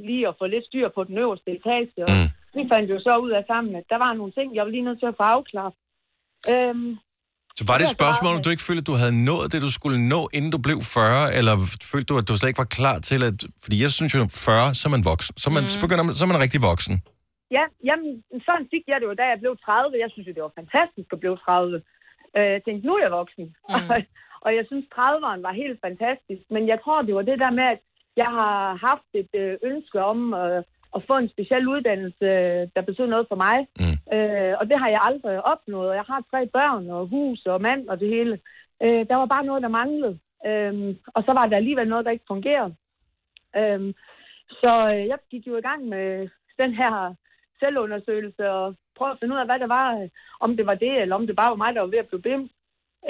lige at få lidt styr på den øverste etage. Og vi fandt jo så ud af sammen, at der var nogle ting, jeg var lige nødt til at få afklaret. Øhm,
Så var det et
Det var meget
spørgsmål, om du ikke følte, at du havde nået det, du skulle nå, inden du blev 40, eller følte du, at du slet ikke var klar til at... Fordi jeg synes jo, 40, så er man voksen. Så, er man, mm. så begynder man, så er man rigtig voksen.
Ja, jamen, sådan fik jeg det jo, da jeg blev 30. Jeg synes jo, det var fantastisk at blive 30. Øh, Jeg tænkte, nu er jeg voksen. Mm. og jeg synes, 30'eren var helt fantastisk. Men jeg tror, det var det der med, at jeg har haft et øh, ønske om øh, at få en speciel uddannelse, øh, der betød noget for mig. Mm. Øh, og det har jeg aldrig opnået. Og Jeg har tre børn og hus og mand og det hele. Øh, der var bare noget, der manglede. Øhm, og så var der alligevel noget, der ikke fungerede. Øhm, så øh, jeg gik jo i gang med den her selvundersøgelse og prøve at finde ud af, hvad det var, øh, om det var det, eller om det bare var mig, der var ved at blive bimt.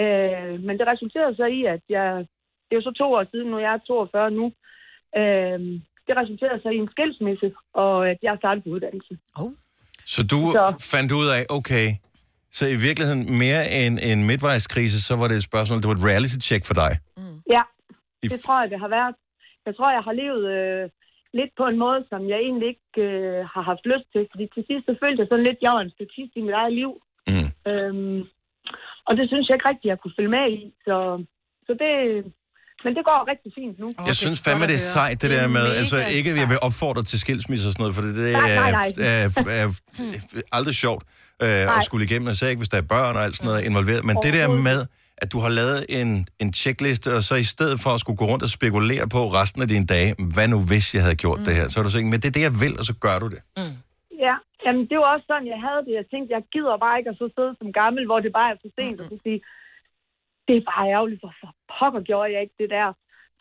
Øh, men det resulterede så i, at jeg, det er jo så to år siden nu, jeg er 42 nu, øh, det resulterede så i en skilsmisse, og at jeg startede på uddannelse.
Oh.
Så du
Så-
så. fandt ud af, okay, så i virkeligheden mere end en midtvejskrise, så var det et spørgsmål, det var et reality-check for dig.
Ja,
I
det
f-
tror jeg, det har været. Jeg tror, jeg har levet øh, lidt på en måde, som jeg egentlig ikke øh, har haft lyst til. Fordi til sidst, så følte jeg sådan lidt, jeg var en statist i mit eget liv.
Mm.
Øhm, og det synes jeg ikke rigtigt, jeg kunne følge med i. Så, så det... Men det går rigtig fint nu.
Jeg synes fandme, det er sejt, det der med, altså ikke, at jeg vil opfordre til skilsmisse og sådan noget, for det, det er,
Nej, nej,
er,
nej.
er, er aldrig sjovt øh, at skulle igennem, især ikke, hvis der er børn og alt sådan noget involveret. Men det der med, at du har lavet en, en checkliste, og så i stedet for at skulle gå rundt og spekulere på resten af dine dage, hvad nu hvis jeg havde gjort mm. det her, så er du sådan, men det er det, jeg vil, og så gør du det.
Ja, jamen det var også sådan, jeg havde det. Jeg tænkte, jeg gider bare ikke at så sidde som gammel, hvor det bare er for sent, og så sige, det er bare ærgerligt, hvorfor pokker gjorde jeg ikke det der?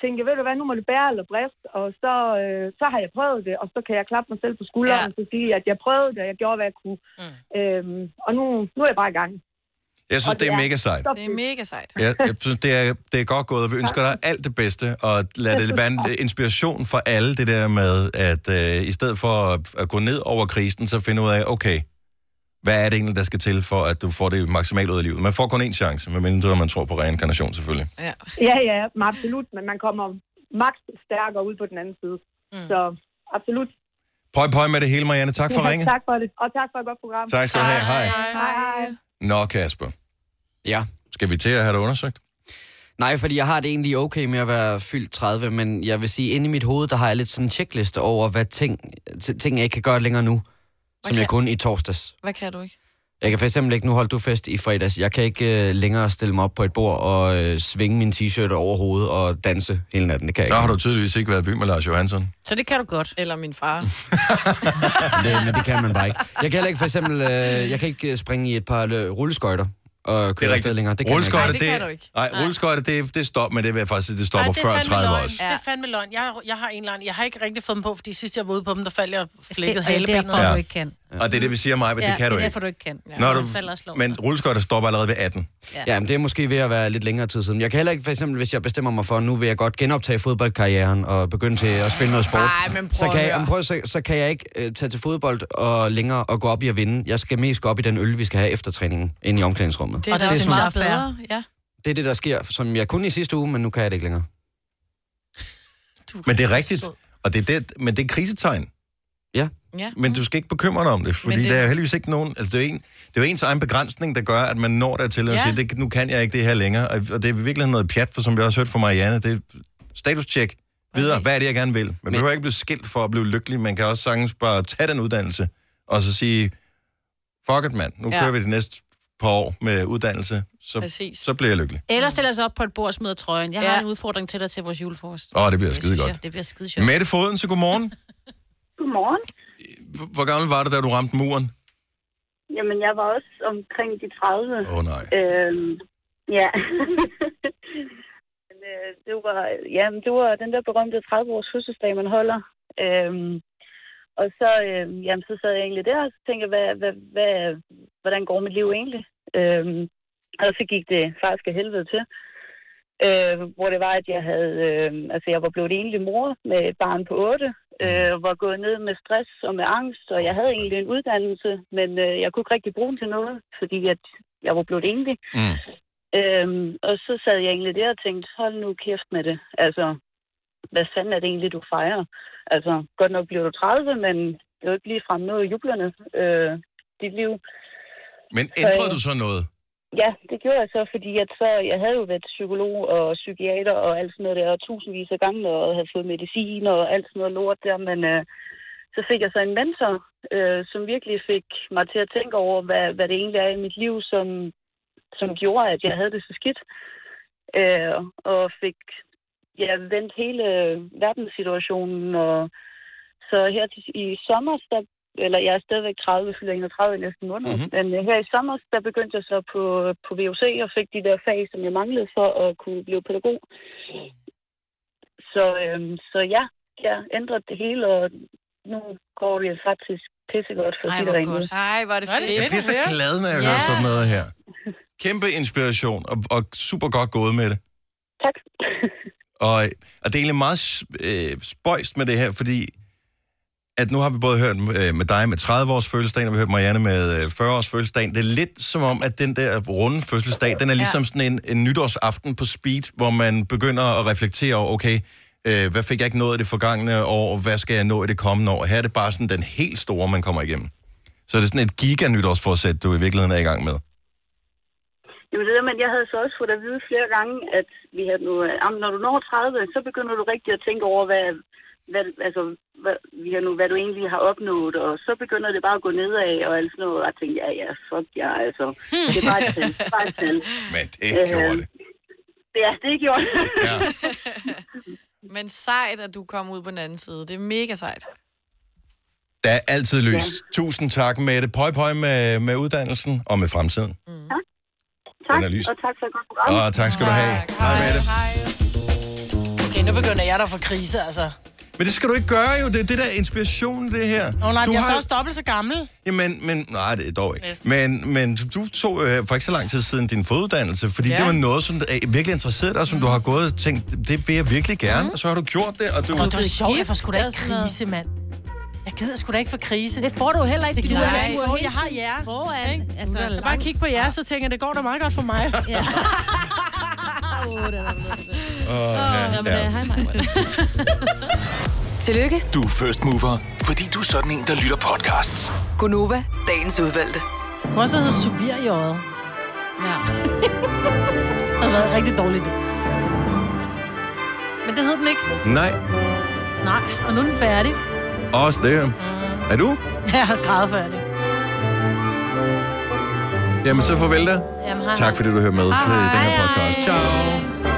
Tænkte, ved du hvad, nu må det bære eller brist, og så, øh, så har jeg prøvet det, og så kan jeg klappe mig selv på skulderen ja. og så sige, at jeg prøvede det, og jeg gjorde, hvad jeg kunne. Mm. Øhm, og nu, nu er jeg bare i gang.
Jeg synes, det er mega sejt.
Det er mega sejt.
Jeg, jeg synes, det er, det er godt gået, og vi ønsker dig alt det bedste, og lad det være en inspiration for alle det der med, at øh, i stedet for at, at gå ned over krisen, så finde ud af, okay, hvad er det egentlig, der skal til for, at du får det maksimalt ud af livet? Man får kun én chance, medmindre man tror på reinkarnation selvfølgelig.
Ja.
ja, ja, men absolut, men man kommer maks stærkere ud på den anden side. Mm. Så absolut.
Pøj, pøj med det hele, Marianne. Tak for
Ja,
ringet.
Tak for det, og tak for et godt program.
Tak skal du have. Hej.
Hej.
Nå, Kasper.
Ja.
Skal vi til at have det undersøgt?
Nej, fordi jeg har det egentlig okay med at være fyldt 30, men jeg vil sige, inde i mit hoved, der har jeg lidt sådan en checkliste over, hvad ting, t- ting jeg ikke kan gøre længere nu, som jeg kun i torsdags.
Hvad kan du ikke?
Jeg kan for eksempel ikke, nu holdt du fest i fredags, jeg kan ikke øh, længere stille mig op på et bord og øh, svinge min t-shirt over hovedet og danse hele natten. Det kan jeg
Så
ikke.
har du tydeligvis ikke været i by med Lars Johansson.
Så det kan du godt.
Eller min far.
det, men det kan man bare ikke. Jeg kan heller ikke for eksempel, øh, jeg kan ikke øh, springe i et par øh, rulleskøjter og køre afsted længere. Det kan
Rulleskøjter,
jeg ikke.
det, nej, rulleskøjter, det, det stopper, men det vil jeg faktisk sige, det stopper
Nej,
før 30
løgn.
også.
Ja. Det er fandme løgn. Jeg, jeg har en løgn. Jeg har ikke rigtig fået dem på, fordi sidst jeg var ude på dem, der faldt jeg og flækkede
Se, og det er
halebenet.
derfor, du ikke kan.
Og det er det, vi siger mig, men det kan du
det er
ikke.
derfor, du ikke kan.
Nå, du, men rulleskøjter stopper allerede ved 18.
Ja. ja, men det er måske ved at være lidt længere tid siden. Jeg kan heller ikke, for eksempel, hvis jeg bestemmer mig for, at nu vil jeg godt genoptage fodboldkarrieren og begynde til at spille noget sport.
Ej, men prøv
så
at
kan jeg,
høre.
men prøv, så, så kan jeg ikke øh, tage til fodbold og længere og gå op i at vinde. Jeg skal mest gå op i den øl, vi skal have efter træningen inde i omklædningsrummet.
Det er da også
sådan-
meget bedre. Ja.
det er det, der sker, som jeg kunne i sidste uge, men nu kan jeg det ikke længere.
Men det er rigtigt. Og det er det, men det er et krisetegn.
Ja.
ja.
Men du skal ikke bekymre dig om det, fordi
Men
det...
det-
der er jo heldigvis ikke nogen... Altså, det, er jo en, det er jo ens egen begrænsning, der gør, at man når dertil og
Ja.
ja. siger, det, nu kan jeg ikke det her længere. Og, og det er virkelig noget pjat, for som jeg også hørte fra Marianne, det er status check. Videre, hvad er det, jeg gerne vil? Man men... behøver ikke blive skilt for at blive lykkelig. Man kan også sagtens bare tage den uddannelse, og så sige, fuck it, mand. Nu
Ja.
ja. kører vi de næste par år med uddannelse, så,
Præcis.
så bliver jeg lykkelig.
Eller stiller os op på et bord og smider trøjen. Jeg har en udfordring til dig til vores julefrokost.
Åh, det bliver
Det
skide
synes
godt.
jeg- det bliver skide sjovt.
Mette Foden, så godmorgen.
Godmorgen.
Hvor gammel var du, da du ramte muren?
Jamen, jeg var også omkring de 30.
Åh, oh, nej.
Øhm, ja. Men, øh, det, var, jamen, det var den der berømte 30-års fødselsdag, man holder. Øhm, og så, øhm, jamen, så sad jeg egentlig der og så tænkte, jeg, hvad, hvad, hvad, hvordan går mit liv egentlig? Øhm, og så gik det faktisk af helvede til. Øh, hvor det var, at jeg havde, øh, altså jeg var blevet enlig mor med et barn på 8, øh, var gået ned med stress og med angst, og jeg havde egentlig en uddannelse, men øh, jeg kunne ikke rigtig bruge den til noget, fordi at jeg var blevet enlig.
Mm.
Øhm, og så sad jeg egentlig der og tænkte, hold nu kæft med det. Altså, hvad fanden er det egentlig, du fejrer? Altså, godt nok bliver du 30, men det er jo ikke ligefrem noget jublerne, øh, dit liv.
Men ændrede du så noget?
Ja, det gjorde jeg så, fordi at så, jeg havde jo været psykolog og psykiater og alt sådan noget der, og tusindvis af gange, og havde fået medicin og alt sådan noget lort der, men øh, så fik jeg så en mentor, øh, som virkelig fik mig til at tænke over, hvad, hvad det egentlig er i mit liv, som, som gjorde, at jeg havde det så skidt, øh, og fik ja, vendt hele verdenssituationen, og så her til, i sommer, der, eller jeg er stadigvæk 30, fylder 31 i næste måned, mm-hmm. men øh, her i sommer, der begyndte jeg så på, på VUC og fik de der fag, som jeg manglede for at kunne blive pædagog. Så, øhm, så ja, jeg ændrede det hele, og nu går det faktisk pissegodt for sit rent.
Ej, hvor er det fedt.
Jeg bliver så glad, når jeg ja. hører sådan noget her. Kæmpe inspiration, og, og super godt gået med det.
Tak.
Og, og det er egentlig meget øh, spøjst med det her, fordi at nu har vi både hørt øh, med dig med 30-års fødselsdagen, og vi har hørt Marianne med øh, 40-års fødselsdagen. Det er lidt som om, at den der runde fødselsdag, den er ligesom sådan en, en nytårsaften på speed, hvor man begynder at reflektere over, okay, øh, hvad fik jeg ikke nået i det forgangne år, og hvad skal jeg nå i det kommende år? Her er det bare sådan den helt store, man kommer igennem. Så det er sådan et giga-nytårsforsæt, du i virkeligheden er i gang med.
Jamen det der, men jeg havde så også fået at vide flere gange, at vi havde nu, øh, "Jamen, når du når 30, så begynder du rigtig at tænke over, hvad, hvad, altså, hvad, vi har nu, hvad du egentlig har opnået, og så begynder det bare at gå nedad, og alt sådan noget. Og jeg tænkte, ja, ja, fuck ja, altså. Øh, Det er bare et tal, det er bare et tal.
Men det gjorde
det. Ja, det gjorde det.
Men sejt, at du kom ud på den anden side. Det er mega sejt.
Der er altid lys. Ja. Tusind tak, Mette. Pøj, pøj med, med uddannelsen og med fremtiden.
Tak,
Den er lys.
og tak for et godt program.
Og tak skal du have. Hej, Mette.
Okay, nu begynder jeg da for krise, altså.
Men det skal du ikke gøre jo. Det er det der inspiration, det her.
Nå nej,
du
jeg er så også dobbelt så gammel.
Jamen, men, nej, det er dog ikke.
Næsten.
Men, men du tog øh, for ikke så lang tid siden din foduddannelse, fordi
Ja.
ja. det var noget, som er virkelig interesseret dig, som du har gået og tænkt, det vil jeg virkelig gerne, og så har du gjort det, og du...
Og Mm. det var sjovt, jeg får sgu da ikke krise, mand. Jeg gider sgu da ikke få krise. Det får du heller
ikke.
Det gider
Nej.
jeg ikke.
Du er
få.
hele
Jeg har
tiden
jer.
foran.
Ikke?
Altså,
Altså, jeg
langt
bare kigge på jer, så tænker jeg, det går da meget godt for mig. Ja.
Åh, ja,
Jamen,
ja.
øh, hej, Maja.
Tillykke,
Du er first mover, fordi du er sådan en, der lytter podcasts.
Gunova, dagens udvalgte.
Du også hedder Suvir i øjet. Ja. det har været en rigtig dårlig idé. Men det hed den ikke.
Nej,
Nej, og nu er den færdig.
også det. Er du?
Jeg har grædet færdig.
Jamen, så farvel dig.
Jamen, hej.
Tak fordi du hører med i den her podcast. Ciao.